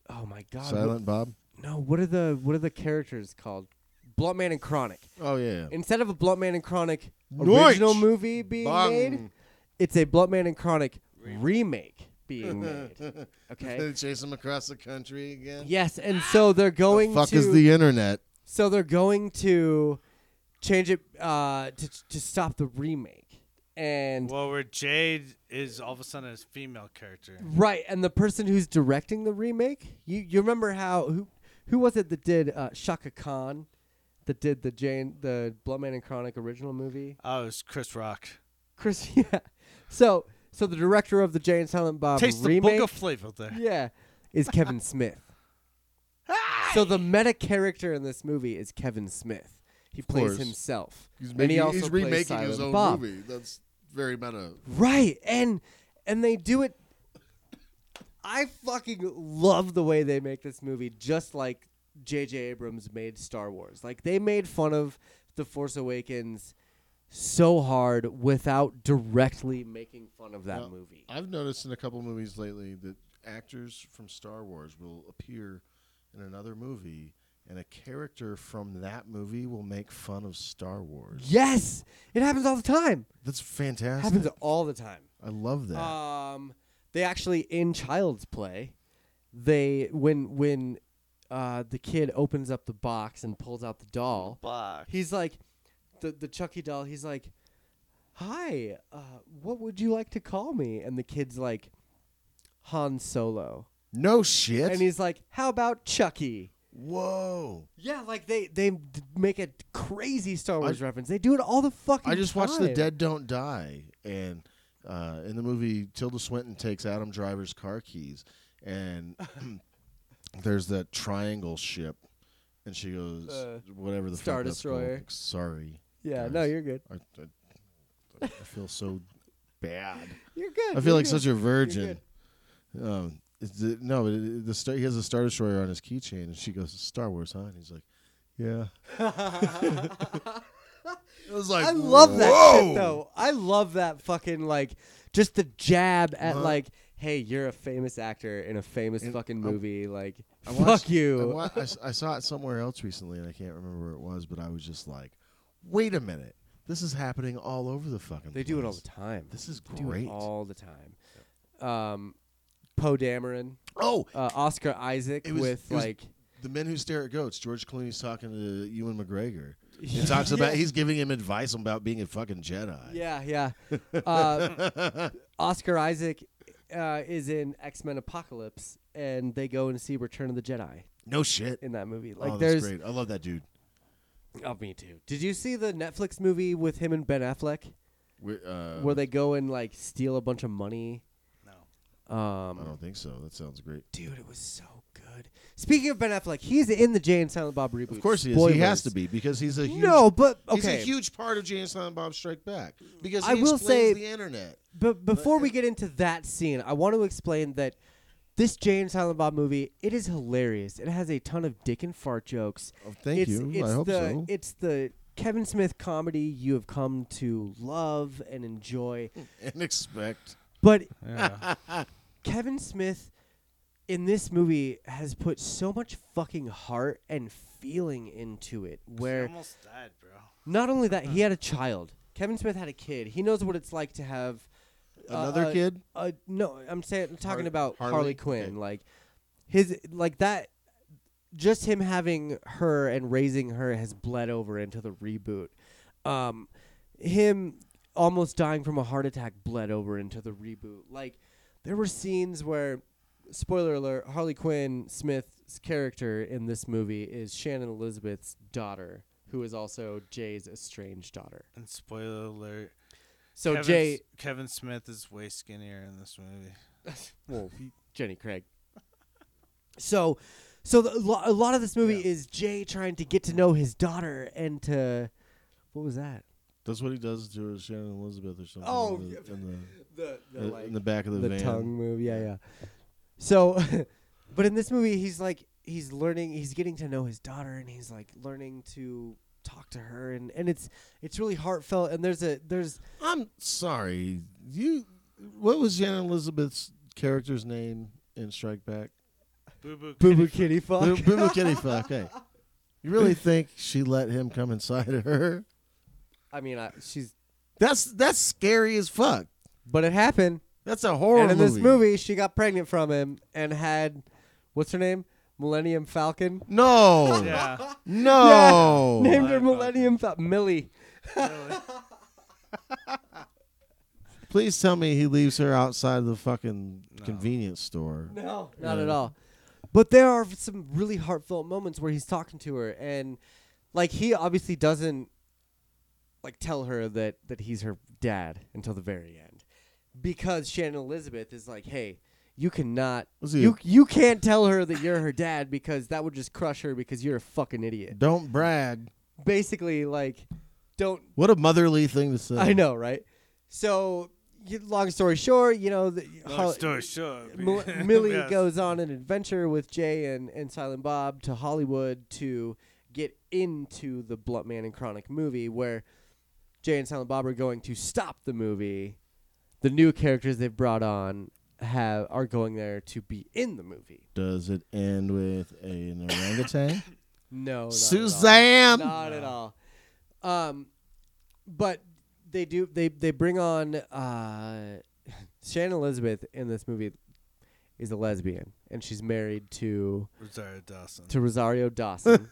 Speaker 1: oh my god what-
Speaker 3: Silent Bob.
Speaker 1: no what are the what are the characters called Blunt Man and Chronic
Speaker 3: Oh yeah.
Speaker 1: instead of a Blunt Man and Chronic
Speaker 3: Noich.
Speaker 1: original movie being
Speaker 3: Bang.
Speaker 1: made it's a Blunt Man and Chronic remake being made okay
Speaker 3: They chase him across the country again.
Speaker 1: Yes, and so they're going
Speaker 3: Fuck
Speaker 1: to
Speaker 3: is the internet.
Speaker 1: so they're going to change it uh, to to stop the remake and
Speaker 4: Well, where Jade is all of a sudden a female character.
Speaker 1: right and the person who's directing the remake you you remember how who who was it that did uh, Shaka Khan that did the Jane the Blood Man and Chronic original movie
Speaker 4: Oh, it was Chris Rock.
Speaker 1: Chris yeah so so the director of the Jane Silent Bob
Speaker 4: Taste the
Speaker 1: remake
Speaker 4: book of flavor there.
Speaker 1: yeah is Kevin Smith so the meta character in this movie is Kevin Smith he plays
Speaker 3: course.
Speaker 1: himself
Speaker 3: He's,
Speaker 1: and he also plays Silent Bob.
Speaker 3: That's very meta.
Speaker 1: Right. And and they do it. I fucking love the way they make this movie, just like J.J. Abrams made Star Wars. Like they made fun of the Force Awakens so hard without directly making fun of that
Speaker 3: Well,
Speaker 1: movie.
Speaker 3: I've noticed in a couple movies lately that actors from Star Wars will appear in another movie, and a character from that movie will make fun of Star Wars.
Speaker 1: Yes, it happens all the time.
Speaker 3: that's fantastic.
Speaker 1: happens all the time.
Speaker 3: I love that.
Speaker 1: Um, they actually in Child's Play, they when when uh, the kid opens up the box and pulls out the doll,
Speaker 4: Fuck.
Speaker 1: he's like, the the Chucky doll. He's like, "Hi, uh, what would you like to call me?" And the kid's like, Han Solo,
Speaker 3: no shit.
Speaker 1: and he's like, "How about Chucky?"
Speaker 3: Whoa!
Speaker 1: Yeah, like they they d- make a crazy Star Wars
Speaker 3: I-
Speaker 1: reference. They do it all the fucking.
Speaker 3: I just watched The
Speaker 1: time.
Speaker 3: Dead Don't Die, and uh, in the movie, Tilda Swinton takes Adam Driver's car keys, and there's that triangle ship, and she goes,
Speaker 1: Uh,
Speaker 3: whatever the
Speaker 1: Star
Speaker 3: fuck that's called.
Speaker 1: Destroyer.
Speaker 3: Sorry.
Speaker 1: Yeah,
Speaker 3: guys.
Speaker 1: no, you're good.
Speaker 3: I, I, I feel so bad.
Speaker 1: You're good.
Speaker 3: I
Speaker 1: you're
Speaker 3: feel like
Speaker 1: good.
Speaker 3: such a virgin.
Speaker 1: good.
Speaker 3: Um, it's the, no, but it, the star, he has a Star Destroyer on his keychain, and she goes, "Star Wars, huh?" And he's like, "Yeah." it was like
Speaker 1: I love that
Speaker 3: Whoa!
Speaker 1: shit though. I love that fucking like just the jab at like, hey, you're a famous actor in a famous
Speaker 3: Uh-huh. And
Speaker 1: fucking
Speaker 3: I-
Speaker 1: movie. like,
Speaker 3: I
Speaker 1: fuck
Speaker 3: watched- I,
Speaker 1: you.
Speaker 3: wa- I s- I saw it somewhere else recently, and I can't remember where it was, but I was just like, "Wait a minute, this is happening all over the fucking."
Speaker 1: they do it all the
Speaker 3: place.
Speaker 1: time.
Speaker 3: This is
Speaker 1: They do it
Speaker 3: great.
Speaker 1: all the time. Um, Poe Dameron,
Speaker 3: Oh,
Speaker 1: uh, Oscar Isaac
Speaker 3: It was-
Speaker 1: with
Speaker 3: it was-
Speaker 1: like,
Speaker 3: The Men Who Stare at Goats. George Clooney's talking to Ewan McGregor. He talks about he's giving him advice about being a fucking Jedi.
Speaker 1: yeah, yeah. Uh, Oscar Isaac uh, is in X Men Apocalypse, and they go and see Return of the Jedi
Speaker 3: No shit.
Speaker 1: in that movie. Like,
Speaker 3: oh, that's
Speaker 1: there's
Speaker 3: great. I love that dude.
Speaker 1: Oh, me too. Did you see the Netflix movie with him and Ben Affleck
Speaker 3: We're, uh,
Speaker 1: where they go and like steal a bunch of money?
Speaker 4: No.
Speaker 3: I
Speaker 1: Um,
Speaker 3: don't think so. That sounds great.
Speaker 1: dude, it was so good. Speaking of Ben Affleck, he's in the Jay and Silent Bob reboot.
Speaker 3: Of course he is. He has to
Speaker 1: Spoilers.
Speaker 3: be because he's a huge,
Speaker 1: No, but
Speaker 3: he's a
Speaker 1: okay.
Speaker 3: huge part of Jay and Silent Bob Strike Back because he
Speaker 1: I will
Speaker 3: explains
Speaker 1: say-
Speaker 3: the internet.
Speaker 1: but before
Speaker 3: uh,
Speaker 1: we get into that scene, I want to explain that this Jay and Silent Bob movie it is hilarious. It has a ton of dick and fart jokes.
Speaker 3: Oh, thank
Speaker 1: it's,
Speaker 3: you. I
Speaker 1: It's
Speaker 3: hope
Speaker 1: the,
Speaker 3: so.
Speaker 1: It's the Kevin Smith comedy you have come to love and enjoy.
Speaker 3: And expect
Speaker 1: But
Speaker 4: Yeah.
Speaker 1: Kevin Smith in this movie has put so much fucking heart and feeling into it.
Speaker 4: He
Speaker 1: Where
Speaker 4: almost died, bro.
Speaker 1: not only that, he had a child. Kevin Smith had a kid. He knows what it's like to have uh,
Speaker 3: another
Speaker 1: uh,
Speaker 3: kid.
Speaker 1: Uh, no, I'm saying I'm talking
Speaker 3: Har-
Speaker 1: about Harley,
Speaker 3: Harley?
Speaker 1: Quinn.
Speaker 3: Okay.
Speaker 1: Like his like that. Just him having her and raising her has bled over into the reboot. Um, him almost dying from a heart attack bled over into the reboot. Like there were scenes where, spoiler alert, Harley Quinn Smith's character in this movie is Shannon Elizabeth's daughter, who is also Jay's estranged daughter.
Speaker 4: And spoiler alert.
Speaker 1: So
Speaker 4: Kevin,
Speaker 1: Jay,
Speaker 4: Kevin Smith is way skinnier in this movie.
Speaker 1: well, Jenny Craig. So, so the, a lo- a lot of this movie is Jay trying to get to know his daughter and to what was that?
Speaker 3: That's what he does to her, Shannon Elizabeth or something.
Speaker 1: Oh,
Speaker 3: in the, in
Speaker 1: The
Speaker 3: the, in the back of the,
Speaker 1: the
Speaker 3: van.
Speaker 1: tongue move. Yeah, yeah. So, but in this movie, he's like he's learning, he's getting to know his daughter, and he's like learning to talk to her, and and it's it's really heartfelt. And there's a there's
Speaker 3: I'm sorry. You, what was Shannon Elizabeth's character's name in Strike Back?
Speaker 4: Boo boo.
Speaker 1: boo boo kitty fuck.
Speaker 3: Boo Boo Boo Kitty Fuck. Hey, you really think she let him come inside of her?
Speaker 1: I mean, I, she's
Speaker 3: That's that's scary as fuck.
Speaker 1: but it happened.
Speaker 3: That's a horror
Speaker 1: and in this movie, she got pregnant from him and had what's her name? Millennium Falcon.
Speaker 3: No,
Speaker 4: Yeah.
Speaker 3: no.
Speaker 1: Named her
Speaker 4: Millennium
Speaker 1: Millennium Falcon. Millie.
Speaker 3: Please tell me he leaves her outside of the fucking convenience store.
Speaker 1: No, not at all. But there are some really heartfelt moments where he's talking to her and like he obviously doesn't like tell her that that he's her dad until the very end. Because Shannon Elizabeth is like, "Hey, you cannot
Speaker 3: Was he-
Speaker 1: you you can't tell her that you're her dad because that would just crush her because you're a fucking idiot."
Speaker 3: Don't brag.
Speaker 1: Basically like don't
Speaker 3: What a motherly thing to say.
Speaker 1: I know, right? So you- long story short, you know, the, how- Mil- Millie
Speaker 4: Yes.
Speaker 1: goes on an adventure with Jay and, and Silent Bob to Hollywood to get into the Blunt Man and Chronic movie, where Jay and Silent Bob are going to stop the movie. The new characters they've brought on have are going there to be in the movie.
Speaker 3: Does it end with an orangutan?
Speaker 1: No, not at all.
Speaker 3: Suzanne!
Speaker 1: not at all. Um, but they do they they bring on uh, Shannon Elizabeth in this movie is a lesbian and she's married to
Speaker 4: Rosario Dawson.
Speaker 1: to Rosario Dawson,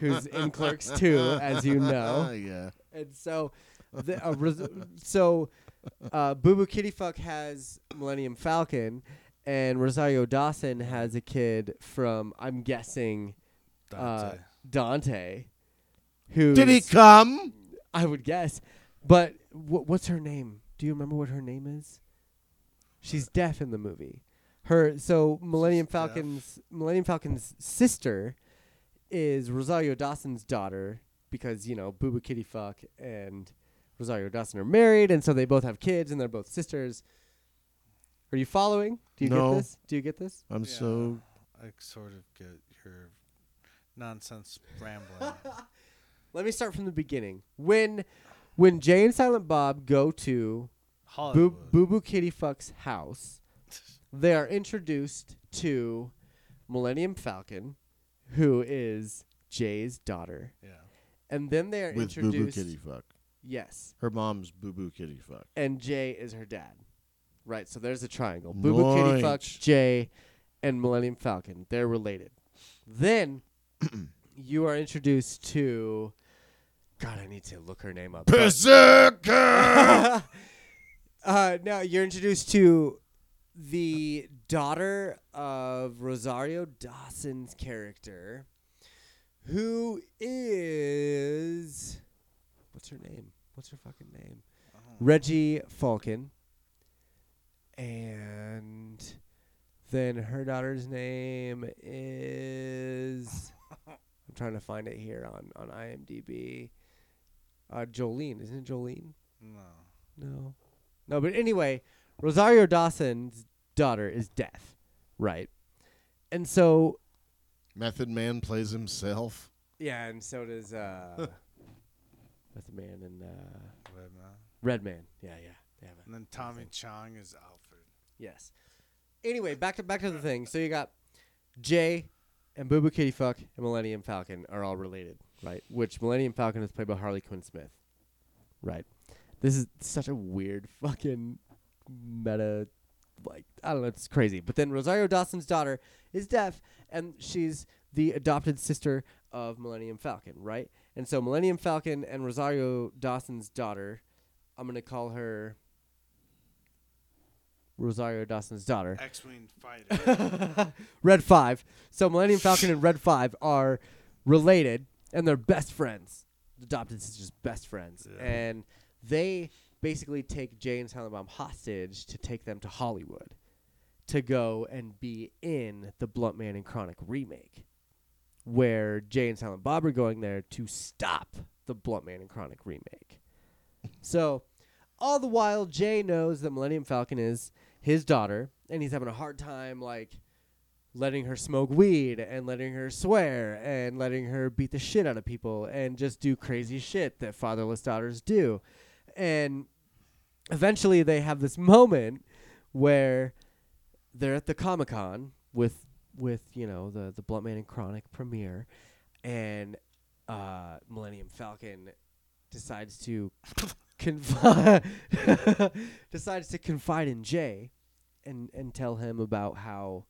Speaker 1: who's in Clerks too, as you
Speaker 3: Oh,
Speaker 1: know.
Speaker 3: yeah.
Speaker 1: And so, the, uh, Ros- so uh, Boo Boo Kitty Fuck has Millennium Falcon, and Rosario Dawson has a kid from I'm guessing uh,
Speaker 4: Dante.
Speaker 1: Dante, who
Speaker 3: Did he come?
Speaker 1: I would guess, but wh- what's her name? Do you remember what her name is? She's deaf in the movie. Her so Millennium
Speaker 4: deaf.
Speaker 1: Falcon's Millennium Falcon's sister is Rosario Dawson's daughter because you know Boo Boo Kitty Fuck and Rosario Dawson are married, and so they both have kids, and they're both sisters. Are you following? Do you
Speaker 3: No.
Speaker 1: get this? Do you get this?
Speaker 3: I'm
Speaker 4: Yeah,
Speaker 3: so
Speaker 4: I sort of get your nonsense rambling.
Speaker 1: Let me start from the beginning. When when Jay and Silent Bob go to Boo
Speaker 4: Hollywood.
Speaker 1: Boo Boo Kitty Fuck's house, they are introduced to Millennium Falcon, who is Jay's daughter,
Speaker 4: Yeah.
Speaker 1: and then they are
Speaker 3: with Boo Boo
Speaker 1: introduced.
Speaker 3: Kitty Fuck.
Speaker 1: Yes,
Speaker 3: Her mom's Boo Boo Kitty Fuck.
Speaker 1: and Jay is her dad. Right, so there's a triangle: Boo Boo Kitty Fuck,
Speaker 3: Nice.
Speaker 1: Jay, and Millennium Falcon. They're related. Then you are introduced to. God, I need to look her name up. but-
Speaker 3: Berserker!
Speaker 1: Uh, no, you're introduced to the daughter of Rosario Dawson's character, who is what's her name? What's her fucking name? Reggie Falcon, and then her daughter's name is. I'm trying to find it here on on IMDb. Uh, Jolene, isn't it Jolene?
Speaker 4: No.
Speaker 1: No. No, but anyway, Rosario Dawson's daughter is deaf, right? And so
Speaker 3: Method Man plays himself.
Speaker 1: yeah, and so does uh Method Man and uh
Speaker 4: Redman.
Speaker 1: Redman. Yeah, yeah. They have a-
Speaker 4: And then Tommy Chong is Alfred.
Speaker 1: Yes. Anyway, back to back to the thing. So you got Jay and Boo Boo Kitty Fuck and Millennium Falcon are all related, right? Which Millennium Falcon is played by Harley Quinn Smith, right? This is such a weird fucking meta, like I don't know, it's crazy. But then Rosario Dawson's daughter is deaf, and she's the adopted sister of Millennium Falcon, right? And so Millennium Falcon and Rosario Dawson's daughter, I'm gonna call her Rosario Dawson's daughter.
Speaker 4: X-wing fighter.
Speaker 1: Red Five. So Millennium Falcon and Red Five are related, and they're best friends. Adopted sisters, best friends,
Speaker 4: Yeah.
Speaker 1: and they basically take Jay and Silent Bob hostage to take them to Hollywood to go and be in the Blunt Man and Chronic remake, where Jay and Silent Bob are going there to stop the Blunt Man and Chronic remake. So, all the while, Jay knows that Millennium Falcon is his daughter, and he's having a hard time, like, letting her smoke weed and letting her swear and letting her beat the shit out of people and just do crazy shit that fatherless daughters do. And eventually they have this moment where they're at the Comic Con with with, you know, the the Blunt Man and Chronic premiere and uh, Millennium Falcon decides to confide decides to confide in Jay and and tell him about how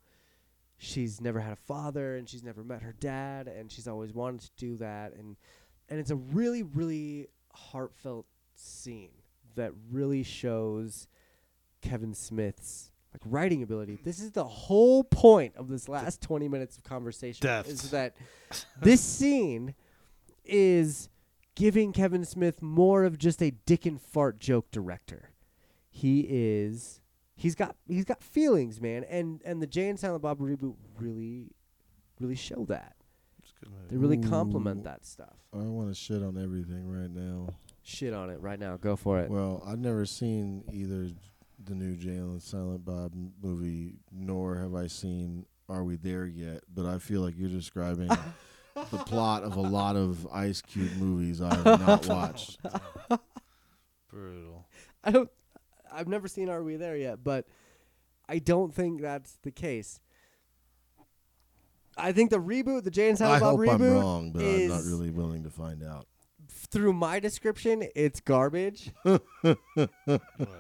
Speaker 1: she's never had a father and she's never met her dad and she's always wanted to do that and and it's a really really heartfelt scene that really shows Kevin Smith's like writing ability. This is the whole point of this last 20 minutes of conversation
Speaker 4: Depth.
Speaker 1: is that this scene is giving Kevin Smith more of just a dick and fart joke director. He is he's got he's got feelings, man, and and the Jay and Silent Bob reboot really really show that.
Speaker 4: It's a good movie.
Speaker 1: They really
Speaker 3: Ooh.
Speaker 1: complement that stuff.
Speaker 3: I want to shit on everything right now.
Speaker 1: Shit on it right now. Go for it.
Speaker 3: Well, I've never seen either the new Jalen Silent Bob m- movie, nor have I seen Are We There Yet. But I feel like you're describing the plot of a lot of Ice Cube movies I have not watched.
Speaker 4: Brutal.
Speaker 1: I don't. I've never seen Are We There yet, but I don't think that's the case. I think the reboot, the Jay and
Speaker 3: I
Speaker 1: Silent Bob
Speaker 3: hope
Speaker 1: reboot,
Speaker 3: I'm wrong, but I'm
Speaker 1: is
Speaker 3: not really willing to find out.
Speaker 1: through my description, it's garbage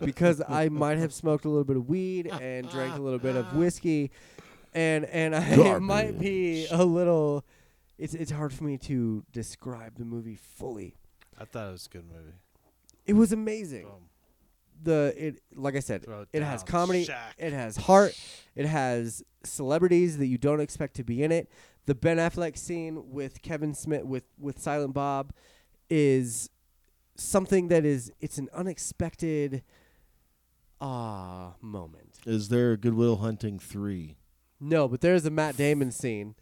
Speaker 1: because I might have smoked a little bit of weed and drank a little bit of whiskey, and and I, it might be a little. It's it's hard for me to describe the movie fully.
Speaker 4: I thought it was a good movie.
Speaker 1: It was amazing.
Speaker 4: Boom.
Speaker 1: the it like I said,
Speaker 4: Oh. Throw it
Speaker 1: it has
Speaker 4: down,
Speaker 1: comedy,
Speaker 4: Shaq.
Speaker 1: it has heart, it has celebrities that you don't expect to be in it. The Ben Affleck scene with Kevin Smith with with Silent Bob is something that is it's an unexpected ah moment.
Speaker 3: Is there a Goodwill Hunting three?
Speaker 1: No, but there's a Matt Damon scene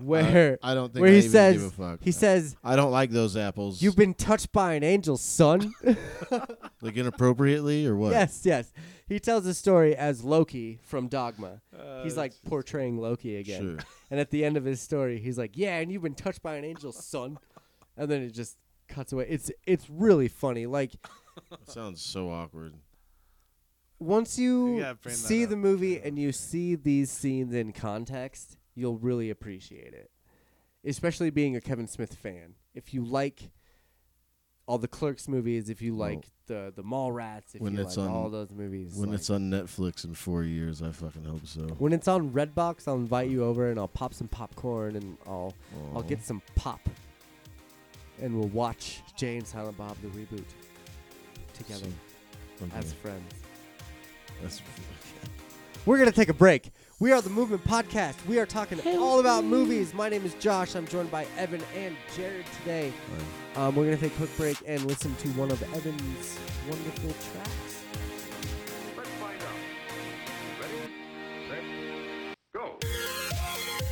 Speaker 1: where
Speaker 3: I don't think
Speaker 1: where
Speaker 3: I
Speaker 1: he
Speaker 3: even
Speaker 1: says
Speaker 3: give a fuck.
Speaker 1: he says
Speaker 3: I don't like those apples.
Speaker 1: you've been touched by an angel, son.
Speaker 3: like inappropriately or what?
Speaker 1: Yes, yes. He tells the story as Loki from Dogma. he's like portraying Loki again.
Speaker 3: Sure.
Speaker 1: And at the end of his story, he's like, "Yeah, and you've been touched by an angel, son." And then it just cuts away. It's it's really funny. Like
Speaker 3: That sounds so awkward.
Speaker 1: once you,
Speaker 4: You gotta bring that
Speaker 1: see the
Speaker 4: up.
Speaker 1: movie and you see these scenes in context, you'll really appreciate it. Especially being a Kevin Smith fan. If you like all the Clerks movies, if you like the the Mallrats, if
Speaker 3: when
Speaker 1: you
Speaker 3: it's
Speaker 1: like
Speaker 3: on-
Speaker 1: all those movies,
Speaker 3: When
Speaker 1: like-
Speaker 3: it's on Netflix in four years, I fucking hope so.
Speaker 1: When it's on Redbox, I'll invite you over and I'll pop some popcorn and I'll I'll
Speaker 3: Aw.
Speaker 1: get some pop. And we'll watch Jay and Silent Bob the reboot together
Speaker 3: Okay.
Speaker 1: as friends.
Speaker 3: That's-
Speaker 1: We're gonna take a break. We are the Movement Podcast. We are talking all about movies. My name is Josh. I'm joined by Evan and Jared today. Um, we're gonna take a quick break and listen to one of Evan's wonderful tracks.
Speaker 5: Let's find out. Ready? Set. Go.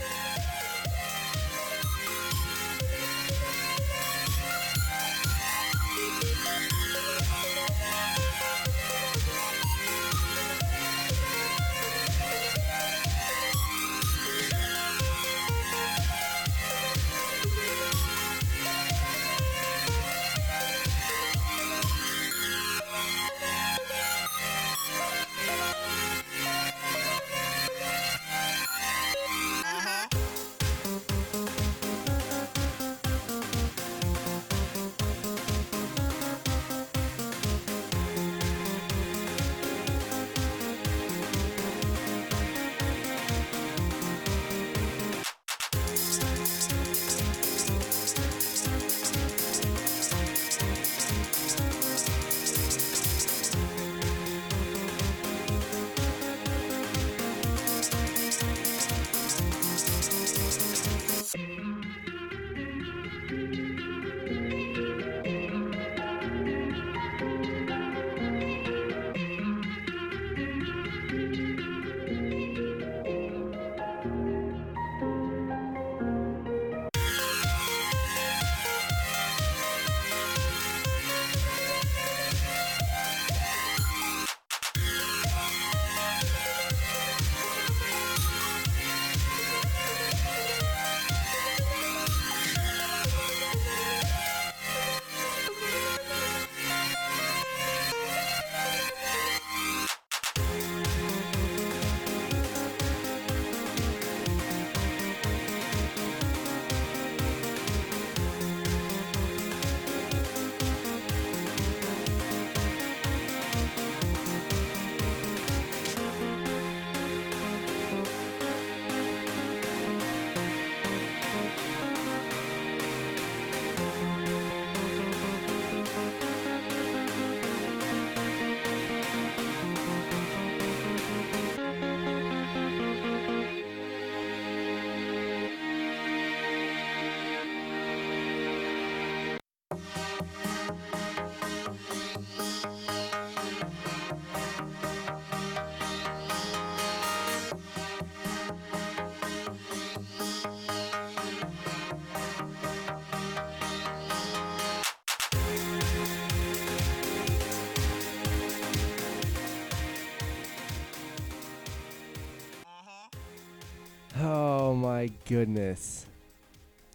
Speaker 1: Oh, my goodness.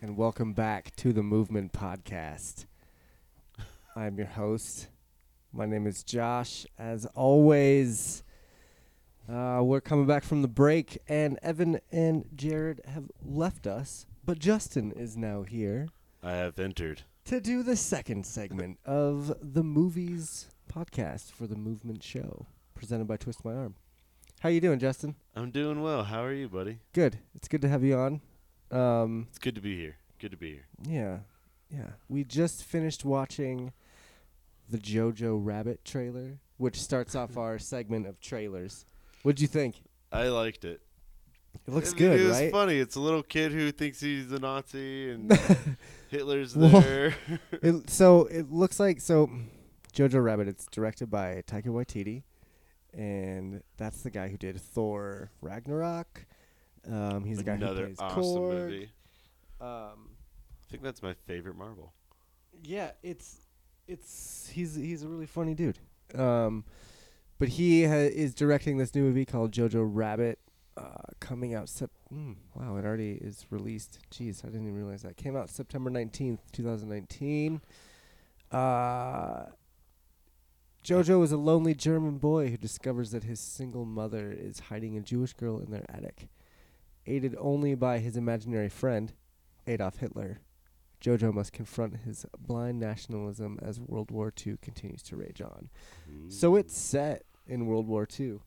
Speaker 1: And welcome back to the Movement Podcast. I'm your host. My name is Josh. As always, uh, we're coming back from the break, and Evan and Jared have left us, but Justin is now here
Speaker 6: I have entered.
Speaker 1: to do the second segment of the Movies Podcast for the Movement Show, presented by Twist My Arm. How you doing, Justin?
Speaker 6: I'm doing well. How are you, buddy?
Speaker 1: Good. It's good to have you on. Um,
Speaker 6: It's good to be here. Good to be here.
Speaker 1: Yeah. Yeah. We just finished watching the Jojo Rabbit trailer, which starts off our segment of trailers. What'd you think?
Speaker 6: I liked it.
Speaker 1: It looks
Speaker 6: It-
Speaker 1: good,
Speaker 6: It was
Speaker 1: right?
Speaker 6: funny. It's a little kid who thinks he's a Nazi and Hitler's there.
Speaker 1: It, so it looks like so Jojo Rabbit, it's directed by Taika Waititi and that's the guy who did Thor Ragnarok. Um, he's the guy who
Speaker 6: Another
Speaker 1: plays
Speaker 6: awesome
Speaker 1: Korg.
Speaker 6: movie.
Speaker 1: Um
Speaker 6: I think that's my favorite Marvel.
Speaker 1: Yeah, it's it's he's he's a really funny dude. Um, but he ha- is directing this new movie called Jojo Rabbit, uh, coming out. Sep- mm, wow, it already is released. Jeez, I didn't even realize that came out September nineteenth, two thousand nineteen. Uh, Jojo is a lonely German boy who discovers that his single mother is hiding a Jewish girl in their attic. Aided only by his imaginary friend, Adolf Hitler, Jojo must confront his blind nationalism as World War II continues to rage on. So
Speaker 6: Mm.
Speaker 1: it's set in World War II,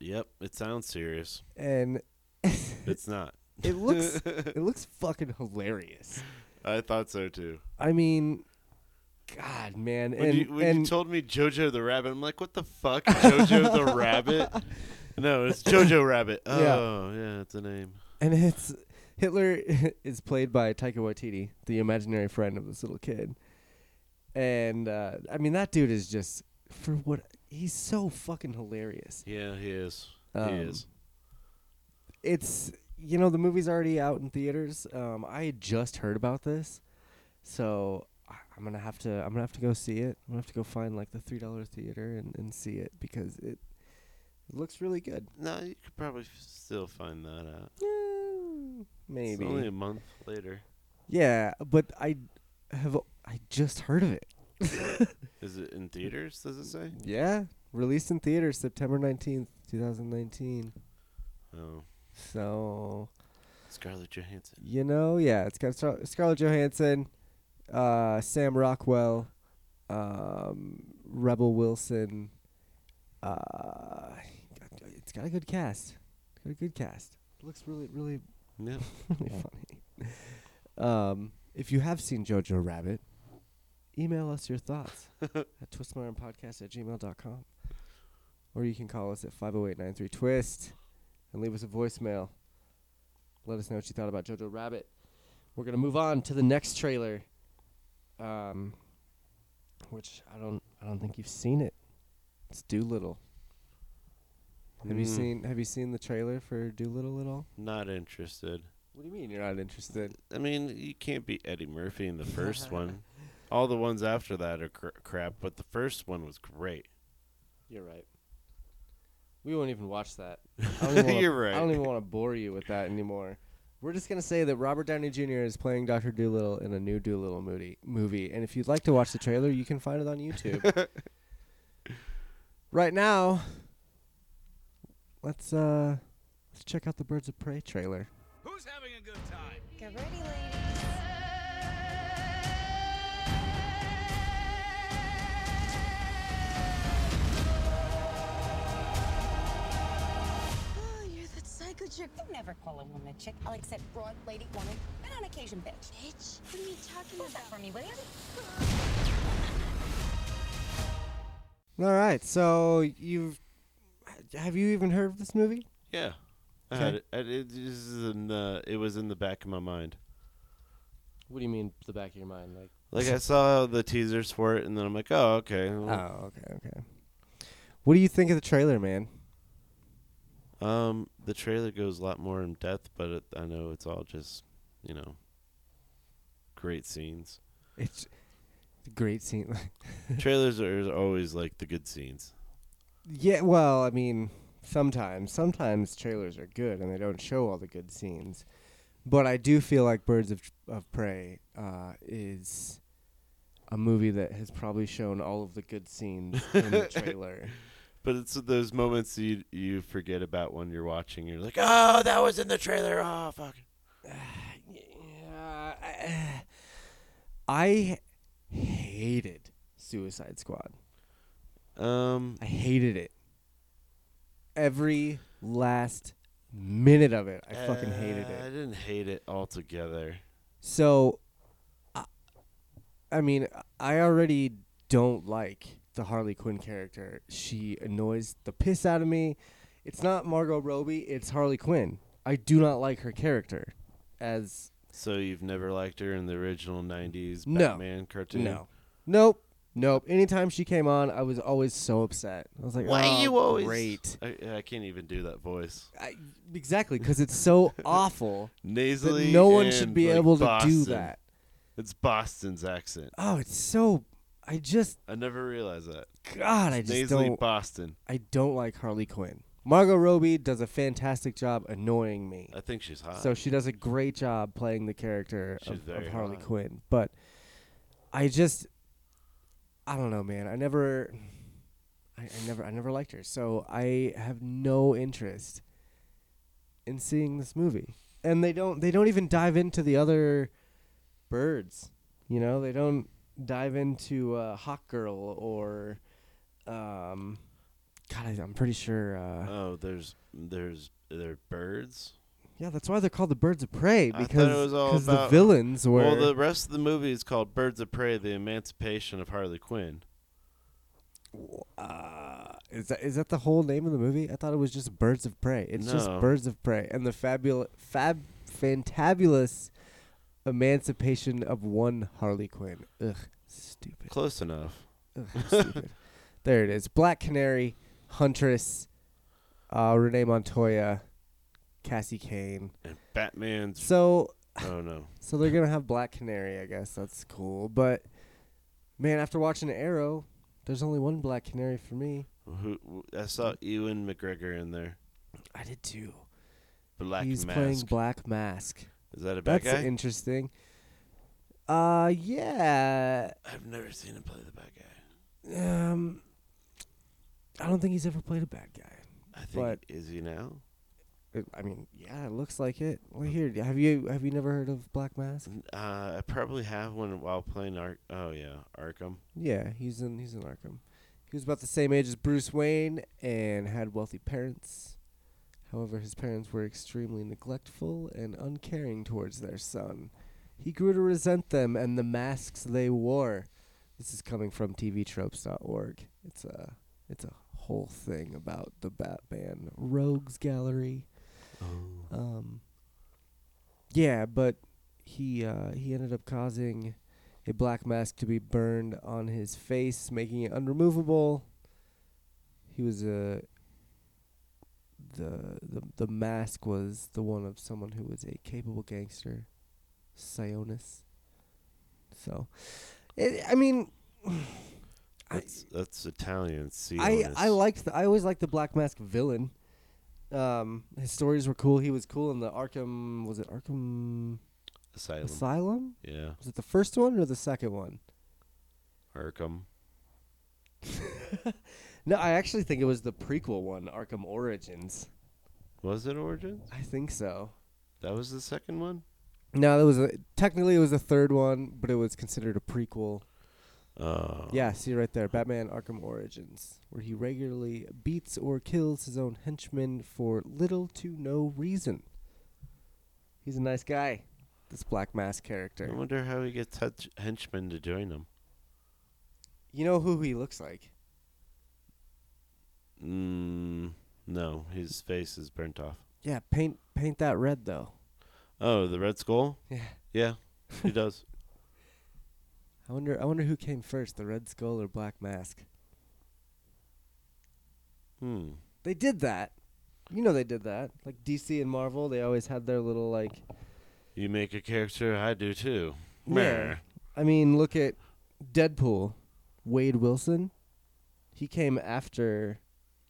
Speaker 6: Yep, it sounds serious.
Speaker 1: and
Speaker 6: It's not.
Speaker 1: it looks it looks fucking hilarious.
Speaker 6: I thought so too.
Speaker 1: I mean, God, man,
Speaker 6: When,
Speaker 1: and
Speaker 6: you, when
Speaker 1: and
Speaker 6: you told me Jojo the Rabbit, I'm like, what the fuck, Jojo the Rabbit? No, it's Jojo Rabbit.
Speaker 1: Yeah.
Speaker 6: Oh, yeah, it's a name.
Speaker 1: and it's Hitler is played by Taika Waititi, the imaginary friend of this little kid, and uh, I mean that dude is just for what he's so fucking hilarious.
Speaker 6: Yeah, he is.
Speaker 1: Um,
Speaker 6: he is.
Speaker 1: it's you know the movie's already out in theaters. Um, I had just heard about this, so I- I'm gonna have to I'm gonna have to go see it. I'm gonna have to go find like the three dollar theater and, and see it because it, it looks really good.
Speaker 6: No, you could probably f- still find that out.
Speaker 1: Eh, Maybe
Speaker 6: It's only a month later.
Speaker 1: yeah, but I have I just heard of it.
Speaker 6: Is it in theaters? Does it say?
Speaker 1: Yeah, released in theaters September nineteenth, two thousand nineteen.
Speaker 6: Oh,
Speaker 1: So
Speaker 6: Scarlett Johansson.
Speaker 1: You know, yeah, it's got Scar- Scarlett Johansson, uh, Sam Rockwell, um, Rebel Wilson. Uh, it's got a good cast. It's got a good cast. looks really, really,
Speaker 6: Yep.
Speaker 1: really funny. Um, if you have seen Jojo Rabbit, email us your thoughts at twistmyarmpodcast at gmail.com. Or you can call us at 508 twist and leave us a voicemail. Let us know what you thought about Jojo Rabbit. We're going to move on to the next trailer, um, which I don't, I don't think you've seen it. It's Doolittle. Have you
Speaker 6: Mm.
Speaker 1: seen Have you seen the trailer for Doolittle at all?
Speaker 6: Not interested.
Speaker 1: What do you mean you're not interested?
Speaker 6: I mean, you can't beat Eddie Murphy in the first one. All the ones after that are cr- crap, but the first one was great.
Speaker 1: You're right. We won't even watch that. I don't even wanna,
Speaker 6: You're
Speaker 1: I don't
Speaker 6: right.
Speaker 1: even want to bore you with that anymore. We're just gonna say that Robert Downey Jr. is playing Doctor Doolittle in a new Doolittle movie. Movie, and if you'd like to watch the trailer, you can find it on YouTube. right now, let's uh, let's check out the Birds of Prey trailer.
Speaker 7: Get ready, ladies.
Speaker 8: Oh, you're that psycho chick.
Speaker 7: Don't never call a woman a chick. I'll accept broad, lady, woman, and on occasion, bitch.
Speaker 8: Bitch, what are you talking
Speaker 7: Hold that for
Speaker 8: about?
Speaker 7: me, will you?
Speaker 1: All right, so you've have you even heard of this movie?
Speaker 6: Yeah. I
Speaker 1: Okay.
Speaker 6: had it. I, it, this is in the, it was in the back of my mind.
Speaker 1: What do you mean, the back of your mind, like?
Speaker 6: Like, I saw the teasers for it, and then I'm like, oh, okay. well,
Speaker 1: Oh, okay, okay. What do you think of the trailer, man?
Speaker 6: Um, the trailer goes a lot more in depth, but it, I know it's all just, you know, great scenes.
Speaker 1: It's a great scene.
Speaker 6: Trailers are always like the good scenes.
Speaker 1: yeah, well, I mean, sometimes, sometimes trailers are good and they don't show all the good scenes. But I do feel like Birds of, of Prey uh, is a movie that has probably shown all of the good scenes in the trailer.
Speaker 6: But it's those moments you you forget about when you're watching. You're like, oh, that was in the trailer. Oh, fuck.
Speaker 1: Uh, I hated Suicide Squad.
Speaker 6: Um,
Speaker 1: I hated it. Every last minute of it, I fucking hated
Speaker 6: uh, I
Speaker 1: it.
Speaker 6: didn't hate it altogether.
Speaker 1: So, I, I mean, I already don't like the Harley Quinn character. She annoys the piss out of me. It's not Margot Robbie, it's Harley Quinn. I do not like her character as
Speaker 6: So you've never liked her in the original '90s
Speaker 1: No.
Speaker 6: Batman cartoon?
Speaker 1: No. Nope. Nope. Anytime she came on, I was always so upset. I was like,
Speaker 6: Why
Speaker 1: "Oh,
Speaker 6: are you always?
Speaker 1: great?"
Speaker 6: I, I can't even do that voice.
Speaker 1: I, exactly, because it's so awful that
Speaker 6: Nasally.
Speaker 1: no one should
Speaker 6: and,
Speaker 1: be
Speaker 6: like,
Speaker 1: able to do
Speaker 6: Boston.
Speaker 1: that.
Speaker 6: It's Boston's accent.
Speaker 1: Oh, it's so. I just
Speaker 6: I never realized that.
Speaker 1: God, I just
Speaker 6: Nasally
Speaker 1: don't.
Speaker 6: Boston.
Speaker 1: I don't like Harley Quinn. Margot Robbie does a fantastic job annoying me.
Speaker 6: I think she's hot.
Speaker 1: So she does a great job playing the character
Speaker 6: She's
Speaker 1: of, of
Speaker 6: very
Speaker 1: Harley
Speaker 6: hot.
Speaker 1: Quinn. But I just, I don't know, man. I never, I, I never, I never liked her. So I have no interest in seeing this movie. And they don't, they don't even dive into the other birds. You know, they don't dive into uh, Hawk Girl or, um, God, I, I'm pretty sure. Uh,
Speaker 6: oh, there's there's there birds.
Speaker 1: yeah, that's why they're called the Birds of Prey
Speaker 6: I thought it
Speaker 1: because
Speaker 6: was all
Speaker 1: 'cause the
Speaker 6: about-
Speaker 1: villains were.
Speaker 6: Well, the rest of the movie is called Birds of Prey: The Emancipation of Harley Quinn.
Speaker 1: Uh, is that is that the whole name of the movie? I thought it was just Birds of Prey. It's just
Speaker 6: No.
Speaker 1: Birds of Prey and the fabul fab fantabulous emancipation of one Harley Quinn. Ugh, stupid.
Speaker 6: Close enough.
Speaker 1: Ugh, stupid. There it is. Black Canary, Huntress, uh, Renee Montoya, Cassie Kane.
Speaker 6: And Batman's.
Speaker 1: So
Speaker 6: oh no.
Speaker 1: so they're gonna have Black Canary, I guess. That's cool. But man, after watching Arrow, there's only one Black Canary for me.
Speaker 6: Who, who- I saw Ewan McGregor in there.
Speaker 1: I did too.
Speaker 6: Black
Speaker 1: He's
Speaker 6: Mask.
Speaker 1: playing Black Mask.
Speaker 6: Is that a bad
Speaker 1: That's
Speaker 6: guy?
Speaker 1: interesting. Uh, yeah.
Speaker 6: I've never seen him play the bad guy.
Speaker 1: Um, I don't think he's ever played a bad guy.
Speaker 6: I think
Speaker 1: But-
Speaker 6: is he now?
Speaker 1: Uh, I mean, yeah, it looks like it. Well, here, have you have you never heard of Black Mask?
Speaker 6: N- Uh, I probably have one while playing Ark. Oh yeah, Arkham.
Speaker 1: Yeah, he's in he's in Arkham. He was about the same age as Bruce Wayne and had wealthy parents. However, his parents were extremely neglectful and uncaring towards their son. He grew to resent them and the masks they wore. This is coming from TVTropes.org. It's a it's a whole thing about the Batman Rogues Gallery.
Speaker 4: Oh.
Speaker 1: Um, yeah, but he uh, he ended up causing a black mask to be burned on his face, making it unremovable. He was a the the the mask was the one of someone who was a capable gangster, Sionis. So, it, I mean, I-
Speaker 6: That's that's Italian. See,
Speaker 1: I I liked the, I always liked the Black Mask villain. Um, his stories were cool. He was cool in the Arkham. Was it Arkham
Speaker 6: Asylum.
Speaker 1: Asylum?
Speaker 6: yeah,
Speaker 1: Was it the first one or the second one?
Speaker 6: Arkham.
Speaker 1: No, I actually think it was the prequel one, Arkham Origins.
Speaker 6: Was it Origins?
Speaker 1: I think so.
Speaker 6: That was the second one.
Speaker 1: No, that was a, technically it was the third one, but it was considered a prequel.
Speaker 6: Oh.
Speaker 1: Yeah, see right there, Batman Arkham Origins, where he regularly beats or kills his own henchmen for little to no reason. He's a nice guy, this Black Mask
Speaker 6: I
Speaker 1: character.
Speaker 6: wonder how he gets hench- henchmen to join him.
Speaker 1: You know who he looks like?
Speaker 6: Mm, no, his face is burnt off.
Speaker 1: Yeah, paint paint that red though.
Speaker 6: Oh, the Red Skull.
Speaker 1: Yeah.
Speaker 6: Yeah, he does.
Speaker 1: I wonder I wonder who came first, the Red Skull or Black Mask.
Speaker 6: Hmm.
Speaker 1: They did that. You know they did that. Like DC and Marvel, they always had their little like
Speaker 6: You make a character, I do too.
Speaker 1: Yeah. I mean, look at Deadpool. Wade Wilson, he came after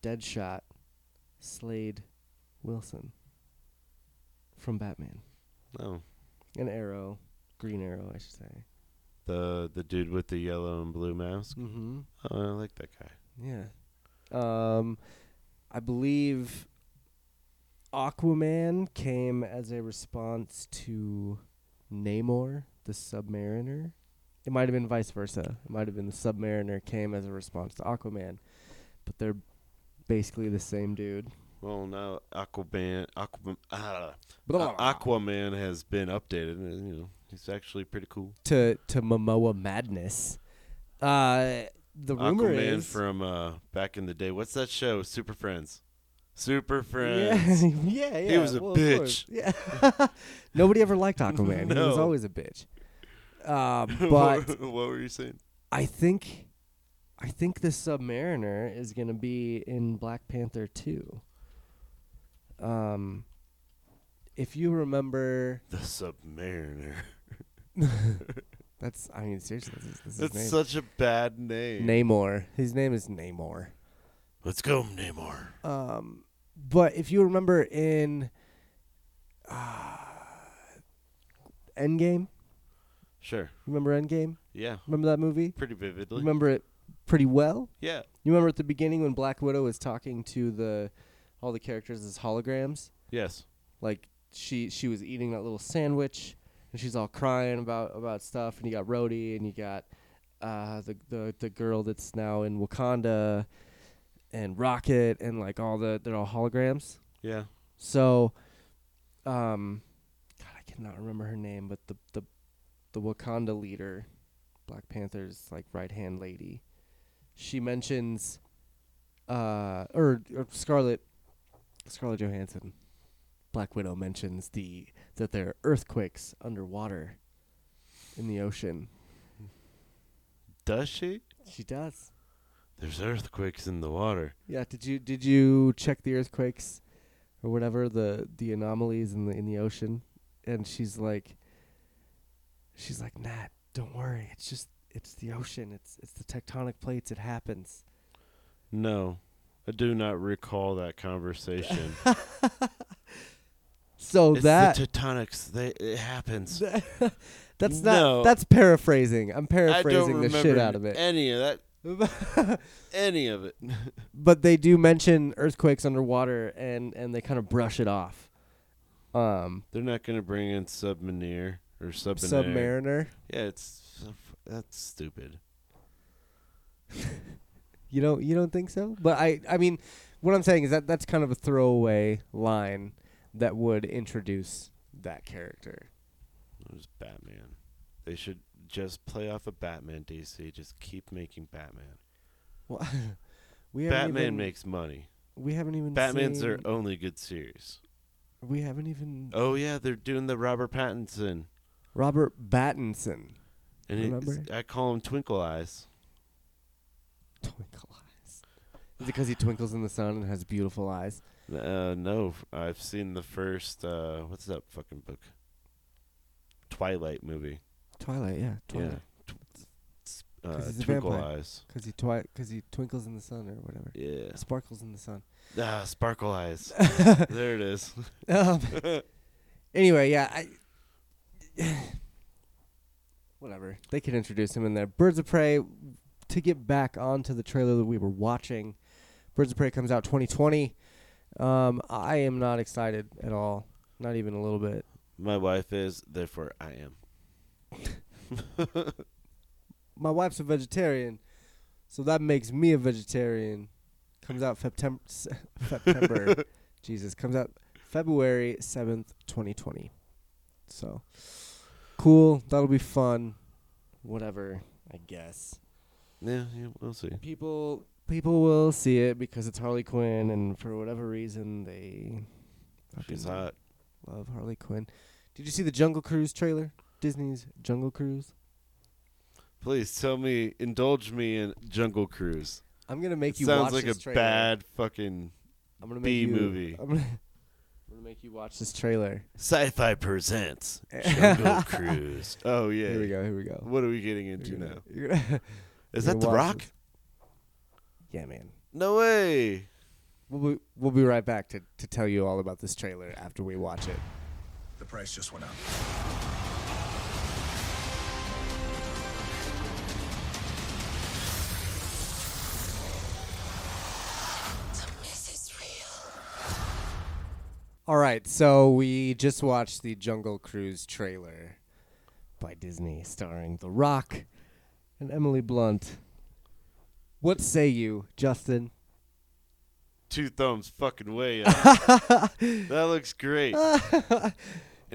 Speaker 1: Deadshot, Slade Wilson from Batman.
Speaker 6: Meh. Oh,
Speaker 1: An arrow, green arrow, I should say.
Speaker 6: the the dude with the yellow and blue mask.
Speaker 1: Mm-hmm.
Speaker 6: Oh, I like that guy.
Speaker 1: Yeah. Um, I believe Aquaman came as a response to Namor, the Submariner. It might have been vice versa. It might have been the Submariner came as a response to Aquaman, but they're basically the same dude.
Speaker 6: Well, now Aquaman, Aquaman, uh,
Speaker 1: Blah.
Speaker 6: Aquaman has been updated. And, you know, he's actually pretty cool.
Speaker 1: To to Momoa madness. Uh, the rumor
Speaker 6: Aquaman
Speaker 1: is
Speaker 6: from uh, back in the day. What's that show? Super Friends. Super Friends.
Speaker 1: Yeah, yeah, yeah.
Speaker 6: He was a
Speaker 1: well, of course.
Speaker 6: bitch.
Speaker 1: Yeah. Nobody ever liked Aquaman. He was
Speaker 6: No.
Speaker 1: always a bitch. Uh,
Speaker 6: What-
Speaker 1: but
Speaker 6: what, were you saying?
Speaker 1: I think, I think the Submariner is gonna be in Black Panther two. Um, if you remember,
Speaker 6: The Submariner.
Speaker 1: that's I mean seriously, this is, this is
Speaker 6: That's
Speaker 1: his name.
Speaker 6: such a bad name.
Speaker 1: Namor. His name is Namor.
Speaker 6: Let's go, Namor.
Speaker 1: Um, but if you remember in uh, Endgame,
Speaker 6: Sure.
Speaker 1: remember Endgame?
Speaker 6: Yeah.
Speaker 1: Remember that movie?
Speaker 6: Pretty vividly.
Speaker 1: Remember it pretty well?
Speaker 6: Yeah.
Speaker 1: You remember at the beginning when Black Widow was talking to the all the characters as holograms?
Speaker 6: Yes.
Speaker 1: Like she she was eating that little sandwich and she's all crying about about stuff and you got Rhodey and you got uh the the the girl that's now in Wakanda and Rocket and like all the they're all holograms.
Speaker 6: Yeah.
Speaker 1: So um God, I cannot remember her name, but the the the Wakanda leader, Black Panther's like right hand lady, she mentions, uh, or, or Scarlet, Scarlett Johansson, Black Widow mentions the that there are earthquakes underwater, in the ocean.
Speaker 6: Does she?
Speaker 1: She does.
Speaker 6: There's earthquakes in the water.
Speaker 1: Yeah. Did you did you check the earthquakes, or whatever the the anomalies in the in the ocean? And she's like. She's like, Nat, don't worry. It's just it's the ocean. It's it's the tectonic plates. It happens.
Speaker 6: No. I do not recall that conversation.
Speaker 1: So
Speaker 6: it's
Speaker 1: Oh, that
Speaker 6: the tectonics. They, it happens.
Speaker 1: that's not
Speaker 6: No.
Speaker 1: that's paraphrasing. I'm
Speaker 6: I don't
Speaker 1: paraphrasing the
Speaker 6: remember
Speaker 1: shit out of it.
Speaker 6: any of that. Any of it.
Speaker 1: but they do mention earthquakes underwater and and they kind of brush it off. Um
Speaker 6: They're not going to bring in Submariner or Submariner.
Speaker 1: Submariner.
Speaker 6: Yeah, it's that's stupid.
Speaker 1: You don't you don't think so? But I I mean what I'm saying is that that's kind of a throwaway line that would introduce that character.
Speaker 6: It was Batman. They should just play off of Batman DC. Just keep making Batman.
Speaker 1: Well, we haven't
Speaker 6: Batman
Speaker 1: even,
Speaker 6: makes money.
Speaker 1: we haven't even
Speaker 6: Batman's their
Speaker 1: seen-
Speaker 6: only good series.
Speaker 1: we haven't even
Speaker 6: Oh yeah, they're doing the Robert Pattinson,
Speaker 1: Robert Battinson.
Speaker 6: and he-
Speaker 1: Remember?
Speaker 6: I call him Twinkle Eyes.
Speaker 1: Twinkle eyes. Is it because he twinkles in the sun and has beautiful eyes?
Speaker 6: Uh, no, f- I've seen the first. Uh, what's that fucking book? Twilight movie.
Speaker 1: Twilight, yeah,
Speaker 6: Yeah.
Speaker 1: Twilight.
Speaker 6: Tw- s-
Speaker 1: 'Cause
Speaker 6: uh,
Speaker 1: he's a
Speaker 6: Twinkle
Speaker 1: vampire.
Speaker 6: Eyes.
Speaker 1: Because he twi- cause he twinkles in the sun or whatever.
Speaker 6: Yeah.
Speaker 1: Sparkles in the sun.
Speaker 6: Ah, Sparkle Eyes. there it is.
Speaker 1: Um, anyway, yeah, I. whatever. They could introduce him in there. Birds of Prey. To get back onto the trailer that we were watching, Birds of Prey comes out 2020. Um, I am not excited at all. Not even a little bit.
Speaker 6: My wife is, therefore I am.
Speaker 1: my wife's a vegetarian, so that makes me a vegetarian. Comes out September. September. Jesus comes out February seventh, twenty twenty. So cool. That'll be fun. Whatever. I guess
Speaker 6: Yeah, yeah, we'll see.
Speaker 1: people people will see it because it's Harley Quinn, and for whatever reason they
Speaker 6: She's
Speaker 1: fucking
Speaker 6: hot.
Speaker 1: love Harley Quinn. Did you see the Jungle Cruise trailer? Disney's Jungle Cruise.
Speaker 6: Please tell me, indulge me in Jungle Cruise.
Speaker 1: I'm gonna make
Speaker 6: It
Speaker 1: you
Speaker 6: sounds
Speaker 1: watch
Speaker 6: like a
Speaker 1: this trailer.
Speaker 6: bad fucking
Speaker 1: I'm gonna
Speaker 6: B
Speaker 1: make you,
Speaker 6: movie.
Speaker 1: I'm gonna, I'm gonna make you watch this trailer.
Speaker 6: sci-fi presents Jungle Cruise. Oh yeah.
Speaker 1: Here we go. Here we go.
Speaker 6: What are we getting
Speaker 1: You're
Speaker 6: into
Speaker 1: gonna-
Speaker 6: now?
Speaker 1: you're gonna-
Speaker 6: Is
Speaker 1: you're gonna
Speaker 6: that The
Speaker 1: watch
Speaker 6: Rock?
Speaker 1: this. Yeah, man.
Speaker 6: No way.
Speaker 1: We'll be, we'll be right back to, to tell you all about this trailer after we watch it.
Speaker 9: The price just went up.
Speaker 1: All right, so we just watched the Jungle Cruise trailer by Disney, starring The Rock and Emily Blunt. What say you, Justin?
Speaker 6: Two thumbs fucking way up. that looks great. and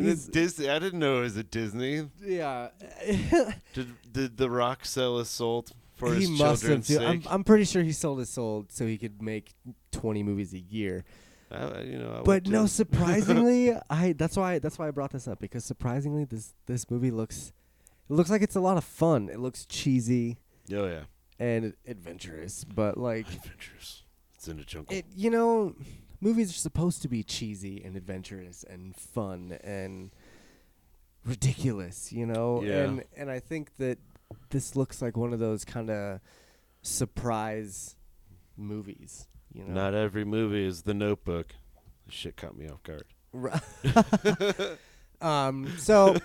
Speaker 6: it's Disney. I didn't know it was a Disney.
Speaker 1: Yeah,
Speaker 6: Did did The Rock sell his soul for
Speaker 1: he
Speaker 6: his
Speaker 1: must have.
Speaker 6: children's
Speaker 1: Too. I'm,
Speaker 6: sake?
Speaker 1: I'm pretty sure he sold his soul so he could make 20 movies a year.
Speaker 6: I- Uh, you know, I would
Speaker 1: But no,
Speaker 6: too.
Speaker 1: surprisingly, I that's why that's why I brought this up because surprisingly, this this movie looks it looks like it's a lot of fun. It looks cheesy
Speaker 6: oh yeah,
Speaker 1: and adventurous, but like
Speaker 6: adventures. It's in the jungle.
Speaker 1: it, you know, movies are supposed to be cheesy and adventurous and fun and ridiculous, you know?
Speaker 6: Yeah.
Speaker 1: And and I think that this looks like one of those kind of surprise movies, you know.
Speaker 6: Not every movie is The Notebook. This shit caught me off guard.
Speaker 1: Ri- um so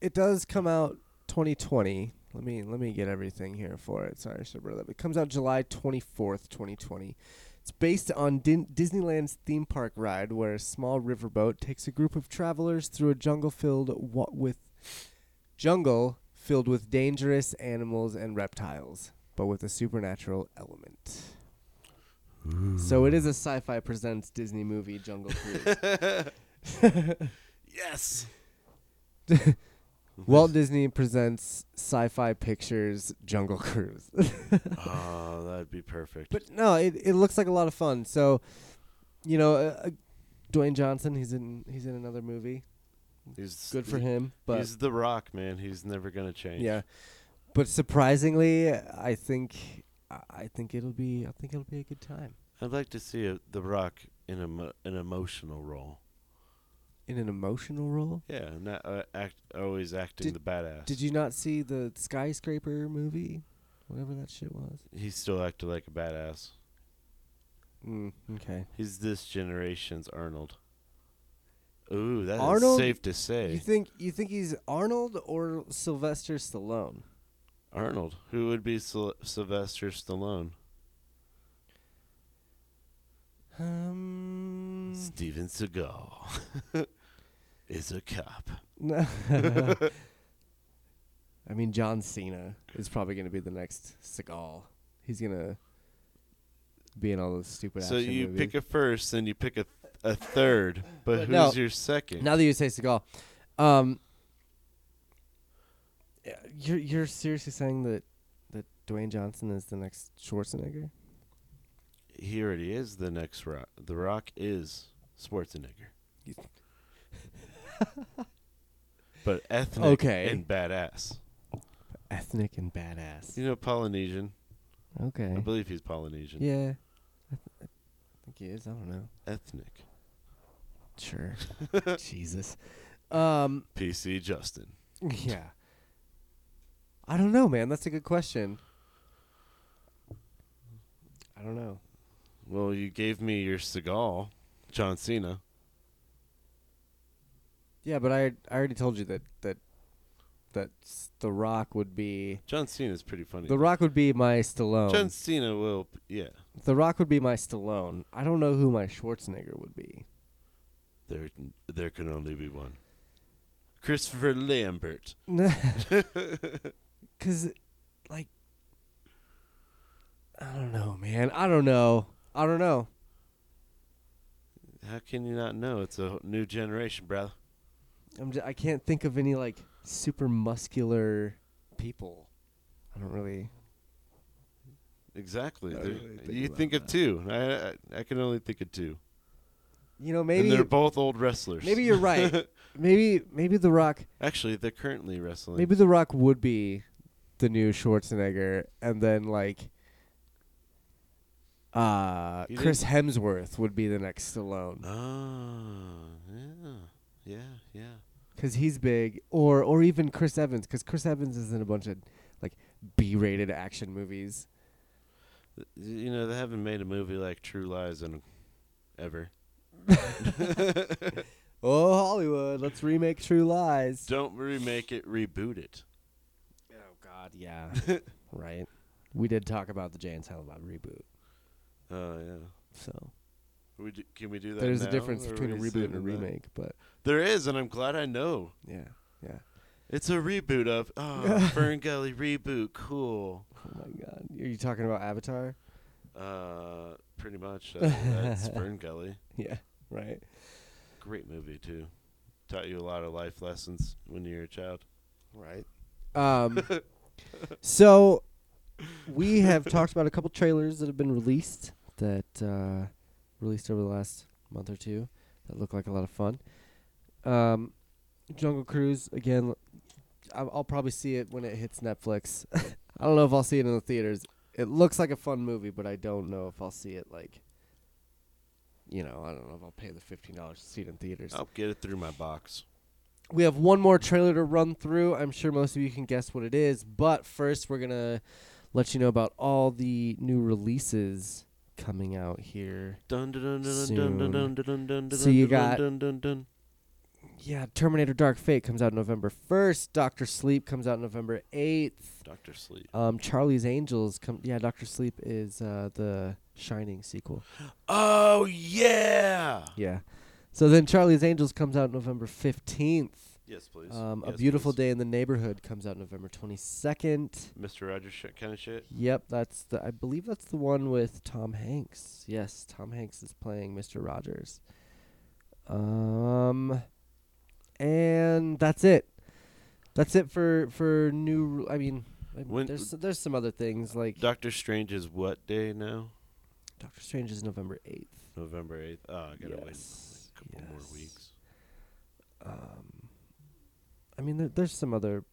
Speaker 1: it does come out 2020. Let me let me get everything here for it. Sorry, I should have brought it up. It comes out July 24th, 2020. It's based on Din- Disneyland's theme park ride, where a small riverboat takes a group of travelers through a jungle filled wa- with jungle filled with dangerous animals and reptiles, but with a supernatural element. So it is a sci-fi presents Disney movie Jungle Cruise.
Speaker 6: Yes.
Speaker 1: Walt Disney presents sci-fi pictures Jungle Cruise.
Speaker 6: Oh, that'd be perfect.
Speaker 1: But no, it, it looks like a lot of fun. So, you know, uh, uh, Dwayne Johnson, he's in he's in another movie.
Speaker 6: he's
Speaker 1: Good for him, but
Speaker 6: he's The Rock, man. He's never gonna change.
Speaker 1: yeah. But surprisingly, I think I- I think it'll be I think it'll be a good time
Speaker 6: I'd like to see a, The Rock in a mo- an emotional role.
Speaker 1: in an emotional role.
Speaker 6: Yeah, not uh, act always acting
Speaker 1: Did-
Speaker 6: the badass.
Speaker 1: Did you not see the skyscraper movie? Whatever that shit was.
Speaker 6: He still acted like a badass.
Speaker 1: Mm, okay.
Speaker 6: He's this generation's Arnold. Ooh, that's
Speaker 1: Arnold-
Speaker 6: safe to say.
Speaker 1: You think you think he's Arnold or Sylvester Stallone?
Speaker 6: Arnold. Who would be Syl- Sylvester Stallone?
Speaker 1: Um.
Speaker 6: Steven Seagal is a cop.
Speaker 1: No. I mean, John Cena is probably going to be the next Seagal. He's going to be in all those stupid
Speaker 6: So
Speaker 1: action
Speaker 6: you
Speaker 1: movies.
Speaker 6: pick a first, then you pick a, a third,
Speaker 1: But
Speaker 6: but, who's
Speaker 1: no.
Speaker 6: your second?
Speaker 1: now that you say Seagal, um, yeah, you're you're seriously saying that that Dwayne Johnson is the next Schwarzenegger?
Speaker 6: He already is the next Rock. The Rock is Schwarzenegger. but ethnic
Speaker 1: Okay.
Speaker 6: and badass.
Speaker 1: Ethnic and badass.
Speaker 6: You know, Polynesian. I
Speaker 1: Okay.
Speaker 6: believe he's Polynesian.
Speaker 1: Yeah. I, th- I think he is. I don't know.
Speaker 6: Ethnic.
Speaker 1: Sure. Jesus. Um.
Speaker 6: PC Justin.
Speaker 1: Yeah. I don't know, man. That's a good question. I don't know.
Speaker 6: Well, you gave me your Seagal, John Cena.
Speaker 1: Yeah, but I I already told you that that that s- The Rock would be
Speaker 6: John Cena's pretty funny.
Speaker 1: The Rock would be my Stallone.
Speaker 6: John Cena will, yeah.
Speaker 1: the Rock would be my Stallone. I don't know who my Schwarzenegger would be.
Speaker 6: There, there can only be one. Christopher Lambert.
Speaker 1: Cuz like I don't know, man. I don't know. I don't know.
Speaker 6: How can you not know? It's a new generation, brother.
Speaker 1: I'm j- I can't think of any like super muscular people. I don't really
Speaker 6: Exactly.
Speaker 1: I
Speaker 6: There-
Speaker 1: didn't really think
Speaker 6: you
Speaker 1: about
Speaker 6: think of
Speaker 1: that.
Speaker 6: two. I, I I can only think of two.
Speaker 1: You know,
Speaker 6: and
Speaker 1: maybe
Speaker 6: they're both old wrestlers.
Speaker 1: Maybe you're right. maybe maybe The Rock
Speaker 6: Actually, they're currently wrestling.
Speaker 1: maybe The Rock would be the new Schwarzenegger and then like uh
Speaker 6: You
Speaker 1: Chris Hemsworth would be the next Stallone
Speaker 6: Oh, yeah, yeah, yeah.
Speaker 1: cuz he's big or or even Chris Evans cuz Chris Evans is in a bunch of like B-rated action movies.
Speaker 6: Th- You know, they haven't made a movie like True Lies in ever.
Speaker 1: Oh, Hollywood, let's remake True Lies.
Speaker 6: Don't remake it, reboot it.
Speaker 1: Oh God, yeah. right. We did talk about the Jay and Silent Bob reboot,
Speaker 6: Oh yeah.
Speaker 1: so
Speaker 6: We do, can we do that?
Speaker 1: there's a
Speaker 6: now,
Speaker 1: difference
Speaker 6: or are
Speaker 1: between a
Speaker 6: we
Speaker 1: reboot and a
Speaker 6: saving that?
Speaker 1: remake. But
Speaker 6: There is, and I'm glad I know.
Speaker 1: yeah, yeah.
Speaker 6: It's a reboot of oh, Fern Gully reboot. Cool.
Speaker 1: Oh my God, are you talking about Avatar?
Speaker 6: Uh, pretty much. That, that's Fern Gully.
Speaker 1: Yeah, right.
Speaker 6: Great movie too. Taught you a lot of life lessons when you were a child.
Speaker 1: Right. Um, so we have talked about a couple trailers that have been released that uh, released over the last month or two that look like a lot of fun. Um, Jungle Cruise again. I'll, I'll probably see it when it hits Netflix. I don't know if I'll see it in the theaters. It looks like a fun movie, but I don't know if I'll see it like. You know, I don't know if I'll pay the fifteen dollars to see it in theaters.
Speaker 6: I'll get it through my box.
Speaker 1: We have one more trailer to run through. I'm sure most of you can guess what it is, but first we're gonna let you know about all the new releases coming out here.
Speaker 6: Dun dun dun dun
Speaker 1: Soon.
Speaker 6: dun dun dun dun dun dun.
Speaker 1: So you
Speaker 6: dun,
Speaker 1: got-
Speaker 6: dun dun dun.
Speaker 1: Yeah, Terminator Dark Fate comes out November 1st. Doctor Sleep comes out November 8th.
Speaker 6: Doctor Sleep.
Speaker 1: Um, Charlie's Angels come. Yeah, Doctor Sleep is uh, the Shining sequel.
Speaker 6: Oh yeah.
Speaker 1: Yeah. So then Charlie's Angels comes out November 15th.
Speaker 6: Yes, please.
Speaker 1: Um, a
Speaker 6: Yes,
Speaker 1: Beautiful
Speaker 6: please.
Speaker 1: Day in the Neighborhood comes out November 22nd.
Speaker 6: Mr. Rogers shit kind of shit.
Speaker 1: Yep, that's the. I believe that's the one with Tom Hanks. Yes, Tom Hanks is playing Mr. Rogers. Um, and that's it. That's it for for new. I mean, I-
Speaker 6: When-
Speaker 1: there's there's some other things like
Speaker 6: Doctor Strange is what day now?
Speaker 1: Doctor Strange is November eighth.
Speaker 6: November eighth. Oh, I gotta wait
Speaker 1: Yes,
Speaker 6: a couple
Speaker 1: yes.
Speaker 6: more weeks.
Speaker 1: Um, I mean, there, there's some other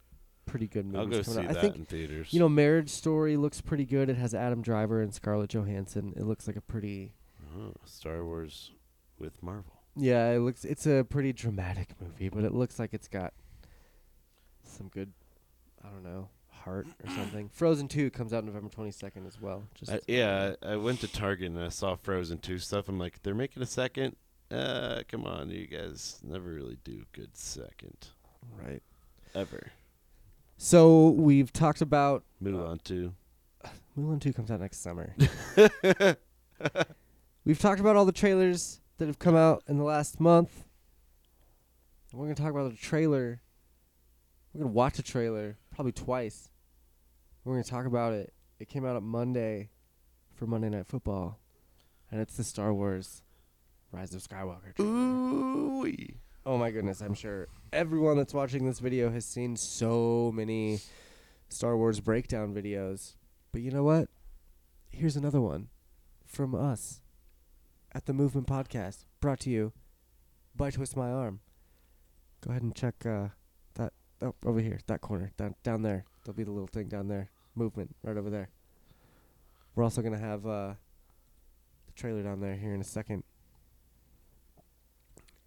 Speaker 1: pretty good movies
Speaker 6: I'll go see
Speaker 1: coming out.
Speaker 6: that
Speaker 1: I think
Speaker 6: in theaters.
Speaker 1: you know, Marriage Story looks pretty good. It has Adam Driver and Scarlett Johansson. It looks like a pretty
Speaker 6: Oh, Star Wars with Marvel.
Speaker 1: Yeah, it looks it's a pretty dramatic movie, but it looks like it's got some good I don't know, heart or something. Frozen 2 comes out November 22nd as well. Just
Speaker 6: I, yeah, I, I went to Target and I saw Frozen Two stuff. I'm like, they're making a second. Uh, come on, you guys never really do good second
Speaker 1: right.
Speaker 6: ever.
Speaker 1: So, we've talked about
Speaker 6: Move on to
Speaker 1: Mulan 2 comes out next summer. we've talked about all the trailers that have come out in the last month. And we're going to talk about a trailer. We're going to watch a trailer probably twice. We're going to talk about it. It came out on Monday for Monday Night Football. And it's the Star Wars Rise of Skywalker trailer.
Speaker 6: ooh.
Speaker 1: Oh my goodness, I'm sure everyone that's watching this video has seen so many Star Wars breakdown videos. But you know what? Here's another one from us at the Movement Podcast, brought to you by Twist My Arm. Go ahead and check uh, that oh, over here, that corner, down down there. There'll be the little thing down there. Movement, right over there. We're also gonna have uh, the trailer down there here in a second.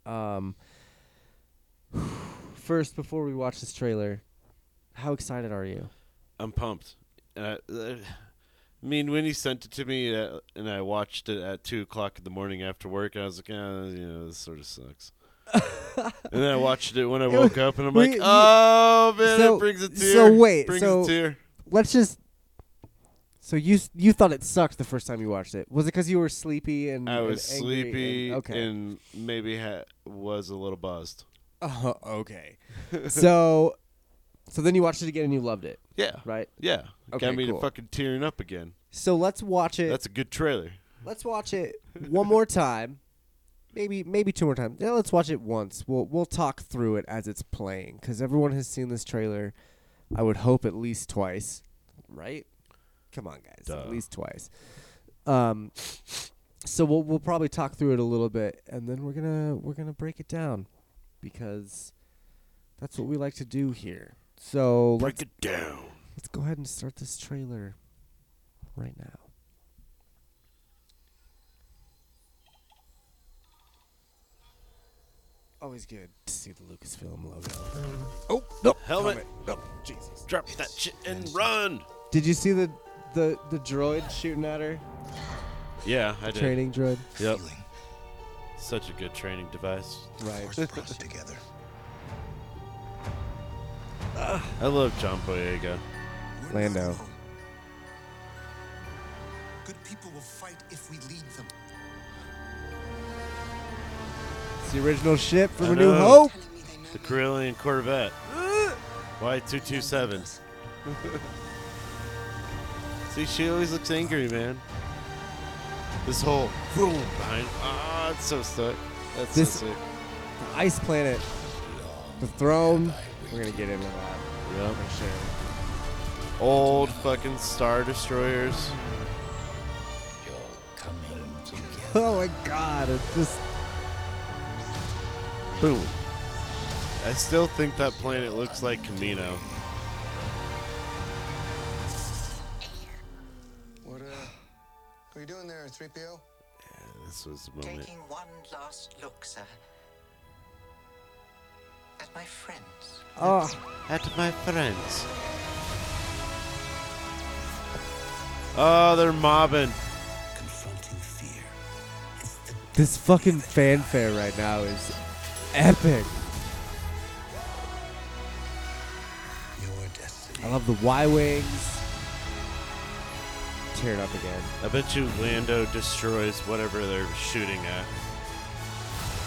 Speaker 1: Um, first, before we watch this trailer, how excited are you?
Speaker 6: I'm pumped. Uh, uh, I mean, when he sent it to me uh, and I watched it at two o'clock in the morning after work, I was like, uh, you know, this sort of sucks. and then I watched it when I woke up, and I'm
Speaker 1: we-
Speaker 6: like,
Speaker 1: we-
Speaker 6: oh man,
Speaker 1: So-
Speaker 6: it brings a
Speaker 1: so
Speaker 6: tear.
Speaker 1: wait,
Speaker 6: brings
Speaker 1: so-
Speaker 6: a tear.
Speaker 1: Let's just. So you s- you thought it sucked the first time you watched it? Was it because you were sleepy and
Speaker 6: I
Speaker 1: and
Speaker 6: was
Speaker 1: angry and-
Speaker 6: sleepy
Speaker 1: okay.
Speaker 6: and maybe ha- was a little buzzed.
Speaker 1: Uh, okay. so, so then you watched it again and you loved it,
Speaker 6: Yeah,
Speaker 1: right?
Speaker 6: yeah.
Speaker 1: Okay,
Speaker 6: Got me
Speaker 1: cool.
Speaker 6: to fucking tearing up again.
Speaker 1: So let's watch it.
Speaker 6: That's a good trailer.
Speaker 1: let's watch it one more time. Maybe maybe two more times. Yeah, let's watch it once. We'll we'll talk through it as it's playing cuz everyone has seen this trailer. I would hope at least twice, right? Come on guys, at
Speaker 6: Duh.
Speaker 1: least twice. Um so we'll we'll probably talk through it a little bit and then we're going to we're going to break it down because that's what we like to do here. So let's
Speaker 6: it down.
Speaker 1: let's go ahead and start this trailer right now. Always good to see the Lucasfilm logo. Oh no!
Speaker 6: Helmet.
Speaker 1: No, Jesus!
Speaker 6: Drop that shit and run.
Speaker 1: Did you see the the the droid shooting at her?
Speaker 6: Yeah, I did.
Speaker 1: Training droid.
Speaker 6: Yep. Such a good training device.
Speaker 1: Right.
Speaker 6: I love John Boyega.
Speaker 1: Lando.
Speaker 9: Good people will fight if we lead them.
Speaker 1: It's the original ship from
Speaker 6: I
Speaker 1: A New
Speaker 6: know.
Speaker 1: Hope.
Speaker 8: Telling me they know
Speaker 6: The Carillion Corvette. Y227. See, she always looks angry, man. This whole boom behind. Ah, it's so sick. That's
Speaker 1: This-
Speaker 6: so sick.
Speaker 1: Ice Planet. The throne. We're gonna get into that
Speaker 6: Yep.
Speaker 1: for sure.
Speaker 6: Old fucking Star Destroyers.
Speaker 1: Oh my god, it's just
Speaker 6: Boom. I still think that planet looks like Camino.
Speaker 2: What, uh, are you doing there, 3PO?
Speaker 6: This was the moment.
Speaker 9: Taking one last look, sir, at my friends.
Speaker 1: oh
Speaker 6: At my friends. Oh, they're mobbing.
Speaker 9: Confronting fear is the
Speaker 1: this fucking fanfare right now is epic.
Speaker 9: your destiny.
Speaker 1: I love the Y Wings. Tear it up again.
Speaker 6: I bet you Lando destroys whatever they're shooting at.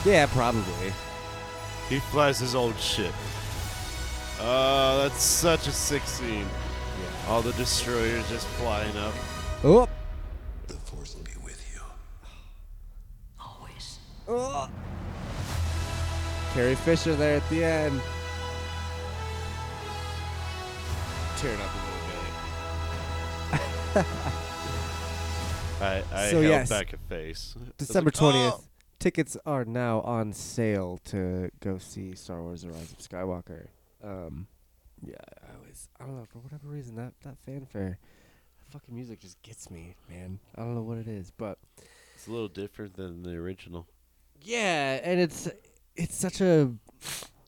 Speaker 1: Yeah, probably.
Speaker 6: He flies his old ship. Oh, that's such a sick scene. All the destroyers just flying up.
Speaker 1: Oh,
Speaker 9: The force will be with you. Always.
Speaker 1: oh. Carrie Fisher there at the end. Tear it up a little bit.
Speaker 6: I, I
Speaker 1: So,
Speaker 6: held
Speaker 1: yes.
Speaker 6: back a face. I was
Speaker 1: December
Speaker 6: like,
Speaker 1: twentieth.
Speaker 6: "Oh!"
Speaker 1: Tickets are now on sale to go see Star Wars: The Rise of Skywalker. Um, yeah, I always, I don't know, for whatever reason, that that fanfare, that fucking music just gets me, man. I don't know what it is, but
Speaker 6: It's a little different than the original.
Speaker 1: yeah, and it's it's such a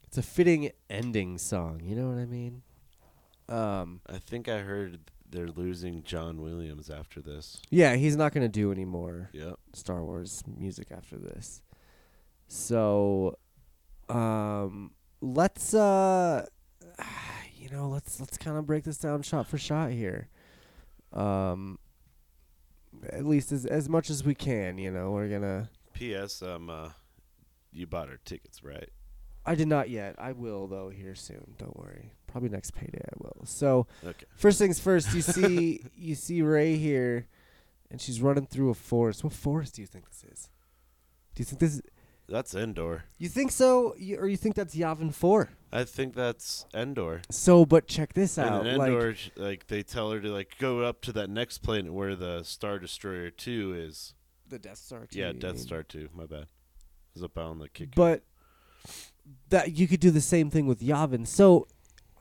Speaker 1: it's a fitting ending song. You know what I mean? Um,
Speaker 6: I think I heard they're losing John Williams after this.
Speaker 1: yeah, he's not gonna do any more
Speaker 6: Yep.
Speaker 1: Star Wars music after this. So um let's uh you know, let's let's kind of break this down shot for shot here. Um at least as as much as we can, you know. We're going to
Speaker 6: P.S. Um, uh, you bought our tickets, right?
Speaker 1: I did not yet. I will though here soon. Don't worry. Probably next payday I will. So
Speaker 6: Okay.
Speaker 1: first things first, you see you see Ray here and she's running through a forest. What forest do you think this is? Do you think this is
Speaker 6: That's Endor.
Speaker 1: You think so, you, or you think that's Yavin Four?
Speaker 6: I think that's Endor.
Speaker 1: So, but check this out.
Speaker 6: And in Endor,
Speaker 1: like,
Speaker 6: sh- like, they tell her to like go up to that next planet where the Star Destroyer Two is.
Speaker 1: the Death Star. Two,
Speaker 6: yeah,
Speaker 1: you
Speaker 6: Death
Speaker 1: mean.
Speaker 6: Star Two. My bad. I was up on the kick.
Speaker 1: But that you could do the same thing with Yavin. So,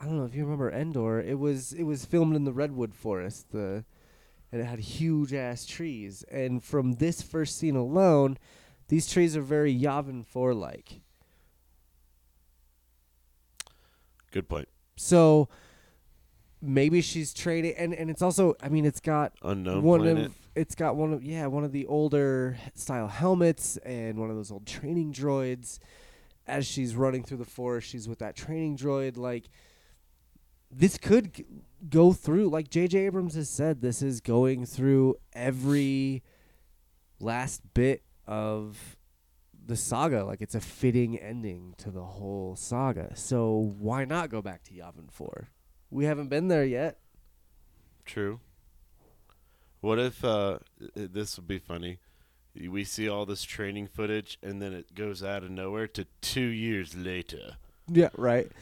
Speaker 1: I don't know if you remember Endor. It was it was filmed in the redwood forest. The and it had huge ass trees. And from this first scene alone, these trees are very Yavin Four like.
Speaker 6: Good point.
Speaker 1: So maybe she's trading, and and it's also. I mean, it's got
Speaker 6: Unknown
Speaker 1: one
Speaker 6: planet.
Speaker 1: of it's got one of yeah one of the older style helmets and one of those old training droids as she's running through the forest she's with that training droid like this could g- go through like jj abrams has said this is going through every last bit of the saga like it's a fitting ending to the whole saga so why not go back to yavin 4 we haven't been there yet
Speaker 6: True. What if uh, i- i- this would be funny? Y- We see all this training footage, and then it goes out of nowhere to two years later.
Speaker 1: yeah right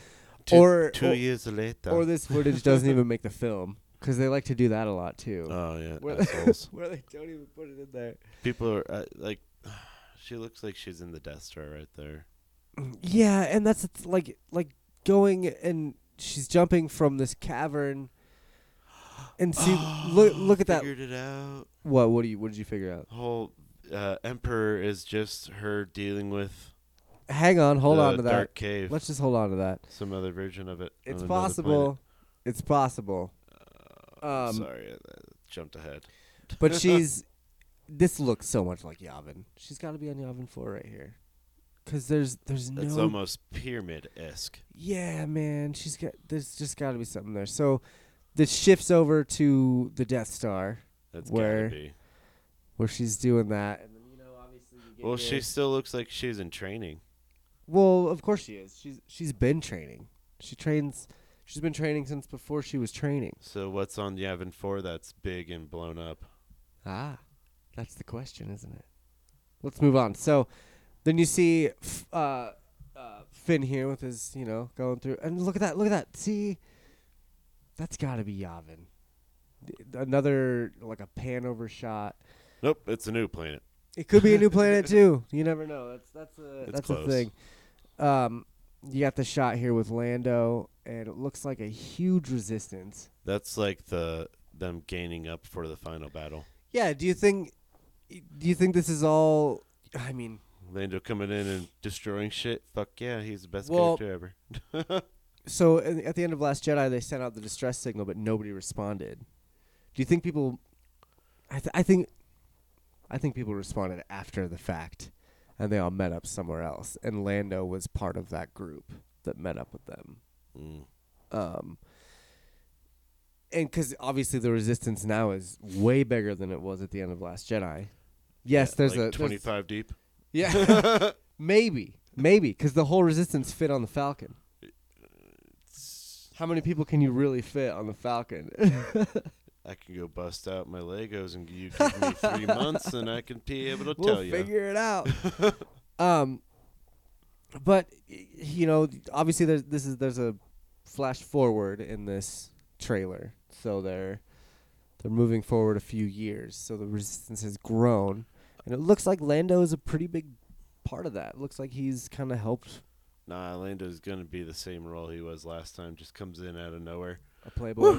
Speaker 6: Two,
Speaker 1: Or-
Speaker 6: two
Speaker 1: or-
Speaker 6: years later.
Speaker 1: or this footage doesn't even make the film because they like to do that a lot too.
Speaker 6: Oh yeah,
Speaker 1: where,
Speaker 6: assholes.
Speaker 1: where they don't even put it in there.
Speaker 6: People are uh, like, she looks like she's in the Death Star right there.
Speaker 1: Yeah, and that's it's like like going and she's jumping from this cavern, and see look look at that.
Speaker 6: Figured it out.
Speaker 1: What what do you what did you figure out?
Speaker 6: Whole uh, Emperor is just her dealing with
Speaker 1: Hang on, hold
Speaker 6: the
Speaker 1: on to that.
Speaker 6: dark cave.
Speaker 1: Let's just hold on to that.
Speaker 6: Some other version of it. on
Speaker 1: It's
Speaker 6: another
Speaker 1: possible. It's possible.
Speaker 6: planet.
Speaker 1: um,
Speaker 6: Sorry, I I jumped ahead.
Speaker 1: but she's this looks so much like Yavin. She's got to be on Yavin floor right here, because there's there's no.
Speaker 6: It's almost pyramid esque.
Speaker 1: yeah, man. She's got. There's just got to be something there. So, this shifts over to the Death Star,
Speaker 6: That's
Speaker 1: Where-
Speaker 6: gotta be.
Speaker 1: where she's doing that. And then, you know, obviously. You get
Speaker 6: Well,
Speaker 1: the-
Speaker 6: she still looks like she's in training.
Speaker 1: Well, of course she is. She's she's been training. She trains. She's been training since before she was training.
Speaker 6: So what's on Yavin Four that's big and blown up?
Speaker 1: Ah, that's the question, isn't it? Let's move on. So, then you see f- uh, uh, Finn here with his, you know, going through, and look at that, look at that. See, that's got to be Yavin. Th- Another like a pan over shot.
Speaker 6: Nope, it's a new planet.
Speaker 1: It could be a new planet too. You never know. That's that's a
Speaker 6: It's
Speaker 1: that's
Speaker 6: close.
Speaker 1: a thing. Um, you got the shot here with Lando, and it looks like a huge resistance.
Speaker 6: That's like the them gaining up for the final battle.
Speaker 1: Yeah. Do you think? Do you think this is all? I mean,
Speaker 6: Lando coming in and destroying shit. Fuck yeah, he's the best
Speaker 1: Well-
Speaker 6: character ever.
Speaker 1: so in- at the end of Last Jedi, they sent out the distress signal, but nobody responded. Do you think people? I th- I think, I think people responded after the fact, and they all met up somewhere else. And Lando was part of that group that met up with them.
Speaker 6: Mm.
Speaker 1: Um, and because obviously the resistance now is way bigger than it was at the end of Last Jedi. Yes, there's
Speaker 6: like
Speaker 1: a there's-
Speaker 6: 25 deep.
Speaker 1: yeah, maybe, maybe because the whole resistance fit on the Falcon. How many people can you really fit on the Falcon?
Speaker 6: I can go bust out my Legos and you give me three months and I can be able to
Speaker 1: we'll
Speaker 6: tell you.
Speaker 1: figure it out. um, but y- you know, obviously there's this is there's a flash forward in this trailer, so they're they're moving forward a few years. So the resistance has grown, and it looks like Lando is a pretty big part of that. looks like he's kind of helped
Speaker 6: Nah, Lando's gonna be the same role he was last time. Just comes in out of nowhere.
Speaker 1: a playboy.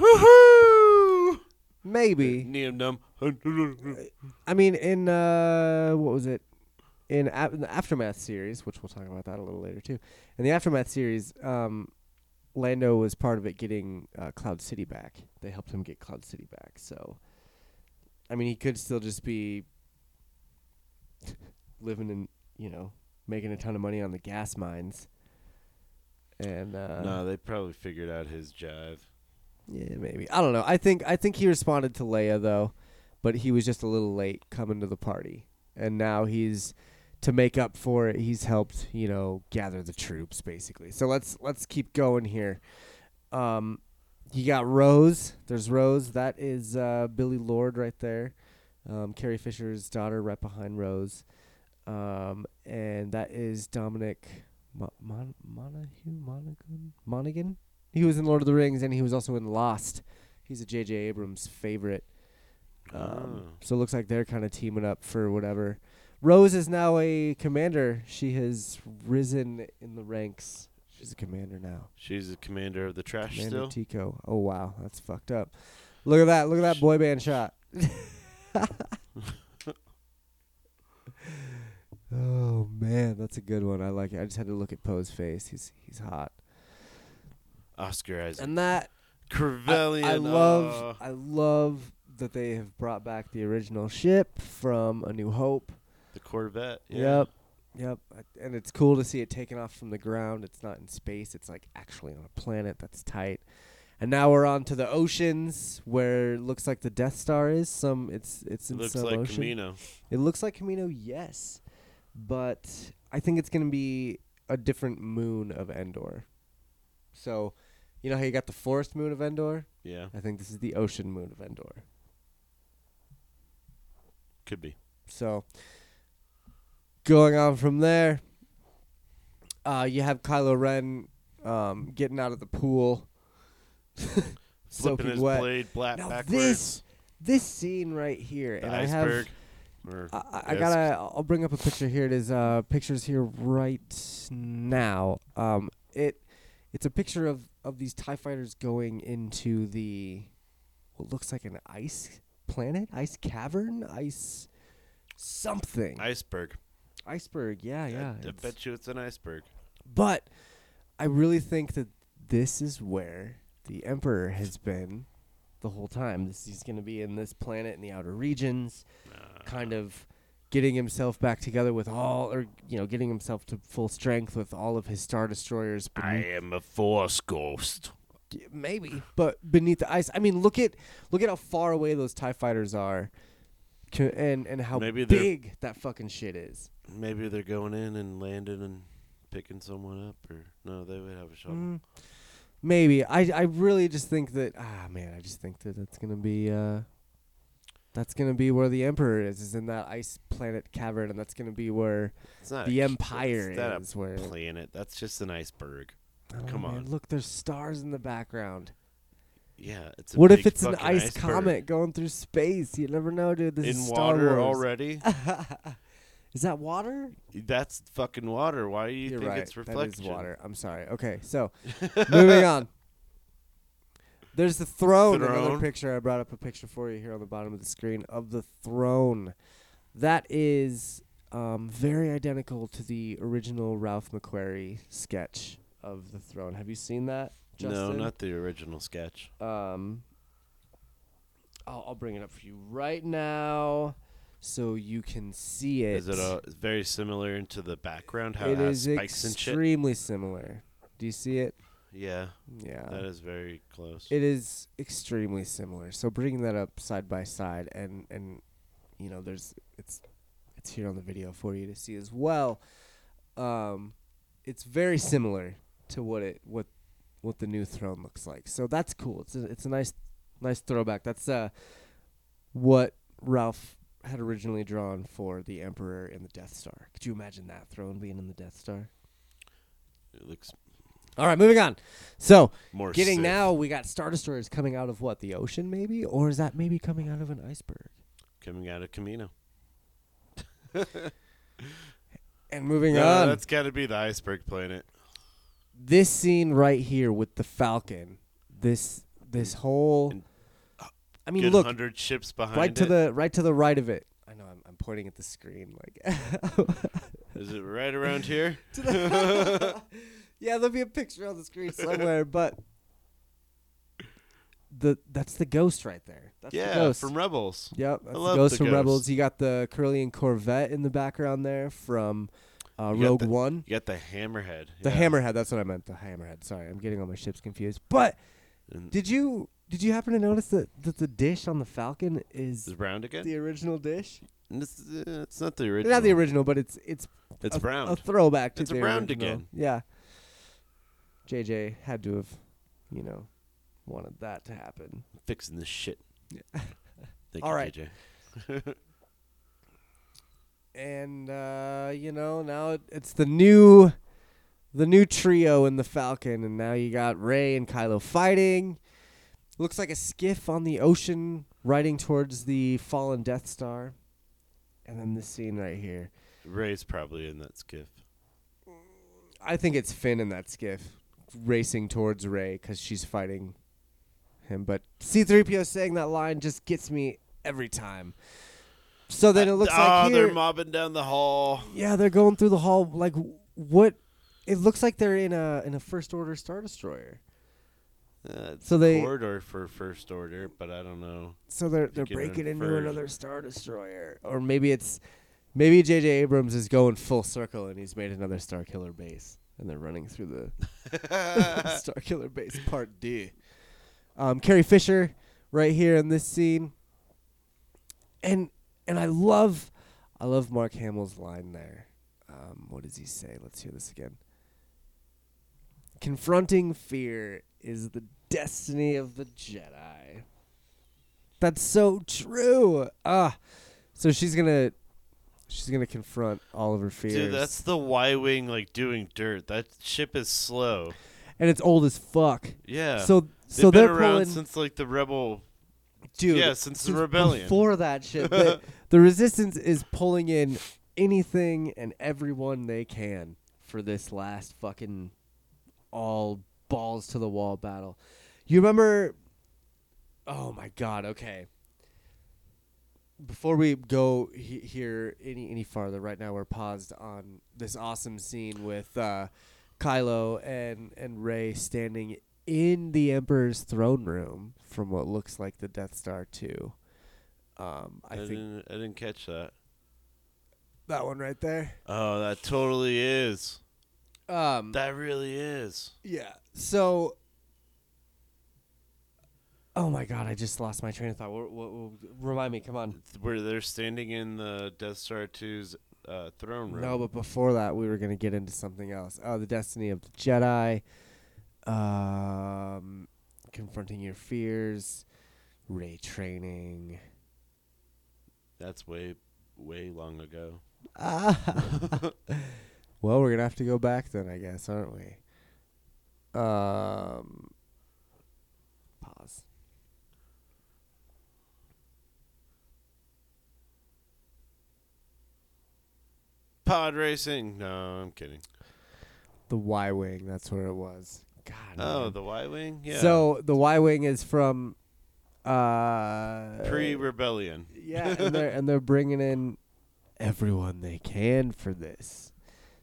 Speaker 1: Maybe
Speaker 6: Neum num.
Speaker 1: I mean, in uh, what was it? In, a- in the aftermath series, which we'll talk about that a little later too. In the aftermath series, um, Lando was part of it getting uh, Cloud City back. They helped him get Cloud City back. So, I mean, he could still just be living in, you know, making a ton of money on the gas mines. And uh,
Speaker 6: Nah, they probably figured out his jive.
Speaker 1: yeah, maybe. I don't know. I think I think he responded to Leia though, but he was just a little late coming to the party. And now he's to make up for it, he's helped, you know, gather the troops basically. So let's let's keep going here. Um you got Rose. There's Rose. That is uh, Billy Lord right there. Um, Carrie Fisher's daughter right behind Rose. Um, and that is Dominic Mo- Mon- Monaghan? Monaghan? Monaghan? He was in Lord of the Rings and he was also in Lost. He's a J.J. Abrams favorite. Um,
Speaker 6: Ah.
Speaker 1: So it looks like they're kind of teaming up for whatever. Rose is now a commander. She has risen in the ranks. She's a commander now.
Speaker 6: She's the commander of the trash
Speaker 1: Commander
Speaker 6: still.
Speaker 1: Tico. Oh wow, that's fucked up. Look at that! Look at that boy band shot. oh man, that's a good one. I like it. I just had to look at Poe's face. He's he's hot.
Speaker 6: Oscar Isaac.
Speaker 1: And that
Speaker 6: Crivellian.
Speaker 1: I, I love
Speaker 6: oh.
Speaker 1: I love that they have brought back the original ship from A New Hope.
Speaker 6: the Corvette. Yeah.
Speaker 1: Yep. Yep. I- And it's cool to see it taken off from the ground. It's not in space. It's like actually on a planet. That's tight. And now we're on to the oceans where it looks like the Death Star is. Some it's it's in
Speaker 6: Looks
Speaker 1: some
Speaker 6: like
Speaker 1: ocean.
Speaker 6: Camino.
Speaker 1: It looks like Camino, yes. But I think it's going to be a different moon of Endor. So, you know how you got the forest moon of Endor?
Speaker 6: Yeah,
Speaker 1: I think this is the ocean moon of Endor.
Speaker 6: could be.
Speaker 1: So going on from there, uh, you have Kylo Ren um, getting out of the pool,
Speaker 6: Flipping
Speaker 1: soaking
Speaker 6: his
Speaker 1: wet.
Speaker 6: blade black
Speaker 1: Now
Speaker 6: backwards.
Speaker 1: this this scene right here,
Speaker 6: the
Speaker 1: and
Speaker 6: iceberg. or
Speaker 1: I have I, I
Speaker 6: yes.
Speaker 1: gotta I'll bring up a picture here. It is uh, pictures here right now. Um, it it's a picture of of these Tie fighters going into the what looks like an ice planet, ice cavern, ice something.
Speaker 6: iceberg.
Speaker 1: Iceberg, yeah, yeah.
Speaker 6: I, I
Speaker 1: it's-
Speaker 6: bet you it's an iceberg.
Speaker 1: But I really think that this is where the Emperor has been the whole time. This he's going to be in this planet in the outer regions,
Speaker 6: Ah.
Speaker 1: kind of getting himself back together with all, or you know, getting himself to full strength with all of his star destroyers. beneath-
Speaker 6: am a force ghost.
Speaker 1: maybe, but beneath the ice. I mean, look at look at how far away those Tie Fighters are, co- and and how
Speaker 6: Maybe they're-
Speaker 1: big that fucking shit is.
Speaker 6: Maybe they're going in and landing and picking someone up, or no, they would have a shot.
Speaker 1: Mm, maybe I I really just think that ah man I just think that that's gonna be uh that's gonna be where the emperor is is in that ice planet cavern and that's gonna be where
Speaker 6: It's not
Speaker 1: the
Speaker 6: a-
Speaker 1: empire
Speaker 6: it's not
Speaker 1: is
Speaker 6: a
Speaker 1: where
Speaker 6: planet. That's just an iceberg.
Speaker 1: I don't know,
Speaker 6: Come
Speaker 1: man.
Speaker 6: on.
Speaker 1: look there's stars in the background
Speaker 6: Yeah, it's. A
Speaker 1: what if
Speaker 6: big
Speaker 1: it's an
Speaker 6: fucking
Speaker 1: ice
Speaker 6: iceberg.
Speaker 1: comet going through space you never know dude this
Speaker 6: in
Speaker 1: is Star
Speaker 6: water
Speaker 1: Wars.
Speaker 6: already?
Speaker 1: is that water
Speaker 6: That's fucking water. Why do you
Speaker 1: are
Speaker 6: think
Speaker 1: right
Speaker 6: it's reflection?
Speaker 1: that is water I'm sorry okay so moving on. There's the throne. Another
Speaker 6: Throne.
Speaker 1: picture. I brought up a picture for you here on the bottom of the screen of the throne. That is um, very identical to the original Ralph McQuarrie sketch of the throne. Have you seen that, Justin?
Speaker 6: No, not the original sketch.
Speaker 1: Um, I'll, I'll bring it up for you right now, so you can see it.
Speaker 6: Is it a, it's very similar into the background? How it,
Speaker 1: it
Speaker 6: has
Speaker 1: is
Speaker 6: spikes and shit.
Speaker 1: extremely similar. Do you see it?
Speaker 6: Yeah,
Speaker 1: Yeah.
Speaker 6: that is very close.
Speaker 1: Uh, It is extremely similar. So bringing that up side by side, and and you know, there's it's it's here on the video for you to see as well. Um, it's very similar to what it what what the new throne looks like. So that's cool. It's a, it's a nice nice throwback. That's uh what Ralph had originally drawn for the Emperor and the Death Star. Could you imagine that throne being in the Death Star?
Speaker 6: it looks
Speaker 1: All right, moving on. So
Speaker 6: more
Speaker 1: getting
Speaker 6: Sith.
Speaker 1: now we got star destroyers coming out of what the ocean maybe or is that maybe coming out of an iceberg
Speaker 6: coming out of Camino.
Speaker 1: and moving
Speaker 6: No,
Speaker 1: on
Speaker 6: that's got to be the iceberg planet.
Speaker 1: this scene right here with the falcon this this whole
Speaker 6: And-
Speaker 1: i mean
Speaker 6: Good
Speaker 1: look
Speaker 6: hundred ships behind
Speaker 1: right to
Speaker 6: it.
Speaker 1: the right to the right of it i know i'm, I'm pointing at the screen like
Speaker 6: Is it right around here?
Speaker 1: yeah there'll be a picture on the screen somewhere but the that's the ghost right there that's the
Speaker 6: yeah,
Speaker 1: ghost
Speaker 6: from Rebels.
Speaker 1: Yep, that's the
Speaker 6: love
Speaker 1: Ghost
Speaker 6: the
Speaker 1: from
Speaker 6: Ghost.
Speaker 1: Rebels. You got the Curlian Corvette in the background there from uh,
Speaker 6: You got
Speaker 1: Rogue
Speaker 6: the-
Speaker 1: One.
Speaker 6: You got the hammerhead.
Speaker 1: The
Speaker 6: yeah.
Speaker 1: Hammerhead. That's what I meant. The Hammerhead. Sorry, I'm getting all my ships confused. But
Speaker 6: And
Speaker 1: did you did you happen to notice that, that the dish on the Falcon
Speaker 6: is
Speaker 1: is
Speaker 6: it brown again?
Speaker 1: the original dish?
Speaker 6: And It's, uh, it's not the original.
Speaker 1: Not the original, but it's it's
Speaker 6: It's
Speaker 1: a,
Speaker 6: brown.
Speaker 1: a throwback to
Speaker 6: It's
Speaker 1: the
Speaker 6: around
Speaker 1: original.
Speaker 6: again.
Speaker 1: Yeah. JJ had to have, you know, wanted that to happen.
Speaker 6: fixing this shit. Thank
Speaker 1: All
Speaker 6: you,
Speaker 1: right.
Speaker 6: JJ.
Speaker 1: and uh, you know now it, it's the new the new trio in the falcon and now you got ray and kylo fighting looks like a skiff on the ocean riding towards the fallen death star and then this scene right here
Speaker 6: Ray's probably in that skiff.
Speaker 1: i think it's finn in that skiff racing towards ray because she's fighting him but c3po saying that line just gets me every time so then it looks
Speaker 6: oh,
Speaker 1: like here,
Speaker 6: they're mobbing down the hall.
Speaker 1: Yeah, they're going through the hall. Like what? It looks like they're in a in a first order star destroyer.
Speaker 6: Uh, it's
Speaker 1: So
Speaker 6: a
Speaker 1: they-
Speaker 6: corridor for first order, but I don't know.
Speaker 1: So they're they're
Speaker 6: Get in
Speaker 1: breaking into
Speaker 6: first.
Speaker 1: another star destroyer, or maybe it's maybe J.J. Abrams is going full circle and he's made another star killer base, and they're running through the star killer base part D. Um, Carrie Fisher right here in this scene, and and I love I love Mark Hamill's line there. Um, what does he say? Let's hear this again. Confronting fear is the destiny of the Jedi. That's so true. Ah, so she's gonna, she's gonna confront all of her fears.
Speaker 6: Dude, that's the Y wing like doing dirt. That ship is slow.
Speaker 1: and it's old as fuck.
Speaker 6: Yeah.
Speaker 1: So,
Speaker 6: They've
Speaker 1: so
Speaker 6: been
Speaker 1: they're
Speaker 6: around
Speaker 1: pulling,
Speaker 6: since like the rebel.
Speaker 1: dude.
Speaker 6: yeah, since the rebellion.
Speaker 1: Before that shit, the, the resistance is pulling in anything and everyone they can for this last fucking all balls to the wall battle. You remember? Oh my god. Okay. Before we go he- here any any farther, right now we're paused on this awesome scene with uh, Kylo and and Ray standing in the Emperor's throne room from what looks like the Death Star 2. Um, I
Speaker 6: I,
Speaker 1: think
Speaker 6: didn't. I didn't catch that.
Speaker 1: that one right there.
Speaker 6: Oh, that totally is.
Speaker 1: Um,
Speaker 6: That really is.
Speaker 1: yeah. So. Oh my god! I just lost my train of thought. What, what, what, remind me, come on.
Speaker 6: Where they're standing in the Death Star 2's uh, throne room.
Speaker 1: No, but before that, we were gonna get into something else. Oh, the destiny of the Jedi, um, confronting your fears, ray training.
Speaker 6: That's way, way long ago.
Speaker 1: Well, we're gonna have to go back then, I guess, aren't we? Um, pause.
Speaker 6: Pod racing. No, I'm kidding.
Speaker 1: The Y wing. That's where it was. God.
Speaker 6: Oh,
Speaker 1: man.
Speaker 6: the Y wing. Yeah.
Speaker 1: So the Y wing is from. Uh,
Speaker 6: pre rebellion.
Speaker 1: Yeah, and they're and they're bringing in everyone they can for this.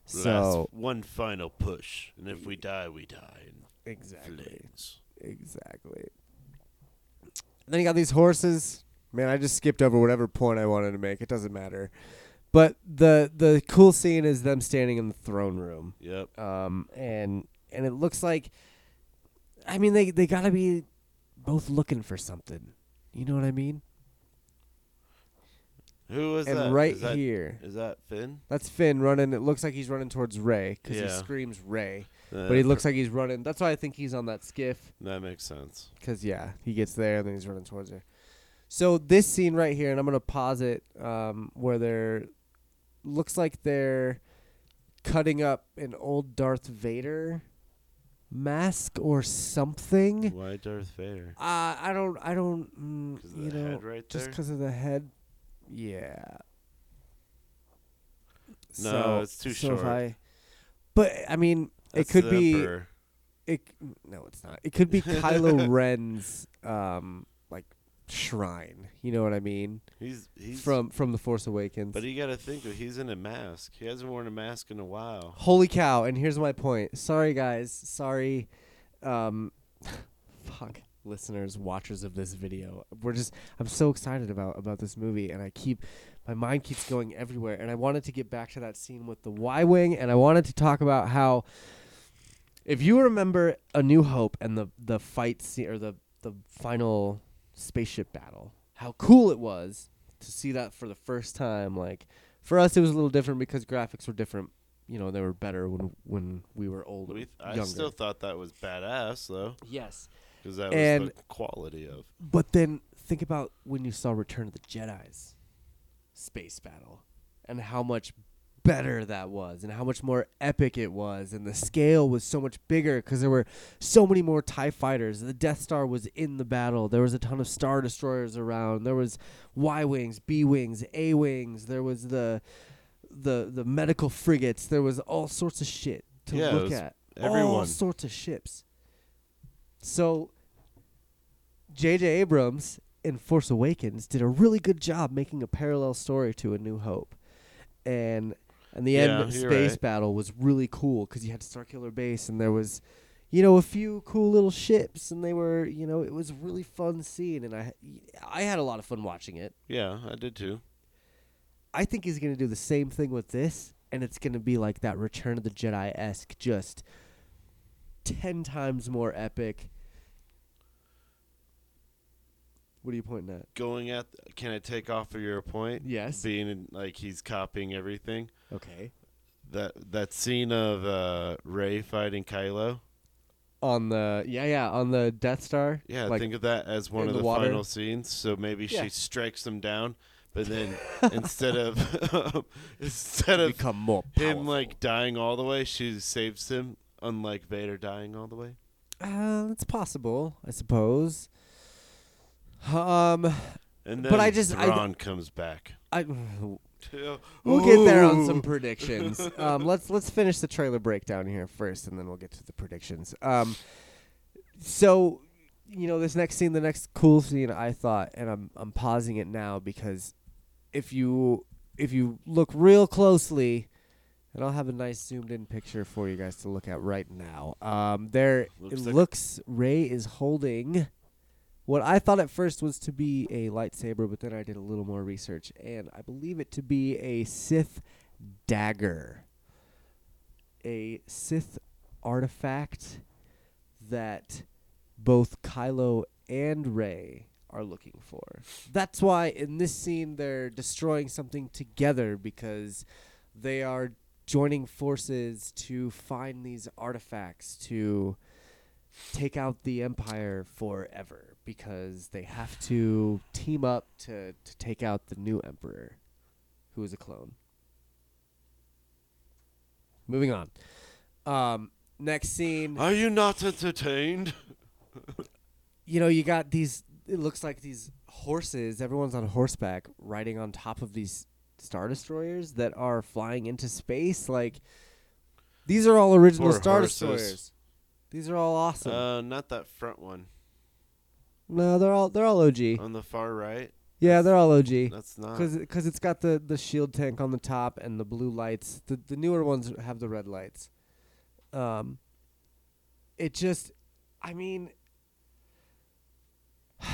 Speaker 1: So
Speaker 6: Last one final push, and if we die, we die in
Speaker 1: exactly.
Speaker 6: flames.
Speaker 1: Exactly. Then you got these horses. Man, I just skipped over whatever point I wanted to make. It doesn't matter. But the the cool scene is them standing in the throne room.
Speaker 6: Yep.
Speaker 1: Um and and it looks like I mean they they got to be both looking for something. You know what I mean?
Speaker 6: Who was
Speaker 1: and
Speaker 6: that?
Speaker 1: right
Speaker 6: Is that-
Speaker 1: here.
Speaker 6: is that Finn?
Speaker 1: That's Finn running. It looks like he's running towards Ray cuz he
Speaker 6: Yeah.
Speaker 1: screams Ray.
Speaker 6: Uh,
Speaker 1: But he looks like he's running. That's why I think he's on that skiff.
Speaker 6: That makes sense.
Speaker 1: Because, yeah, he gets there and then he's running towards her. So, this scene right here, and I'm going to pause it um, where they're. Looks like they're cutting up an old Darth Vader mask or something.
Speaker 6: Why Darth Vader?
Speaker 1: Uh, I don't. I don't. Mm,
Speaker 6: 'Cause of
Speaker 1: you
Speaker 6: the
Speaker 1: know,
Speaker 6: head right
Speaker 1: just
Speaker 6: there?
Speaker 1: because of the head. Yeah.
Speaker 6: No,
Speaker 1: so,
Speaker 6: it's too
Speaker 1: so if
Speaker 6: short.
Speaker 1: I, but I mean,
Speaker 6: That's
Speaker 1: it could
Speaker 6: the
Speaker 1: be.
Speaker 6: Emperor.
Speaker 1: It no, it's not. It could be Kylo Ren's um like shrine. You know what I mean?
Speaker 6: He's he's
Speaker 1: from from the Force Awakens.
Speaker 6: But you got to think that he's in a mask. He hasn't worn a mask in a while.
Speaker 1: Holy cow! And here's my point. Sorry, guys. Sorry, um, fuck, listeners, watchers of this video. We're just. I'm so excited about about this movie, and I keep my mind keeps going everywhere. And I wanted to get back to that scene with the Y wing, and I wanted to talk about how, if you remember A New Hope and the the fight scene or the the final spaceship battle, how cool it was to see that for the first time. Like for us, it was a little different because graphics were different. You know, they were better when when we were older,
Speaker 6: We, I
Speaker 1: younger.
Speaker 6: still thought that was badass though,
Speaker 1: yes,
Speaker 6: because that was
Speaker 1: And-
Speaker 6: the quality of.
Speaker 1: but then think about when you saw Return of the Jedi's space battle and how much better that was and how much more epic it was and the scale was so much bigger because there were so many more tie fighters the death star was in the battle there was a ton of star destroyers around there was y wings b wings a wings there was the the the medical frigates there was all sorts of shit to
Speaker 6: Yeah, it
Speaker 1: look
Speaker 6: was
Speaker 1: at all
Speaker 6: everyone.
Speaker 1: sorts of ships so J.J. Abrams in Force Awakens did a really good job making a parallel story to A New Hope, and and the
Speaker 6: Yeah,
Speaker 1: end
Speaker 6: you're
Speaker 1: space
Speaker 6: right.
Speaker 1: battle was really cool because you had circular base and there was, you know, a few cool little ships and they were, you know, it was a really fun scene and I I had a lot of fun watching it.
Speaker 6: Yeah, I did too.
Speaker 1: I think he's gonna do the same thing with this, and it's gonna be like that Return of the Jedi esque, just ten times more epic. What are you pointing at?
Speaker 6: Going at, th- can I take off of your point?
Speaker 1: Yes.
Speaker 6: Being in, like he's copying everything.
Speaker 1: Okay.
Speaker 6: That that scene of uh, Ray fighting Kylo.
Speaker 1: On the yeah yeah on the Death Star.
Speaker 6: Yeah,
Speaker 1: like,
Speaker 6: think of that as one
Speaker 1: in
Speaker 6: of
Speaker 1: the
Speaker 6: the,
Speaker 1: water?
Speaker 6: final scenes. So maybe
Speaker 1: Yeah.
Speaker 6: she strikes him down, but then instead of instead of
Speaker 1: become more
Speaker 6: him like dying all the way, she saves him. Unlike Vader dying all the way.
Speaker 1: Uh, it's possible, I suppose. Um,
Speaker 6: And then
Speaker 1: But I just- I-
Speaker 6: Thrawn comes back.
Speaker 1: I we'll get there on some predictions. um, let's let's finish the trailer breakdown here first, and then we'll get to the predictions. Um, so you know this next scene, the next cool scene, I thought, and I'm I'm pausing it now because if you if you look real closely, And I'll have a nice zoomed in picture for you guys to look at right now. Um, there
Speaker 6: Looks
Speaker 1: it
Speaker 6: like-
Speaker 1: looks Ray is holding what I thought at first was to be a lightsaber, but then I did a little more research and I believe it to be a Sith dagger. A Sith artifact that both Kylo and Rey are looking for. That's why in this scene they're destroying something together because they are joining forces to find these artifacts to take out the empire forever because they have to team up to, to take out the new emperor who is a clone. Moving on. Um, next scene
Speaker 6: Are you not entertained?
Speaker 1: you know, you got these. It looks like these horses. Everyone's on horseback, riding on top of these star destroyers that are flying into space. Like these are all original
Speaker 6: Poor
Speaker 1: star
Speaker 6: horses.
Speaker 1: destroyers. These are all awesome.
Speaker 6: Uh, not that front one
Speaker 1: no, they're all they're all OG.
Speaker 6: on the far right.
Speaker 1: Yeah, they're all OG.
Speaker 6: That's not.
Speaker 1: Because because it's got the the shield tank on the top and the blue lights. The the newer ones have the red lights. Um, it just, I mean,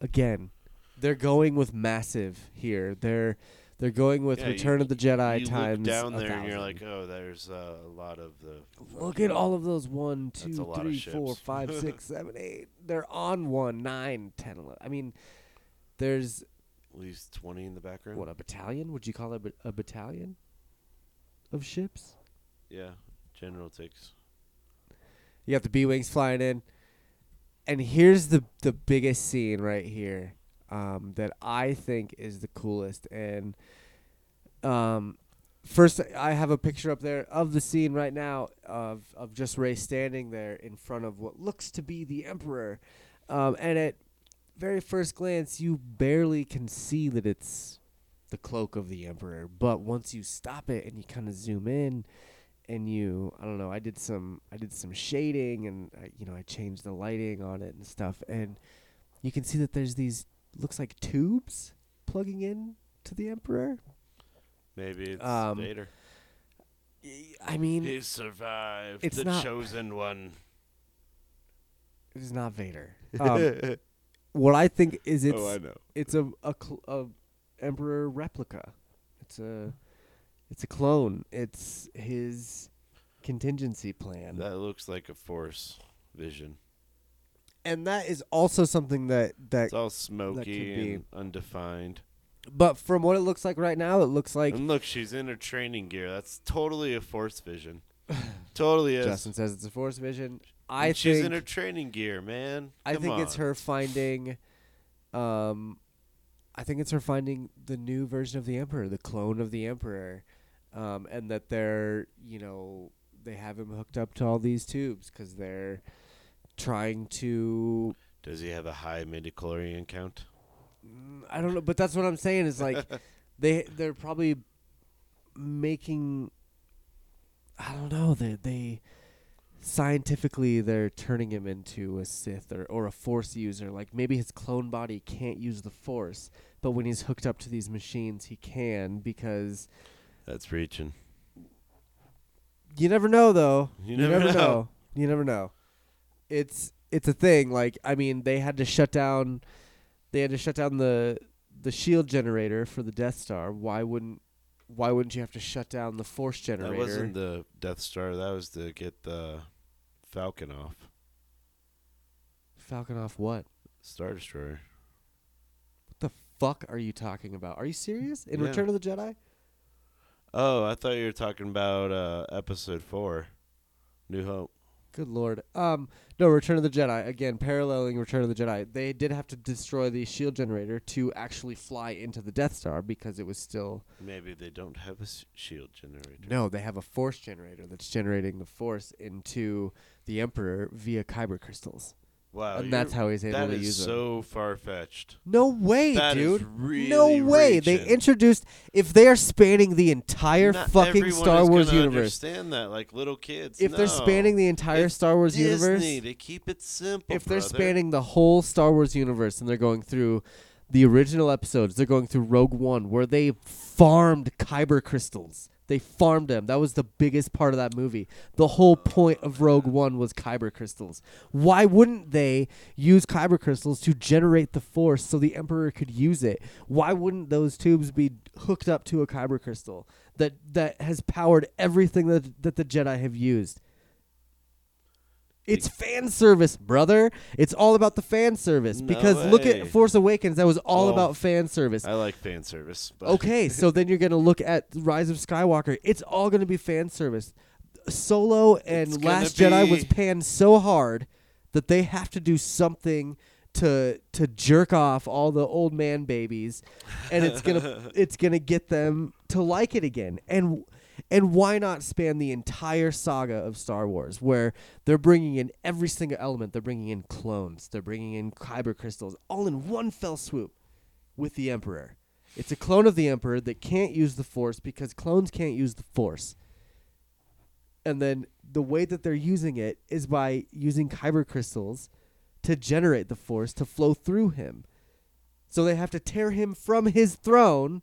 Speaker 1: again, they're going with massive here. They're they're going with
Speaker 6: Yeah, you-
Speaker 1: Return of the Jedi
Speaker 6: you
Speaker 1: times
Speaker 6: look down
Speaker 1: a
Speaker 6: there and you're
Speaker 1: thousand.
Speaker 6: like, oh, there's uh, a lot of the.
Speaker 1: Look at all of those one,
Speaker 6: That's a
Speaker 1: two,
Speaker 6: lot of
Speaker 1: three, four,
Speaker 6: ships.
Speaker 1: five, six, seven, eight. They're on one, nine, ten, eleven. I mean, there's
Speaker 6: At least twenty in the background.
Speaker 1: what a battalion? Would you call it a battalion of ships?
Speaker 6: Yeah, general takes.
Speaker 1: You got the B wings flying in, and here's the the biggest scene right here um, that I think is the coolest. And um, first, I have a picture up there of the scene right now of of just Ray standing there in front of what looks to be the Emperor, um, and at very first glance, you barely can see that it's the cloak of the Emperor. But once you stop it and you kind of zoom in, and you I don't know I did some I did some shading and I, you know I changed the lighting on it and stuff and you can see that there's these looks like tubes plugging in to the emperor.
Speaker 6: Maybe it's
Speaker 1: Um,
Speaker 6: Vader.
Speaker 1: Y- I mean
Speaker 6: He survived.
Speaker 1: it's
Speaker 6: the
Speaker 1: not-
Speaker 6: chosen one.
Speaker 1: it's not Vader. Um, what I think is it's
Speaker 6: Oh, know.
Speaker 1: it's a a, cl- a emperor replica. It's a it's a clone. It's his contingency plan.
Speaker 6: That looks like a force vision.
Speaker 1: and that is also something that that
Speaker 6: It's all smoky
Speaker 1: be-
Speaker 6: and undefined.
Speaker 1: but from what it looks like right now it looks like
Speaker 6: and look, she's in her training gear. That's totally a force vision. totally is.
Speaker 1: Justin says it's a force vision. I
Speaker 6: And she's
Speaker 1: think
Speaker 6: in her training gear, man.
Speaker 1: I
Speaker 6: Come
Speaker 1: think it's
Speaker 6: on.
Speaker 1: her finding um I think it's her finding the new version of the emperor, the clone of the emperor. Um and that they're, you know, they have him hooked up to all these tubes cuz they're trying to
Speaker 6: Does he have a high midichlorian count?
Speaker 1: I don't know, but that's what I'm saying is like they they're probably making I don't know, they they scientifically they're turning him into a Sith or, or a force user. Like maybe his clone body can't use the force, but when he's hooked up to these machines he can because
Speaker 6: That's reaching.
Speaker 1: you never know though.
Speaker 6: You never know.
Speaker 1: You never know. It's it's a thing. Like I mean, they had to shut down. They had to shut down the the shield generator for the Death Star. Why wouldn't Why wouldn't you have to shut down the force generator?
Speaker 6: That wasn't the Death Star. That was to get the Falcon off
Speaker 1: Falcon off what?
Speaker 6: Star Destroyer.
Speaker 1: What the fuck are you talking about? Are you serious? In
Speaker 6: Yeah.
Speaker 1: Return of the Jedi?
Speaker 6: Oh, I thought you were talking about uh, Episode Four, New Hope.
Speaker 1: Good lord. Um, no, Return of the Jedi again, paralleling Return of the Jedi. They did have to destroy the shield generator to actually fly into the Death Star because it was still
Speaker 6: Maybe they don't have a s- shield generator.
Speaker 1: No, they have a force generator that's generating the force into the Emperor via kyber crystals.
Speaker 6: Wow,
Speaker 1: and that's
Speaker 6: you're-
Speaker 1: how he's able
Speaker 6: that
Speaker 1: to
Speaker 6: is
Speaker 1: use them.
Speaker 6: so far fetched.
Speaker 1: No way,
Speaker 6: That is
Speaker 1: dude.
Speaker 6: really
Speaker 1: no way. They
Speaker 6: reaching.
Speaker 1: introduced if they are spanning the entire
Speaker 6: Not
Speaker 1: fucking
Speaker 6: everyone
Speaker 1: Star
Speaker 6: is
Speaker 1: Wars
Speaker 6: gonna
Speaker 1: universe.
Speaker 6: Understand that, like little kids.
Speaker 1: If they're
Speaker 6: no.
Speaker 1: spanning the entire
Speaker 6: It's
Speaker 1: Star Wars
Speaker 6: Disney,
Speaker 1: universe,
Speaker 6: they keep it simple.
Speaker 1: if they're
Speaker 6: brother.
Speaker 1: spanning the whole Star Wars universe and they're going through the original episodes, they're going through Rogue One where they farmed kyber crystals. They farmed them. That was the biggest part of that movie. The whole point of Rogue One was kyber crystals. Why wouldn't they use kyber crystals to generate the force so the Emperor could use it? Why wouldn't those tubes be hooked up to a kyber crystal that that has powered everything that that the Jedi have used? It's fan service, brother. It's all about the fan service.
Speaker 6: No
Speaker 1: because look
Speaker 6: way. Oh. Uh.
Speaker 1: at Force Awakens. That was all
Speaker 6: Well,
Speaker 1: about fan service.
Speaker 6: I like fan service. But
Speaker 1: Okay, so then you're gonna look at Rise of Skywalker. It's all gonna be fan service. Solo and
Speaker 6: It's gonna
Speaker 1: Last Jedi was
Speaker 6: be-
Speaker 1: panned so hard that they have to do something to to jerk off all the old man babies, and it's gonna it's gonna get them to like it again. And and why not span the entire saga of Star Wars, where they're bringing in every single element? They're bringing in clones. They're bringing in kyber crystals, all in one fell swoop with the Emperor. It's a clone of the Emperor that can't use the Force because clones can't use the Force. And then the way that they're using it is by using kyber crystals to generate the Force to flow through him. So they have to tear him from his throne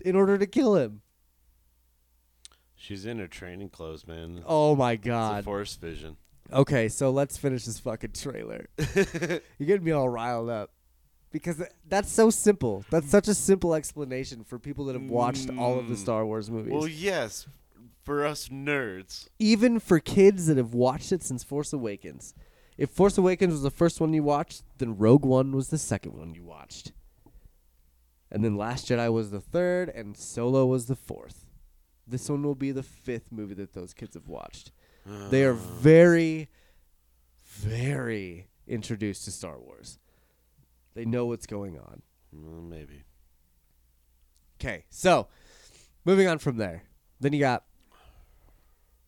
Speaker 1: in order to kill him.
Speaker 6: she's in her training clothes, man. It's
Speaker 1: Oh my
Speaker 6: a
Speaker 1: god.
Speaker 6: force vision.
Speaker 1: Okay, so let's finish this fucking trailer. You're getting me all riled up. Because th- that's so simple. That's such a simple explanation for people that have watched all of the Star Wars movies.
Speaker 6: Mm. Well, yes, for us nerds.
Speaker 1: Even for kids that have watched it since Force Awakens. If Force Awakens was the first one you watched, then Rogue One was the second one you watched. And then Last Jedi was the third, and Solo was the fourth. This one will be the fifth movie that those kids have watched. They are very, very introduced to Star Wars. They know what's going on.
Speaker 6: Well, maybe.
Speaker 1: Okay, so moving on from there. Then you got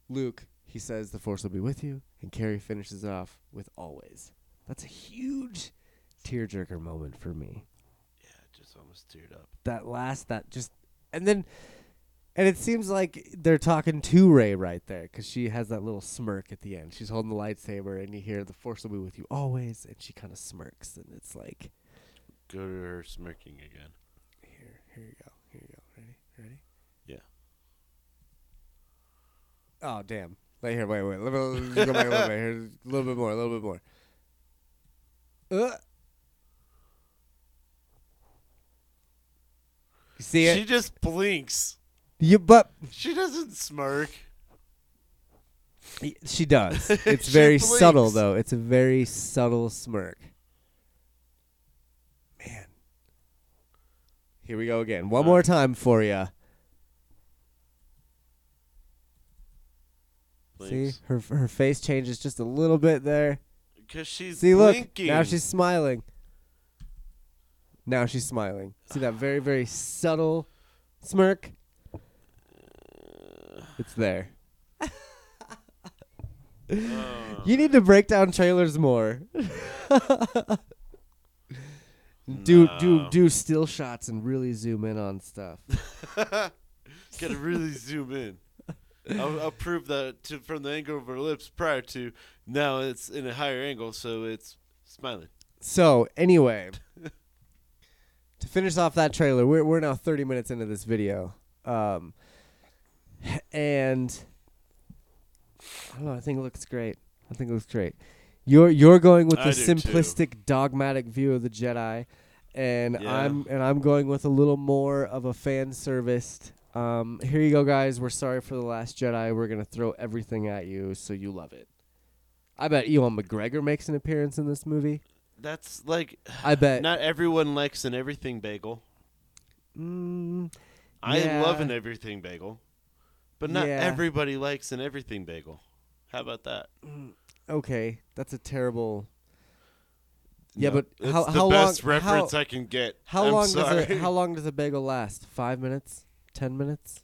Speaker 1: Luke. He says the Force will be with you, and Carrie finishes it off with always. That's a huge tearjerker moment for me.
Speaker 6: Yeah, just almost teared up.
Speaker 1: That last, that just, and then, and it seems like they're talking to Ray right there because she has that little smirk at the end. She's holding the lightsaber, and you hear the Force will be with you always, and she kind of smirks, and it's like,
Speaker 6: Go to her smirking again.
Speaker 1: here, here you go, here you go, ready, ready.
Speaker 6: Yeah.
Speaker 1: Oh damn! Wait here, wait, wait. Let me, let me go back a little bit here. A little bit more, a little bit more. Uh. You see
Speaker 6: She
Speaker 1: it?
Speaker 6: just blinks.
Speaker 1: You but
Speaker 6: She doesn't smirk.
Speaker 1: she does. It's
Speaker 6: She
Speaker 1: very subtle
Speaker 6: blinks.
Speaker 1: though. It's a very subtle smirk. Man. Here we go again. One more time for you. See
Speaker 6: Blinks.
Speaker 1: her her face changes just a little bit there.
Speaker 6: Because she's
Speaker 1: See, look.
Speaker 6: blinking.
Speaker 1: Now she's smiling. Now she's smiling. See that very, very subtle smirk? It's there. you need to break down trailers more. Do do do still shots and really zoom in on stuff.
Speaker 6: Gotta really zoom in. I'll, I'll prove that to, from the angle of her lips prior to now it's in a higher angle, so it's smiling.
Speaker 1: So anyway, to finish off that trailer, we're we're now thirty minutes into this video, um, and I don't know. I think it looks great. I think it looks great. You're you're going with
Speaker 6: I
Speaker 1: the
Speaker 6: do too.
Speaker 1: simplistic, dogmatic view of the Jedi, and
Speaker 6: Yeah.
Speaker 1: I'm and I'm going with a little more of a fan serviced. Um, here you go, guys. We're sorry for the Last Jedi. We're gonna throw everything at you so you love it. I bet Ewan McGregor makes an appearance in this movie.
Speaker 6: That's like
Speaker 1: I bet.
Speaker 6: not everyone likes an everything bagel.
Speaker 1: Mm,
Speaker 6: I love
Speaker 1: Yeah.
Speaker 6: an everything bagel, but not
Speaker 1: Yeah.
Speaker 6: everybody likes an everything bagel. How about that?
Speaker 1: okay, that's a terrible. Yeah,
Speaker 6: No,
Speaker 1: but how
Speaker 6: it's the
Speaker 1: how long?
Speaker 6: best reference
Speaker 1: how,
Speaker 6: I can get.
Speaker 1: how
Speaker 6: I'm
Speaker 1: long
Speaker 6: sorry.
Speaker 1: does a how long does a bagel last? Five minutes? Ten minutes?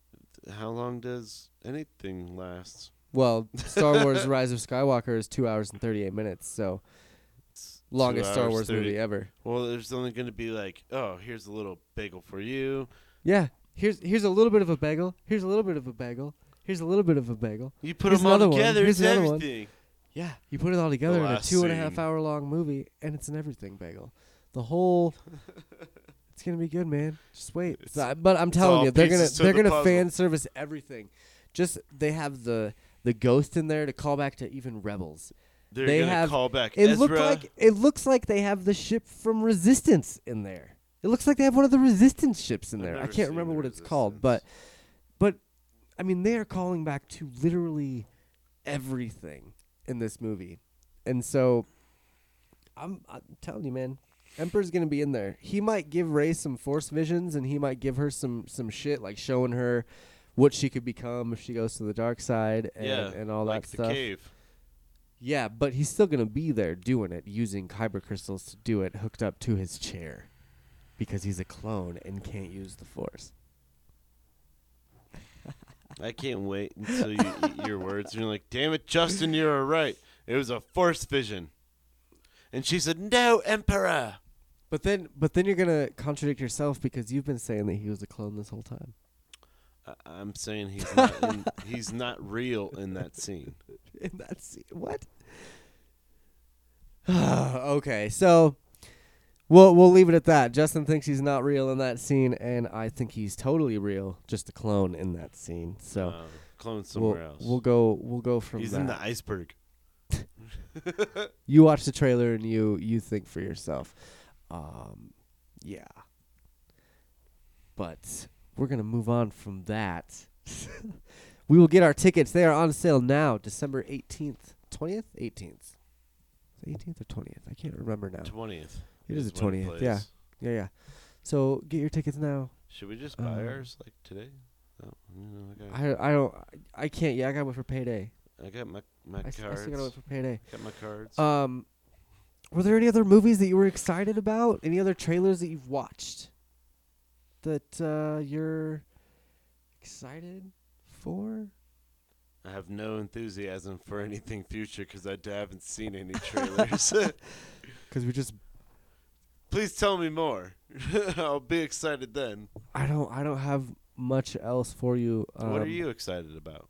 Speaker 6: How long does anything last?
Speaker 1: Well, Star Wars: Rise of Skywalker is two hours and thirty-eight minutes, so
Speaker 6: It's two
Speaker 1: longest Star
Speaker 6: hours,
Speaker 1: Wars
Speaker 6: 30
Speaker 1: movie ever.
Speaker 6: Well, there's only going to be like, oh, here's a little bagel for you.
Speaker 1: Yeah, here's here's a little bit of a bagel. Here's a little bit of a bagel. Here's a little bit of a bagel.
Speaker 6: You put
Speaker 1: Here's
Speaker 6: them all
Speaker 1: another one.
Speaker 6: together,
Speaker 1: Here's
Speaker 6: it's
Speaker 1: another one.
Speaker 6: everything.
Speaker 1: Yeah, you put it all together in a
Speaker 6: last
Speaker 1: two and a half
Speaker 6: scene.
Speaker 1: hour long movie, and it's an everything bagel. The whole It's gonna be good, man. Just wait.
Speaker 6: It's-
Speaker 1: So I- but I'm
Speaker 6: all
Speaker 1: telling you, they're gonna
Speaker 6: pieces to
Speaker 1: they're
Speaker 6: the
Speaker 1: gonna
Speaker 6: puzzle.
Speaker 1: fan service everything. Just they have the the ghost in there to call back to even rebels.
Speaker 6: They're
Speaker 1: They
Speaker 6: gonna
Speaker 1: have
Speaker 6: call back
Speaker 1: It
Speaker 6: Ezra.
Speaker 1: looked like it looks like they have the ship from Resistance in there. It looks like they have one of the Resistance ships in
Speaker 6: I've
Speaker 1: there. I
Speaker 6: never
Speaker 1: can't
Speaker 6: seen
Speaker 1: remember
Speaker 6: the
Speaker 1: what it's called, but but I mean they are calling back to literally everything in this movie, and so I'm I'm telling you, man, Emperor's gonna be in there. He might give Ray some Force visions, and he might give her some some shit like showing her what she could become if she goes to the dark side and,
Speaker 6: yeah,
Speaker 1: and all
Speaker 6: like
Speaker 1: that
Speaker 6: the
Speaker 1: stuff.
Speaker 6: cave.
Speaker 1: Yeah, but he's still gonna be there doing it, using kyber crystals to do it, hooked up to his chair, because he's a clone and can't use the force.
Speaker 6: I can't wait until you eat your words. And you're like, damn it, Justin, you were right. It was a force vision. And she said, no, Emperor.
Speaker 1: But then, but then you're gonna contradict yourself because you've been saying that he was a clone this whole time.
Speaker 6: I- I'm saying he's not in, he's not real in that scene.
Speaker 1: And that's what. okay, so we'll we'll leave it at that. Justin thinks he's not real in that scene, and I think he's totally real, just a clone in that scene. So
Speaker 6: Uh, clone
Speaker 1: we'll,
Speaker 6: somewhere else.
Speaker 1: we'll go we'll go from
Speaker 6: he's
Speaker 1: that.
Speaker 6: in the iceberg.
Speaker 1: you watch the trailer and you you think for yourself. Um, yeah. But we're gonna move on from that. we will get our tickets. They are on sale now, December eighteenth, twentieth, eighteenth, eighteenth or twentieth. I can't remember now.
Speaker 6: 20th.
Speaker 1: It is
Speaker 6: is
Speaker 1: the
Speaker 6: when it
Speaker 1: twentieth. Yeah,
Speaker 6: plays.
Speaker 1: yeah, yeah. So get your tickets now.
Speaker 6: Should we just buy
Speaker 1: Um,
Speaker 6: ours like today? Oh, no, I got,
Speaker 1: I I don't I can't. Yeah, I gotta wait for payday.
Speaker 6: I, got my my
Speaker 1: I, s- I
Speaker 6: cards.
Speaker 1: still gotta wait for payday.
Speaker 6: got my cards.
Speaker 1: Um, were there any other movies that you were excited about? Any other trailers that you've watched that uh, you're excited for?
Speaker 6: I have no enthusiasm for anything future because I d- haven't seen any trailers.
Speaker 1: Because we just
Speaker 6: Please tell me more. I'll be excited then.
Speaker 1: I don't I don't have much else for you. Um,
Speaker 6: what are you excited about?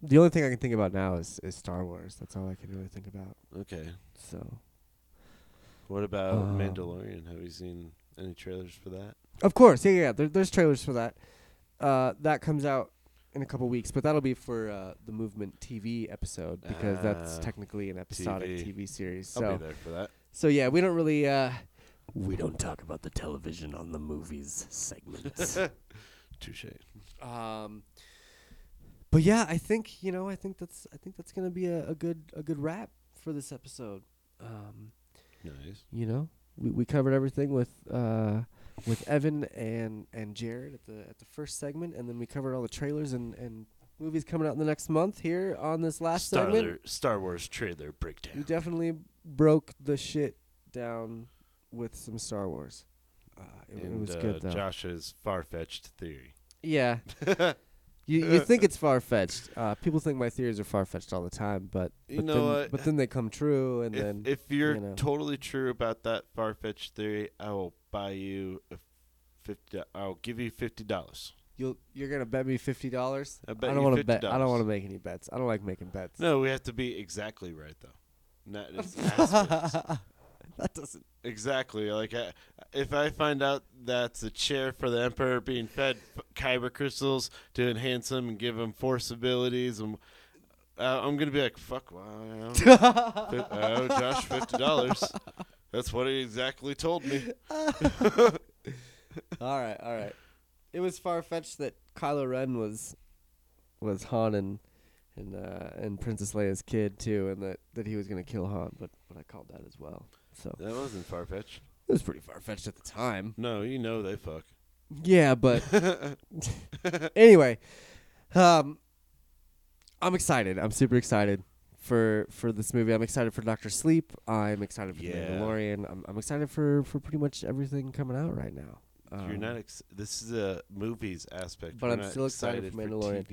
Speaker 1: The only thing I can think about now is is Star Wars. That's all I can really think about.
Speaker 6: Okay.
Speaker 1: So
Speaker 6: What about
Speaker 1: Uh,
Speaker 6: Mandalorian? Have you seen any trailers for that?
Speaker 1: of course, yeah, yeah. yeah, There, there's trailers for that. Uh, that comes out in a couple weeks, but that'll be for uh, the Movement TV episode because that's
Speaker 6: Ah,
Speaker 1: technically an episodic
Speaker 6: TV.
Speaker 1: TV, series. So
Speaker 6: I'll be there for that.
Speaker 1: So yeah, we don't really uh we don't talk about the television on the movies segment.
Speaker 6: Touche.
Speaker 1: um but yeah, I think, you know, I think that's I think that's going to be a, a good a good wrap for this episode. Um,
Speaker 6: Nice.
Speaker 1: you know, we we covered everything with uh with Evan and and Jared at the at the first segment and then we covered all the trailers and and movies coming out in the next month here on this last segment.
Speaker 6: Starler- Star Wars trailer
Speaker 1: We
Speaker 6: breakdown.
Speaker 1: definitely broke the shit down with some Star Wars. Uh, it, it
Speaker 6: and,
Speaker 1: was
Speaker 6: uh,
Speaker 1: good though.
Speaker 6: Josh's far-fetched theory.
Speaker 1: Yeah, you you think it's far fetched. Uh, people think my theories are far fetched all the time, but
Speaker 6: You
Speaker 1: but
Speaker 6: know
Speaker 1: then,
Speaker 6: what?
Speaker 1: But then they come true, and
Speaker 6: if,
Speaker 1: then
Speaker 6: if you're
Speaker 1: know.
Speaker 6: totally true about that far-fetched theory, I will buy you a fifty. I'll give you fifty dollars.
Speaker 1: you'll you're gonna bet me fifty dollars.
Speaker 6: I bet
Speaker 1: don't
Speaker 6: you
Speaker 1: wanna bet. I don't
Speaker 6: $50.
Speaker 1: want to make any bets. I don't like making bets.
Speaker 6: No, we have to be exactly right though. Not as aspects.
Speaker 1: that doesn't.
Speaker 6: exactly. Like I, if I find out that's a chair for the emperor being fed f- kyber crystals to enhance him and give him force abilities, and uh, I'm gonna be like, fuck, wow, I owe Josh fifty dollars. That's what he exactly told me.
Speaker 1: All right, all right. It was far fetched that Kylo Ren was was Han and and uh, and Princess Leia's kid too, and that that he was gonna kill Han, but but I called that as well. So
Speaker 6: That wasn't far fetched.
Speaker 1: it was pretty far fetched at the time.
Speaker 6: No, you know they fuck.
Speaker 1: Yeah, but anyway, um, I'm excited. I'm super excited for for this movie. I'm excited for Doctor Sleep. I'm excited for
Speaker 6: Yeah.
Speaker 1: The Mandalorian. I'm, I'm excited for for pretty much everything coming out right now.
Speaker 6: You're
Speaker 1: Um,
Speaker 6: not. Ex- this is a movies aspect.
Speaker 1: but
Speaker 6: We're
Speaker 1: I'm
Speaker 6: not
Speaker 1: still excited for Mandalorian.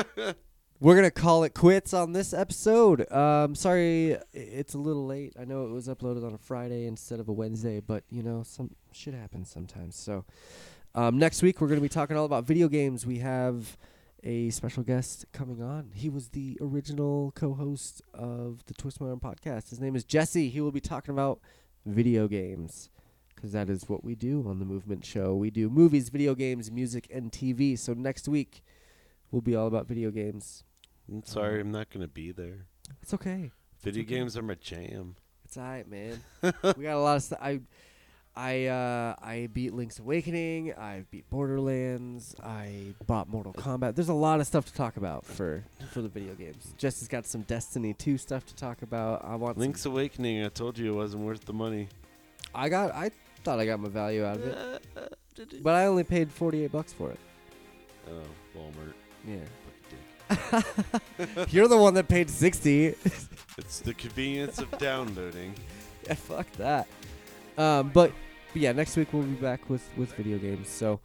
Speaker 6: TV.
Speaker 1: We're gonna call it quits on this episode. Um, sorry, i- it's a little late. I know it was uploaded on a Friday instead of a Wednesday, but you know, some shit happens sometimes. So, um, next week we're gonna be talking all about video games. We have a special guest coming on. He was the original co-host of the Twist My Arm podcast. His name is Jesse. He will be talking about video games 'cause because that is what we do on the Movement Show. We do movies, video games, music, and TV. So next week will be all about video games.
Speaker 6: I'm sorry, I'm not gonna be there.
Speaker 1: Uh-huh. It's okay.
Speaker 6: Video games are my jam.
Speaker 1: It's alright, man. we got a lot of stuff. I, I, uh, I beat Link's Awakening. I beat Borderlands. I bought Mortal Kombat. There's a lot of stuff to talk about for for the video games. Jess has got some Destiny 2 stuff to talk about. I want. some-
Speaker 6: Link's Awakening. I told you it wasn't worth the money.
Speaker 1: I got. I thought I got my value out of Uh, it, but I only paid 48 bucks for it.
Speaker 6: Oh, Walmart.
Speaker 1: Yeah.
Speaker 6: fucking dick.
Speaker 1: You're the one that paid 60.
Speaker 6: It's the convenience of downloading.
Speaker 1: yeah, fuck that. Um, but, but yeah, next week we'll be back with with video games. So,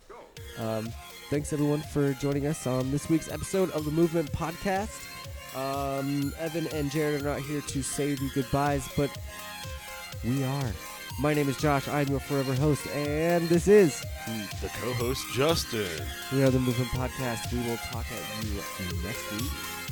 Speaker 1: um, thanks everyone for joining us on this week's episode of the Movement Podcast. Um, Evan and Jared are not here to say the goodbyes, but we are. My name is Josh. I'm your forever host, and this is
Speaker 6: The co-host Justin.
Speaker 1: We Are the Movement Podcast. We will talk at you next week.